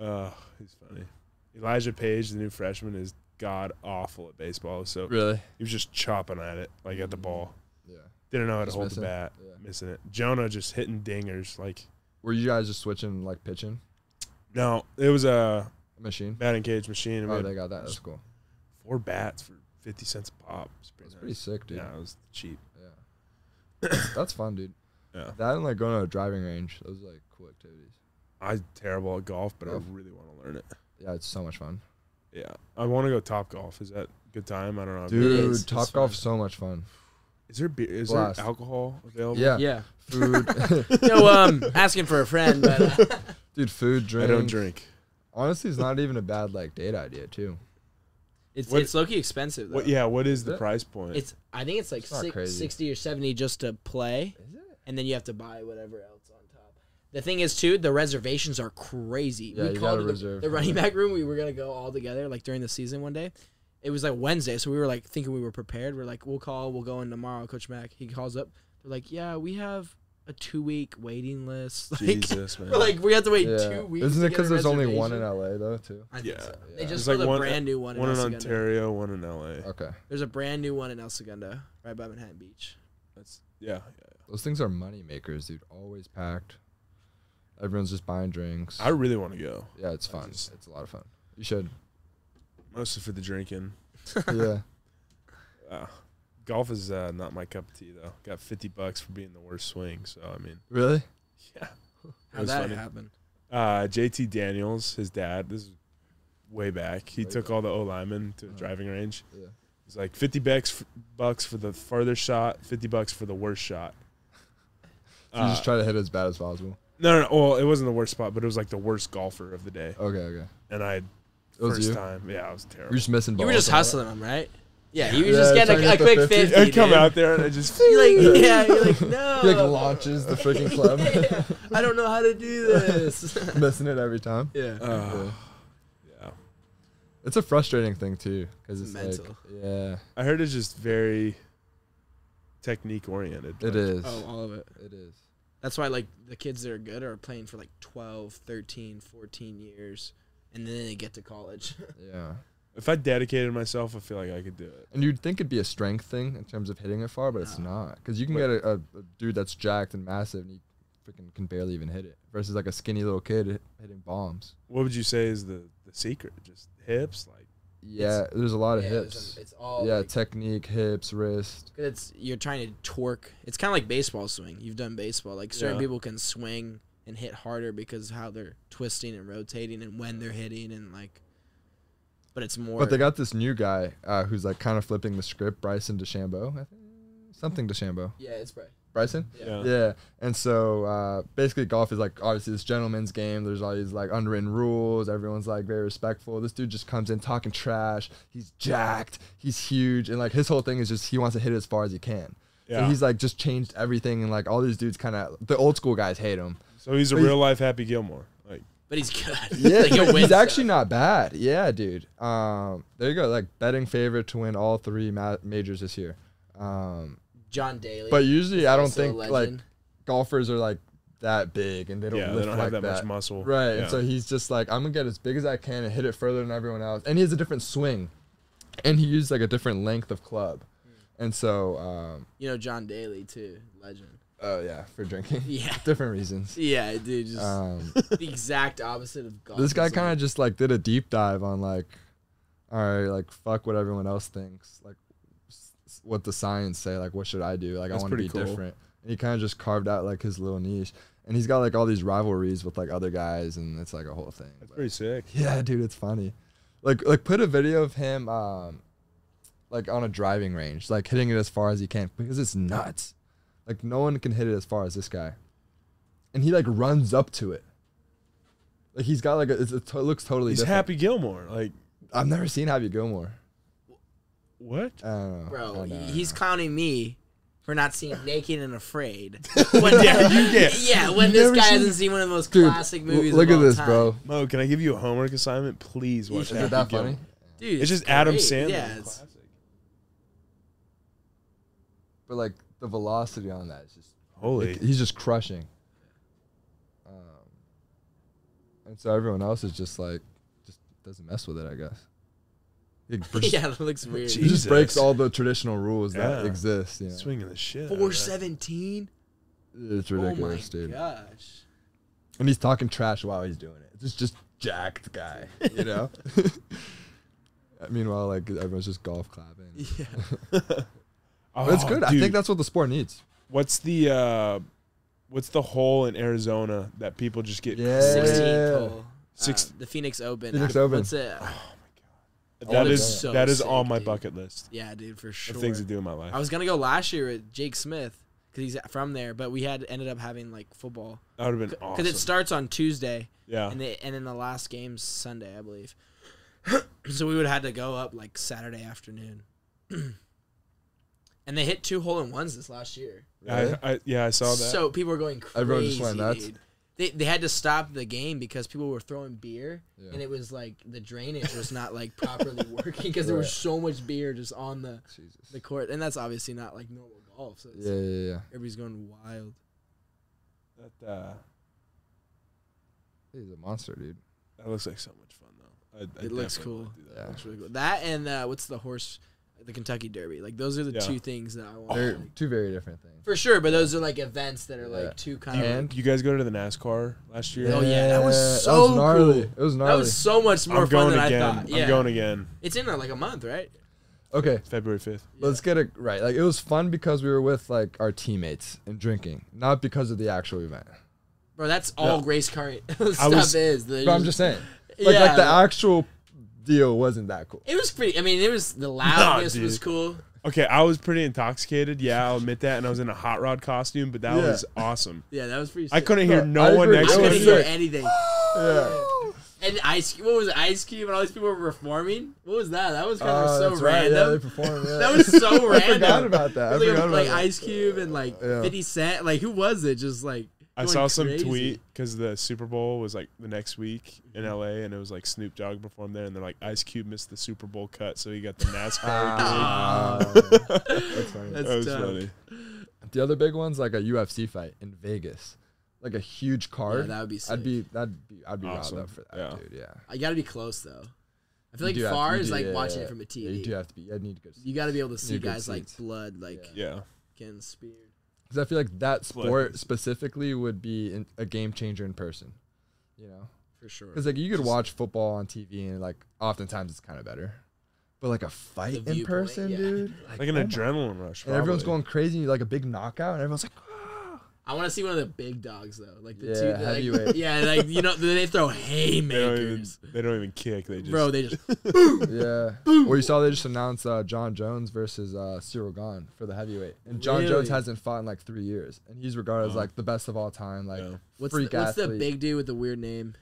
G: Oh, he's funny. Elijah Page, the new freshman, is god awful at baseball. So
E: really?
G: he was just chopping at it, like at the ball.
E: Yeah.
G: Didn't know how to
E: Just
G: hold
E: missing.
G: the bat,
E: Yeah.
G: missing it. Jonah just hitting dingers. Like
E: Were you guys just switching like pitching?
G: no, it was a
E: machine.
G: batting cage machine. and we
E: Oh,
G: had
E: they got that. That's cool.
G: four bats for fifty cents a pop. It's pretty,
E: That's
G: nice.
E: pretty sick, dude.
G: Yeah, it was cheap.
E: That's fun, dude.
G: Yeah.
E: That and like going to a driving range. Those are like cool activities.
G: I'm terrible at golf, but I
E: Yeah.
G: really want to learn it.
E: Yeah, it's so much fun,
G: Yeah, I want to go top golf. Is that a good time? I don't know.
E: dude.
F: is.
E: Top
G: It's
E: golf's so much fun.
G: Is there beer? Is
E: Blast.
G: there alcohol available?
E: Yeah,
F: Yeah.
E: food,
F: No, um, asking for a friend, but uh,
E: dude. Food,
G: I
E: drink.
G: don't drink.
E: Honestly, it's not even a bad like date idea too.
F: it's
G: What-
F: it's low key expensive. Though.
G: What? Yeah. What is the
E: Yeah.
G: price point?
F: It's I think it's like
E: not
F: six,
E: crazy.
F: 60 or 70 just to play
E: Is it?
F: and then you have to buy whatever else on top. The thing is too, the reservations are crazy.
E: Yeah, you gotta
F: called it the,
E: reserve.
F: the running back room. We were gonna go all together like during the season one day. It was like Wednesday, so we were like thinking we were prepared. We're like, we'll call, we'll go in tomorrow. Coach Mack, he calls up. They're like, yeah, we have a two week waiting list. Like,
G: Jesus, man.
F: we're like we have to wait
E: Yeah.
F: two weeks.
E: Isn't
F: to
E: it
F: get a
E: because there's only one in
F: reservation?
E: LA though too?
F: I think
G: Yeah.
F: so.
E: Yeah.
F: They
E: There's
F: just
G: like
F: put a
G: one-
F: brand new one.
G: one
F: in
G: in
F: El Segundo.
G: Ontario, one in LA.
E: Okay,
F: There's a brand new one in El Segundo, right by Manhattan Beach.
G: That's yeah.
E: those things are money makers, dude. Always packed. Everyone's just buying drinks.
G: I really want to go,
E: yeah, it's fun.
G: just-
E: it's a lot of fun. You should.
G: mostly for the drinking.
E: yeah.
G: Uh, golf is uh, not my cup of tea though. Got fifty bucks for being the worst swing. So I mean,
E: Really?
G: yeah.
F: How
G: was
F: that
G: funny.
F: happen?
G: Uh, JT Daniels, his dad. This is way back. He
E: Way
G: took
E: back.
G: all the O linemen to a
E: Uh-huh.
G: driving range.
E: Yeah.
G: It's like fifty bucks bucks for the farthest shot, fifty bucks for the worst shot. Uh,
E: So
F: Uh,
E: you just try to hit as bad as possible.
G: No, no, no. Well, it wasn't the worst spot, but it was like the worst golfer of the day.
E: Okay, okay.
G: And I
E: It was
G: first
E: you.
G: time, yeah, I was terrible.
E: You're just missing balls.
F: You were just
E: and all that.
F: hustling them, right? Yeah, you
E: Yeah,
F: were just getting
E: trying to
F: a, a
E: hit the
F: quick
E: 50.
F: 50.
G: I come
F: dude.
G: out there and I just
F: You're like, yeah, you're like, no.
E: He like launches the freaking club,
F: Yeah, I don't know how to do this.
E: missing it every time.
F: yeah.
G: Uh,
E: Yeah.
G: yeah.
E: It's a frustrating thing too, because it's
F: Mental.
E: like, yeah,
G: I heard it's just very technique oriented.
E: it is,
F: Oh, all of it.
E: it is.
F: That's why, like, the kids that are good are playing for, like, 12, 13, 14 years, and then they get to college.
E: Yeah,
G: If I dedicated myself, I feel like I could do it.
E: and you'd think it'd be a strength thing in terms of hitting it far, but it's
F: No.
E: not, because you can
G: But-
E: get a, a, a dude that's jacked and massive, and he freaking can barely even hit it, versus like a skinny little kid hit- hitting bombs.
G: What would you say is the the secret? Just hips, like
E: Yeah, there's a lot of
F: Yeah, there's
E: hips.
F: a- It's all.
E: yeah,
F: like,
E: technique, hips, wrist.
F: 'cause it's you're trying to torque. It's kind of like baseball swing. You've done baseball. Like certain
G: Yeah.
F: people can swing and hit harder because of how they're twisting and rotating and when they're hitting and like. But it's more.
E: But they got this new guy uh, who's like kind of flipping the script, Bryson DeChambeau, I think, something DeChambeau,
F: yeah, it's right.
E: Bryson.
G: yeah.
E: Yeah, and so uh, basically, golf is like obviously this gentleman's game. There's all these like unwritten rules. Everyone's like very respectful. This dude just comes in talking trash. He's jacked. He's huge, and like his whole thing is just he wants to hit it as far as he can. So
G: Yeah.
E: he's like just changed everything, and like all these dudes kind of the old school guys hate him.
G: So he's a
E: But he's-
G: real life Happy Gilmore. Like
F: But he's good.
E: Yeah,
F: Like,
E: but
F: he'll win
E: he's
F: stuff.
E: actually not bad. Yeah, dude. Um, there you go. Like betting favorite to win all three ma- majors this year. Um,
F: John Daly.
E: but usually I don't
F: also a
E: think like
F: legend.
E: golfers are like that big and they don't
G: yeah,
E: lift
G: they don't
E: like
G: have that,
E: that
G: much muscle.
E: Right.
G: Yeah.
E: And so he's just like, I'm gonna get as big as I can and hit it further than everyone else. And he has a different swing, and he used like a different length of club,
F: Hmm.
E: and so um,
F: you know John Daly too, legend.
E: oh yeah, for drinking,
F: Yeah.
E: different reasons.
F: Yeah, dude, just
E: Um,
F: the exact opposite of golf.
E: this guy
F: It's like-
E: kind of just like did a deep dive on like, all right, like fuck what everyone else thinks, like s- s- what the science say, like what should I do, like
G: That's
E: I want to
G: pretty
E: be
G: cool.
E: different. And he kind of just carved out like his little niche, and he's got like all these rivalries with like other guys, and it's like a whole thing.
G: That's
E: but-
G: pretty sick.
E: Yeah, dude, it's funny. Like like put a video of him um like on a driving range, like hitting it as far as he can because it's nuts. Like no one can hit it as far as this guy. And he like runs up to it. Like he's got like a, it's a to- it looks totally
G: He's
E: different.
G: Happy Gilmore. Like
E: I've never seen Happy Gilmore.
G: what?
E: I don't know.
F: Bro,
E: I don't know.
F: he's clowning me for not seeing Naked and Afraid. When yeah, you
G: get-
F: Yeah, when this guy hasn't seen one of the most
E: Dude,
F: classic
E: l-
F: movies.
E: Look at
F: of all
E: this,
F: time.
E: bro.
G: Mo, can I give you a homework assignment? Please watch
E: Is
G: Happy
E: it that
G: Gilmore.
E: funny?
F: Dude,
G: It's just Adam
F: great.
G: Sandler.
F: Yeah, it's,
E: But like the velocity on that is just
G: Holy.
E: Like, he's just crushing. Um, and so everyone else is just like, just doesn't mess with it, I guess. It just,
F: yeah, it looks weird.
E: it just breaks
G: Jesus.
E: all the traditional rules that
G: Yeah.
E: exist. You know?
G: Swinging the shit. out of
F: Four
G: that.
F: seventeen.
E: It's
F: Oh my
E: ridiculous, dude.
F: gosh.
E: And he's talking trash while he's doing it. It's just jacked guy, you know? Meanwhile, like everyone's just golf clapping.
F: Yeah.
G: Oh,
E: But it's good. I
G: dude,
E: think that's what the sport needs.
G: what's the uh, what's the hole in Arizona that people just get
E: Yeah.
G: crazy?
F: 16th hole.
G: Six-
F: Uh, the Phoenix Open.
E: Phoenix
F: Uh,
E: Open.
F: What's it?
G: That
E: Oh,
G: is
F: so
G: that is
F: sick,
G: on my
F: dude.
G: bucket list
F: Yeah, dude, for
G: of
F: sure.
G: things to do in my life.
F: I was gonna go last year with Jake Smith because he's from there, but we had ended up having like football
G: that would have been
F: because
G: awesome.
F: it starts on Tuesday
G: yeah,
F: and they and then the last game's Sunday, I believe. so we would have had to go up like Saturday afternoon. and they hit two hole in ones this last year.
E: Really?
G: I, I, yeah, I saw that.
F: So people were going crazy.
E: Everyone just went nuts.
F: dude. They, they had to stop the game because people were throwing beer
E: Yeah.
F: and it was like the drainage was not like properly working because there
E: Right.
F: was so much beer just on the,
E: Jesus.
F: the court and that's obviously not like normal golf so it's,
E: Yeah, yeah, yeah.
F: everybody's going wild
G: that, uh,
E: He's a monster, dude.
G: that looks like so much fun though. I, I
F: It looks
G: definitely wanna
F: cool.
G: do that.
E: Yeah.
F: That's really cool. That and uh, what's the horse, the Kentucky Derby. Like those are the
G: Yeah.
F: two things that I want.
E: They're
G: Oh.
F: like,
E: two very different things.
F: for sure, but those are like events that are
E: Yeah.
F: like two kind of.
E: And
G: You guys go to the NASCAR last year?
F: Oh, yeah, that was
E: Yeah,
F: so
E: gnarly.
F: cool.
E: It was
F: That
E: gnarly.
F: was so much more
G: I'm
F: fun
G: going
F: than
G: again.
F: I thought. Yeah,
G: I'm going again.
F: it's in uh, like a month, right?
E: okay.
G: February 5th.
E: Let's get it right. Like it was fun because we were with like our teammates and drinking, not because of the actual event.
F: Bro, that's all race car stuff
G: was-
F: is. They
E: But I'm
F: just-
E: just saying, like,
F: Yeah.
E: like the actual deal wasn't that cool.
F: It was pretty. I mean, it was the loudness
G: dude.
F: was cool.
G: Okay, I was pretty intoxicated. Yeah, I'll admit that. And I was in a hot rod costume, but that
E: Yeah.
G: was awesome.
F: Yeah, that was pretty. Sick.
G: I couldn't hear no
E: I
G: one
E: agree.
G: next
F: I
G: to
E: it
F: couldn't
E: was
G: me.
F: hear
E: sick.
F: anything.
E: Yeah.
F: And Ice, Cube- what was it, Ice Cube and all these people were performing? What was that? That was kind of
E: Oh,
F: so
E: that's right. Yeah,
F: random.
E: they performed. Yeah.
F: That was so
E: I
F: random.
E: forgot about that. I
F: It was like,
E: forgot
F: like
E: about that.
F: Ice Cube and like
E: Yeah.
F: 50 Cent. Like who was it? Just like
G: I
F: going
G: saw some
F: crazy.
G: tweet because the Super Bowl was like the next week in LA, and it was like Snoop Dogg performed there, and they're like Ice Cube missed the Super Bowl cut, so he got the NASCAR. gig.
E: Ah. That's funny.
F: That's
G: That was
F: tough.
G: funny.
E: The other big one's like a UFC fight in Vegas, like a huge card.
F: that would be
E: I'd
F: sick.
E: be. That'd be. I'd be
G: Awesome.
E: riled up for that,
G: Yeah.
E: dude. Yeah.
F: I gotta be close though. I feel
E: You do
F: like
E: have-
F: far
E: you
F: is
E: do-
F: like
E: yeah,
F: watching
E: yeah.
F: it from a TV.
E: Yeah, you do have to be. I need to go.
F: You gotta be able to see
E: You're good
F: guys like
E: seats.
F: blood like
G: Yeah.
F: getting speared.
E: Because I feel like
G: Blood.
E: that sport specifically would be in, a game changer in person. You know,
F: For sure.
E: because like you could watch football on TV and like oftentimes it's kind of better, but like a fight in
F: viewpoint,
E: person,
F: yeah.
E: dude,
G: Like an
E: oh my-
G: adrenaline rush.
E: and everyone's
G: probably.
E: going crazy. and, Like a big knockout, and everyone's like,
F: I wanna see one of the big dogs though. Like the
E: Yeah,
F: two like,
E: heavyweight.
F: Yeah, like you know they throw
G: They don't, even,
F: haymakers.
G: they don't even kick. They just.
F: Bro, they just
E: yeah. Or you saw they just announced uh, John Jones versus uh, Cyril Gahn for the heavyweight, and John
F: Really?
E: Jones hasn't fought in like three years, and he's regarded as like the best of all time. Like,
G: Yeah.
F: what's
E: freak
F: the, what's the
E: athlete.
F: big dude with the weird name?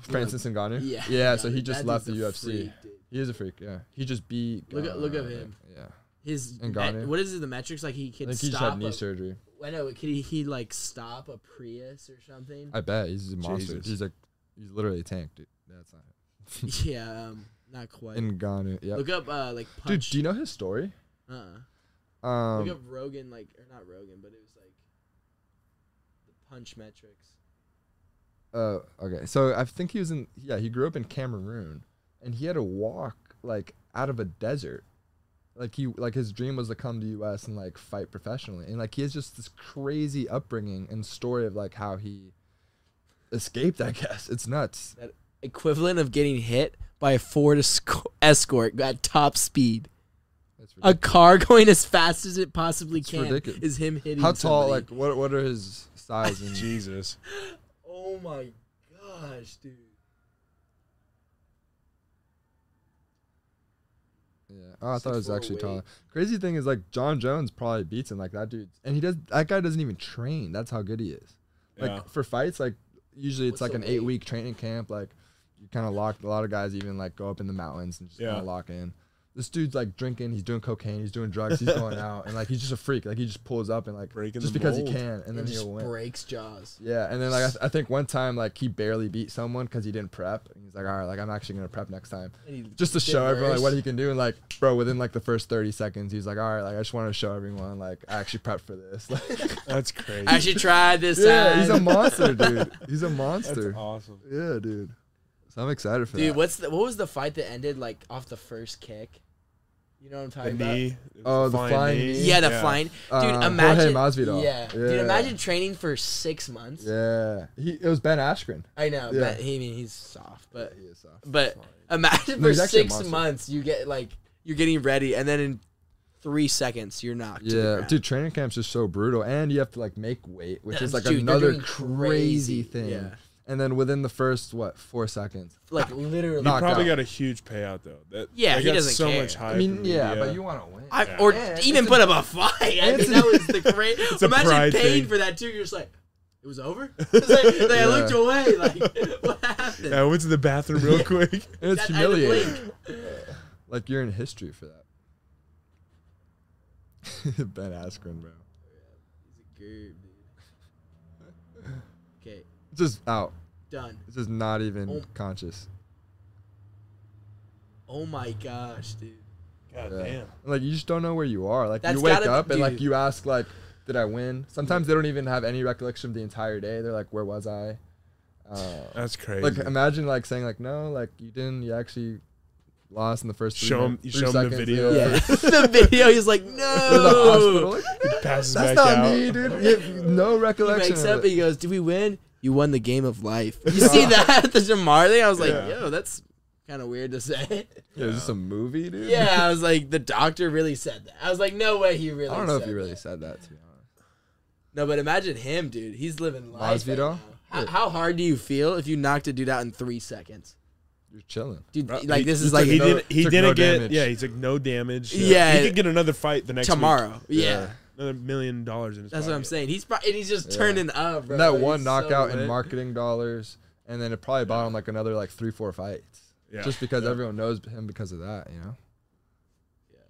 E: Francis Ngannou?
F: Yeah.
E: Yeah, so
F: Ngannou.
E: he
F: That
E: just
F: dude's
E: left the
F: a
E: UFC.
F: freak, dude.
E: he is a freak, yeah. He just beat.
F: Look at- look at
E: Gane, I
F: him.
E: think. Yeah.
F: His
E: Ngannou.
F: me- what is it, the metrics like he
E: I
F: could
E: think he just
F: stop
E: had knee
F: a-
E: surgery.
F: I know. Could he, he like stop a Prius or something?
E: I bet. He's a monster.
G: Jesus.
E: He's like, he's literally a tank, dude. That's not him.
F: yeah, um, not quite.
E: Ngannou, yeah.
F: Look up uh, like
E: Dude,
F: punch.
E: do you know his story?
F: uh-uh.
E: Um,
F: Look up Rogan like or not Rogan, but it was like the punch metrics.
E: Uh, okay. So I think he was in. Yeah, he grew up in Cameroon, and he had to walk like out of a desert. Like he, like his dream was to come to U.S. and like fight professionally, and like he has just this crazy upbringing and story of like how he escaped. I guess it's nuts.
F: That equivalent of getting hit by a Ford esc- Escort at top speed.
E: That's
F: A car going as fast as it possibly
E: It's
F: can
E: ridiculous.
F: is him hitting.
E: How tall?
F: somebody.
E: Like what? What are his size? And
G: Jesus.
F: Oh my gosh, dude.
E: yeah. Oh, I thought it was
F: 6'4"
E: actually
F: weight.
E: taller. Crazy thing is like John Jones probably beats him like that dude, and he does. That guy doesn't even train. That's how good he is. like
G: yeah.
E: for fights like usually it's like
F: What's the
E: an
F: weight?
E: eight week training camp like you kind of lock a lot of guys even like go up in the mountains and just
G: Yeah.
E: kind of lock in this dude's like drinking he's doing cocaine he's doing drugs he's going out and like he's just a freak like he just pulls up and like
G: Breaking
E: just
G: the
E: because
G: mold.
E: he can and then
F: it just
E: he'll win
F: breaks jaws.
E: yeah and then like I, th- I think one time like he barely beat someone because he didn't prep and he's like all right like i'm actually gonna prep next time
F: And he
E: just to
F: did
E: show everyone like what
F: worse.
E: he can do and like bro within like the first 30 seconds he's like all right like i just want to show everyone like i actually prepped for this like
G: That's crazy.
F: I should try this
E: yeah
F: out.
E: he's a monster dude he's a monster
G: That's awesome.
E: yeah, dude. So I'm excited for
F: Dude,
E: that.
F: what's the what was the fight that ended like off the first kick? You know what I'm
G: The
F: talking about?
G: knee. it was
E: Oh, the flying knee.
F: Yeah, the flying. Dude,
E: Uh,
F: imagine.
E: Jorge Masvidal.
F: Yeah. Dude,
E: Yeah.
F: imagine training for six months.
E: Yeah, he, it was Ben Askren.
F: I know,
E: Yeah.
F: but he, I mean, he's soft, but
E: He is soft.
F: but imagine
E: No,
F: for
E: he's actually a
F: six
E: monster.
F: months you get like you're getting ready, and then in three seconds you're knocked. to the
E: Yeah,
F: ground.
E: dude, training camp's just so brutal, and you have to like make weight, which is
F: That's-
E: like
F: dude, they're
E: another
F: doing
E: crazy,
F: crazy,
E: thing.
F: yeah.
E: And then within the first what four seconds,
F: like literally.
E: Knock-
G: Probably
E: out.
G: got a huge payout though. That,
F: Yeah,
G: that
F: he
G: got
F: doesn't
G: so
F: care.
G: much
F: I
G: hype.
E: I
G: in
E: mean,
G: the
E: yeah,
G: media.
E: but you want to win.
F: I, or
E: Yeah, it's
F: even
E: a-
F: put up a fight. I
E: it's
F: think
E: a-
F: that was the great.
G: a
F: imagine
G: pride
F: paying
G: thing.
F: for that too. You're just like, it was over. It's like, like,
E: Yeah.
F: I looked away. Like what happened?
G: Yeah, I went to the bathroom real quick.
E: And it's
F: That- I had to
E: humiliating.
F: blink.
E: Like you're in history for that. ben Askren, bro,
F: Okay,
E: just out.
F: done.
E: It's just not even
F: Oh.
E: conscious.
F: Oh my gosh, dude.
G: God
E: Yeah.
G: damn.
E: Like you just don't know where you are. Like
F: That's
E: you wake
F: gotta be-
E: up and like
F: dude.
E: you ask like, did I win? Sometimes they don't even have any recollection of the entire day. They're like, where was I? Uh,
G: That's crazy.
E: like imagine like saying like no like you didn't you actually lost in the first three
G: Show 'em-
E: min-
G: you
E: three
G: show 'em the
E: seconds,
G: video.
E: yeah.
F: Yeah, the video. He's like,
E: Go to the hospital,
F: no.
E: like,
G: passes back
E: that's not
G: out.
E: me dude you have no
F: He
E: recollection
F: wakes
E: of
F: up.
E: it.
F: and He goes, "Did we win? You won the game of life." You see that at the Jamar thing? I was like,
E: Yeah.
F: "Yo, that's kind of weird to say."
E: yeah, is this a movie dude
F: yeah, I was like, the doctor really said that. I was like, no way he really.
E: I don't know if
F: said
E: you really
F: that."
E: said that to be honest
F: No, but imagine him, dude. He's living life. Right
E: Masvidal?
F: now. How, how hard do you feel if you knocked a dude out in three seconds,
E: you're chilling
F: dude?
G: Bro,
F: like
G: he-
F: this
G: he
F: is
G: took-
F: like
G: he
E: no-
G: didn't he
E: took
G: didn't
E: no
G: get
E: damage.
G: yeah he took no damage.
F: Yeah.
G: he could get another fight the next week.
F: tomorrow. Yeah,
G: Another million dollars in his.
F: that's what
G: pocket.
F: I'm saying. He's probably and he's just turning up. Bro.
E: and that
F: He's
E: one
F: so
E: knockout in
F: lit.
E: marketing dollars and then it probably bought him like another like three four fights
G: Yeah.
E: just because
G: yeah.
E: everyone knows him because of that you know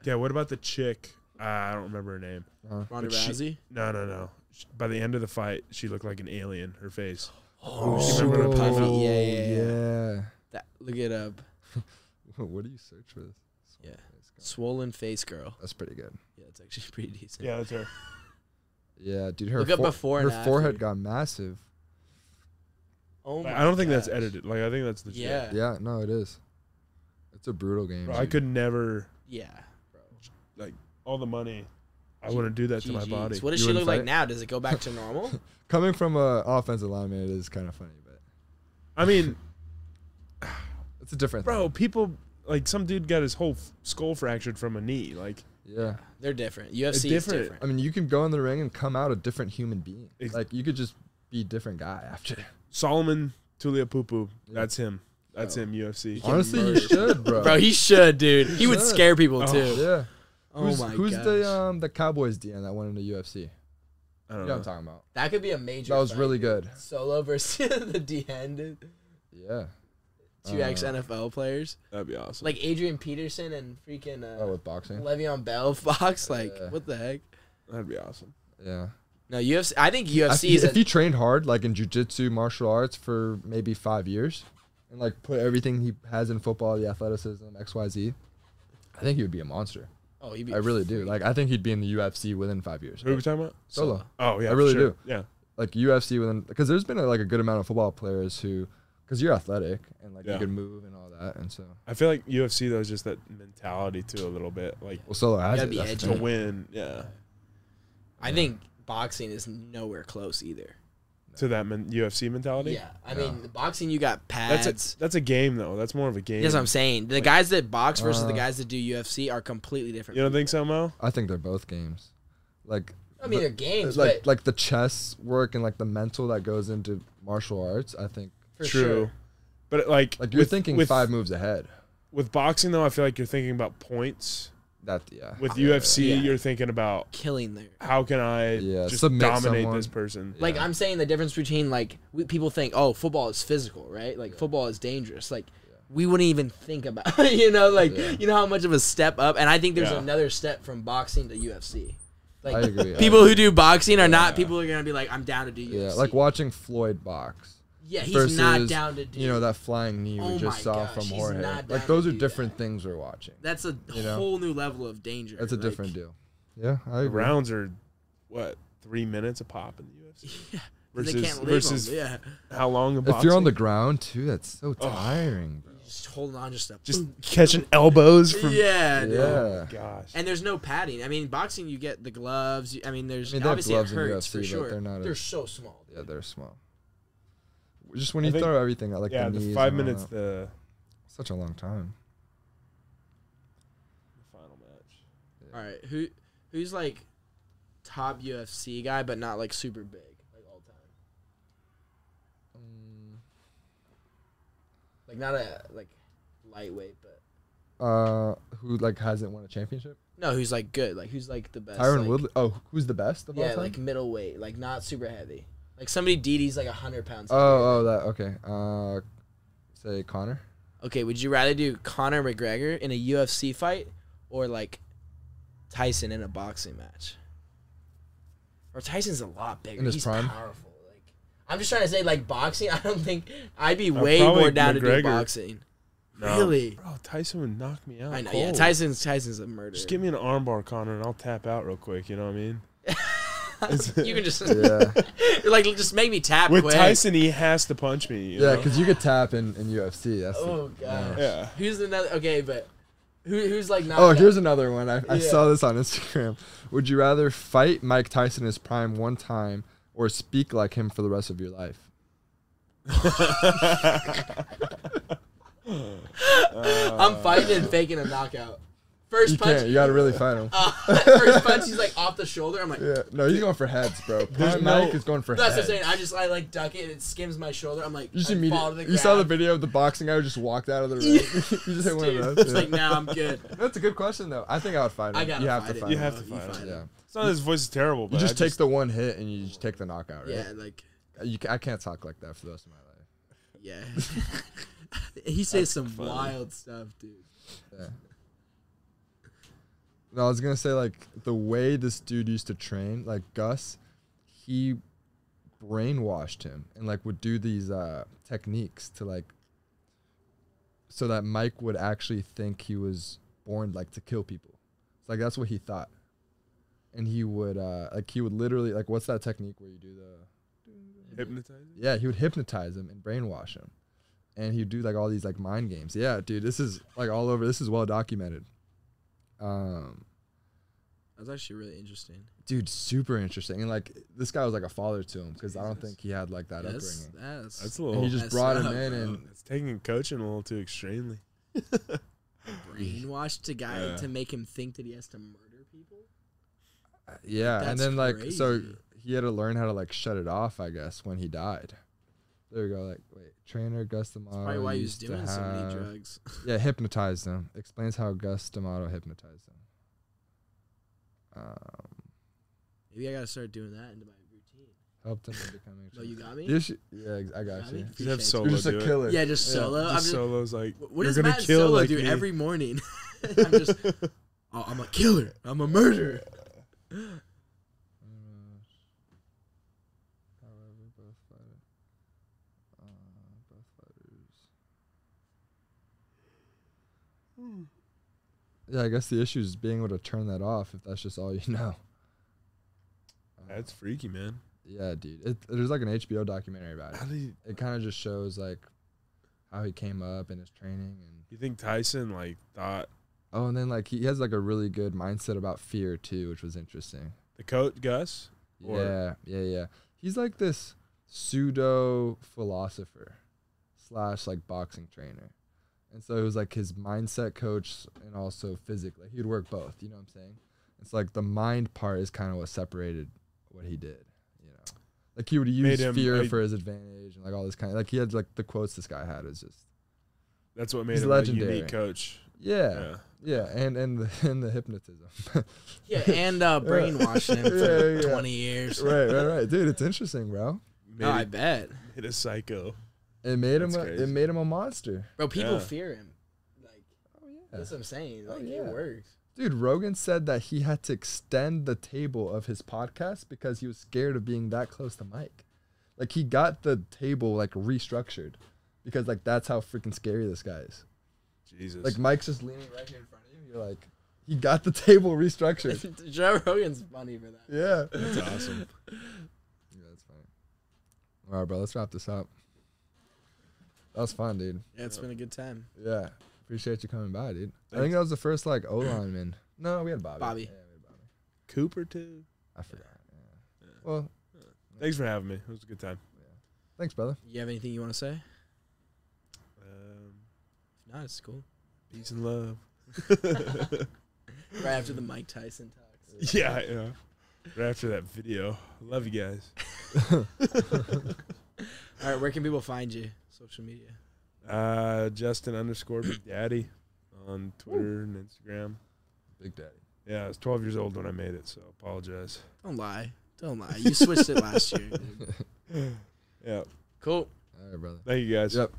G: Yeah, what about the chick? Uh, I don't remember her name.
E: Uh,
F: Ronda
G: But she-
F: Rousey.
G: No, no, no. Sh- By the end of the fight, she looked like an alien. Her face.
F: Oh,
G: she remembered her puffy.
F: Yeah, yeah, yeah.
E: yeah.
F: That, look it up.
E: what do you search for this
F: Yeah. Swollen face girl.
E: that's pretty good
F: Yeah, it's actually pretty decent.
G: Yeah, that's her.
E: yeah dude her,
F: Look up
E: fore-
F: before
E: her
F: and after.
E: forehead got massive
F: Oh
G: I don't think that's
F: gosh.
G: edited. Like I think that's the.
F: Yeah.
E: Yeah, no, it is. It's a brutal game.
G: I could never
F: Yeah.
G: all the money. I wouldn't do that to my
F: GGs.
G: body.
F: What does
E: You
F: she
E: wouldn't
F: look like
E: fight?
F: now? Does it go back to normal?
E: Coming from a offensive lineman, it is kind of funny, but
G: I mean,
E: it's a different
G: bro, people like some dude got his whole f- skull fractured from a knee. Like
E: thing. Yeah.
F: They're different. UFC
G: different.
F: is different.
E: I mean, you can go in the ring and come out a different human being.
G: Ex-
E: Like you could just be a different guy after.
G: Solomon Tuliapupu. That's him. That's him. UFC.
E: Honestly, you
F: murder
E: should, bro.
F: Bro, he should, dude. He would
E: should.
F: scare people too.
E: yeah.
F: Oh,
E: who's
F: my
E: who's
F: gosh.
E: the um the Cowboys DN that went into UFC?
G: I don't
E: You know what
G: know.
E: I'm talking about.
F: that could be a major.
E: That was
F: fight.
E: really good.
F: solo versus the D end.
E: Yeah.
F: Two ex
E: Uh,
F: NFL players
G: That'd be awesome.
F: like Adrian Peterson and freaking
E: Oh,
F: uh,
E: with boxing.
F: Le'Veon Bell, Fox. Like
E: Yeah.
F: what the heck?
G: That'd be awesome.
E: Yeah.
F: No UFC. I think
E: If
F: UFC
E: you,
F: is.
E: if
F: A,
E: you trained hard, like in jujitsu, martial arts for maybe five years, and like put everything he has in football, the athleticism, X, Y, Z, I think he would be a monster.
F: oh, he'd be
E: I really do. Like I think he'd be in the UFC within five years.
G: Who are we talking about?
E: Solo,
G: Oh yeah,
E: I really
G: for sure.
E: do.
G: Yeah,
E: like UFC within, because there's been like a good amount of football players who, because you're athletic and like
G: Yeah.
E: you can move and all that, and so
G: I feel like UFC though is just that mentality too a little bit, like
E: well, Solo has
F: gotta
E: it.
F: be
E: that's the
F: edgy.
G: to
E: thing.
G: win. Yeah,
F: I think boxing is nowhere close either.
G: to that men- UFC mentality.
F: Yeah, I mean the boxing you got pads.
G: that's a, that's a game though. That's more of a game.
F: That's what I'm saying. The guys that box versus
E: Uh,
F: the guys that do UFC are completely different.
G: You don't
F: people.
G: think so, Mo?
E: I think they're both games, like
F: I mean,
E: the-
F: they're games,
E: like
F: but
E: like the chess work and like the mental that goes into martial arts. I think
F: for sure.
G: But like,
E: like you're thinking
G: with,
E: five moves ahead.
G: with boxing though, I feel like you're thinking about points.
E: That yeah.
G: With
E: Yeah.
G: UFC,
F: Yeah.
G: you're thinking about
F: killing there.
G: how can I
E: Yeah,
G: just
E: submit
G: dominate
E: someone.
G: this person.
F: Like
E: Yeah.
F: I'm saying, the difference between like we, people think, oh, football is physical, right? Like football is dangerous. Like we wouldn't even think about, you know, like you know how much of a step up. And I think there's
G: Yeah.
F: another step from boxing to UFC. Like
E: I agree, I
F: people who do boxing are not people who are gonna be like, I'm down to do UFC.
E: Yeah, like watching Floyd box.
F: Yeah, he's not
E: versus,
F: down to do.
E: You know that flying knee we
F: Oh
E: just
F: my
E: saw
F: gosh,
E: from
F: he's
E: Jorge.
F: not down
E: Like
F: to
E: those are
F: do
E: different things we're watching.
F: That's a
E: know?
F: whole new level of danger.
E: That's a
F: Like,
E: different deal. Yeah, I agree.
G: rounds are what three minutes a pop in the UFC
F: They
G: versus
F: can't live
G: versus
F: on- yeah.
G: how long? In
E: if you're
G: boxing?
E: on the ground too, that's so tiring, bro.
F: just holding on just up.
G: Just catching elbows from.
F: yeah, dude.
E: Yeah.
G: Gosh.
F: And there's no padding. I mean, boxing you get the gloves. You, I mean,
E: I
F: there's
E: mean, they have
F: obviously
E: gloves
F: it
E: in
F: hurts for
E: UFC, but
F: sure.
E: they're not as-
F: so small.
E: Yeah, they're small. Just when
G: I
E: you
G: think-
E: throw everything out, like
G: yeah,
E: the,
G: the,
E: knees
G: five
E: and all
G: minutes,
E: that.
G: the
E: Such a long time.
G: final match.
F: All right, who who's like top UFC guy, but not like super big, like all time, like not a like lightweight, but
E: Uh, who like hasn't won a championship?
F: no, who's like good, like who's like the best.
E: Tyron
F: like,
E: Woodley. Oh, who's the best of all
F: Yeah,
E: time?
F: like middleweight, like not super heavy, like somebody DD's like hundred pounds. heavier.
E: oh, oh, that okay. Uh, say Connor.
F: Okay, would you rather do Conor McGregor in a UFC fight or like Tyson in a boxing match? Or Tyson's a lot bigger.
E: In his
F: He's
E: prime?
F: powerful. Like I'm just trying to say, like boxing. I don't think I'd be
G: Uh,
F: way
G: probably
F: more down to do
G: McGregor.
F: boxing. Really?
G: Bro, Tyson would knock me out.
F: I know.
G: cold.
F: Yeah, Tyson's Tyson's a murderer.
G: Just give me an armbar, Connor, and I'll tap out real quick. You know what I mean?
F: you can just
E: Yeah,
F: like just make me tap
G: With
F: quick.
G: Tyson, he has to punch me. You
E: yeah,
G: know?
E: because you could tap in, in UFC. That's the-
F: Oh gosh.
G: Yeah.
F: Who's another? Okay, but who, who's like not?
E: Oh,
F: that-
E: here's another one. I, I
F: Yeah.
E: saw this on Instagram. Would you rather fight Mike Tyson in his prime one time or speak like him for the rest of your life?
F: I'm fighting and faking a knockout. First
E: You
F: punch. Uh,
E: can't. You gotta really fight him.
F: first punch, he's like off the shoulder. I'm like,
E: Yeah. No, he's going for heads, bro.
G: There's
E: Prime
G: no-
E: Mike is going for
F: That's what I'm
E: heads.
F: saying. I just I like duck it and it skims my shoulder. I'm like,
E: You just
F: I
E: immediate-
F: fall to the ground.
E: You saw the video of the boxing guy who just walked out of the ring. you just hit one of
F: Dude,
E: those.
F: it's
E: yeah.
F: like now I'm good.
E: That's a good question though. I think I would fight him.
F: I gotta
E: you have
F: fight
E: to
F: it.
E: fight
G: You
E: him.
G: have to
F: You
G: fight
F: fight
G: him.
F: it.
E: Yeah.
G: It's not his voice is terrible, but
E: You just
G: I
E: take the one hit and you just take the knockout, right?
F: Yeah, like
E: You, ca- I can't talk like that for the rest of my life.
F: yeah. he says some wild stuff, dude.
E: No, I was gonna say like the way this dude used to train, like Gus, he brainwashed him and like would do these uh techniques to like so that Mike would actually think he was born like to kill people. It's like that's what he thought. And he would uh like he would literally like what's that technique where you do the
G: hypnotize him.
E: yeah, he would hypnotize him and brainwash him. And he'd do like all these like mind games. Yeah, dude, this is like all over. This is well documented. Um
F: That's actually really interesting.
E: dude super interesting and like this guy was like a father to him because i don't
F: Jesus.
E: think he had like that
F: That's
E: upbringing
F: that's,
G: That's a
E: and
G: little.
E: he just
F: That's
E: brought him
F: up,
E: in
F: bro.
E: and
G: it's taking coaching a little too extremely.
F: brainwashed a guy
G: Yeah.
F: to make him think that he has to murder people.
E: yeah
F: That's
E: and then like so
F: crazy.
E: he had to learn how to like shut it off i guess when he died there you go like wait trainer gus d'amato
F: Probably why he was
E: Uh, used to
F: doing so many
E: have-
F: drugs.
E: yeah hypnotized him explains how gus d'amato hypnotized him um
F: Maybe I gotta start doing that into my routine.
E: helped him with becoming a
F: No, you
E: champion.
F: got me.
E: You should- yeah ex- i got
F: Got
E: you
F: me?
G: You have
F: Appreciate it.
G: solo.
E: you're just
G: do
E: a
G: it.
E: killer
F: Yeah, just
G: Yeah,
F: solo. I'm
G: Just
F: just,
G: solos like.
F: What
G: you're
F: does
G: gonna
F: Matt
G: kill
F: Solo
G: like
F: do
G: me.
F: every morning? I'm just, "Oh, I'm a killer. I'm a murderer.
E: However, both fighter, uh, both fighters. Hmm. Yeah, I guess the issue is being able to turn that off if that's just all you know. Uh,
G: That's freaky, man.
E: Yeah, dude. It, there's like an HBO documentary about it.
G: How do you,
E: It kind of just shows like how he came up and his training and
G: you think Tyson like thought
E: oh, and then like he has like a really good mindset about fear too, which was interesting.
G: the coach Gus? Or-
E: Yeah, yeah, yeah. He's like this pseudo philosopher slash like boxing trainer. And so it was like his mindset coach and also physically. He would work both, you know what I'm saying? It's like the mind part is kind of what separated what he did, you know. Like he would use
G: him,
E: fear
G: like-
E: for his advantage and like all this kind of like he had like the quotes this guy had is just
G: That's what made
E: He's
G: him a
E: legendary.
G: unique coach.
E: yeah,
G: Yeah.
E: yeah, and and the and the hypnotism, right,
F: Yeah, and uh, brainwashing him for
E: Yeah, yeah.
F: 20 years.
E: right, right, dude. It's interesting, bro.
G: Made,
F: No, I
G: a,
F: bet.
G: made a psycho.
E: It made him,
G: That's
E: a, it
G: crazy.
E: made him a monster.
F: Bro, people
G: Yeah.
F: fear him. Like,
E: Oh yeah,
F: that's what I'm saying.
E: Oh,
F: Like,
E: yeah.
F: it works.
E: Dude, Rogan said that he had to extend the table of his podcast because he was scared of being that close to Mike. Like he got the table like restructured because like that's how freaking scary this guy is.
G: Jesus.
E: Like Mike's just leaning right here in front of you. You're like, he got the table restructured.
F: Joe Rogan's funny for that.
E: yeah. yeah,
G: That's awesome.
E: that's funny. All right, bro, let's wrap this up. That was fun, dude.
F: Yeah, it's been a good time.
E: Yeah. Appreciate you coming by, dude. I think that was the first like O lineman. No, we had Bobby.
F: Bobby.
E: Yeah, we had Bobby.
G: Cooper too.
E: I forgot. Yeah. Well,
G: Thanks for having me. It was a good time.
E: thanks, brother.
F: You have anything you want to say?
G: Um,
F: If not, it's cool.
G: peace and love.
F: Right after the Mike Tyson talks.
G: Yeah, yeah. Right after that video, love you guys.
F: All right, where can people find you? Social media.
G: Uh, Justin underscore Big Daddy on Twitter and Instagram.
E: Big Daddy.
G: Yeah, I was 12 years old when I made it, so apologize.
F: Don't lie. Don't lie. You switched it last year. dude.
G: Yeah,
F: Cool.
E: All right, brother.
G: thank you guys.
E: Yep.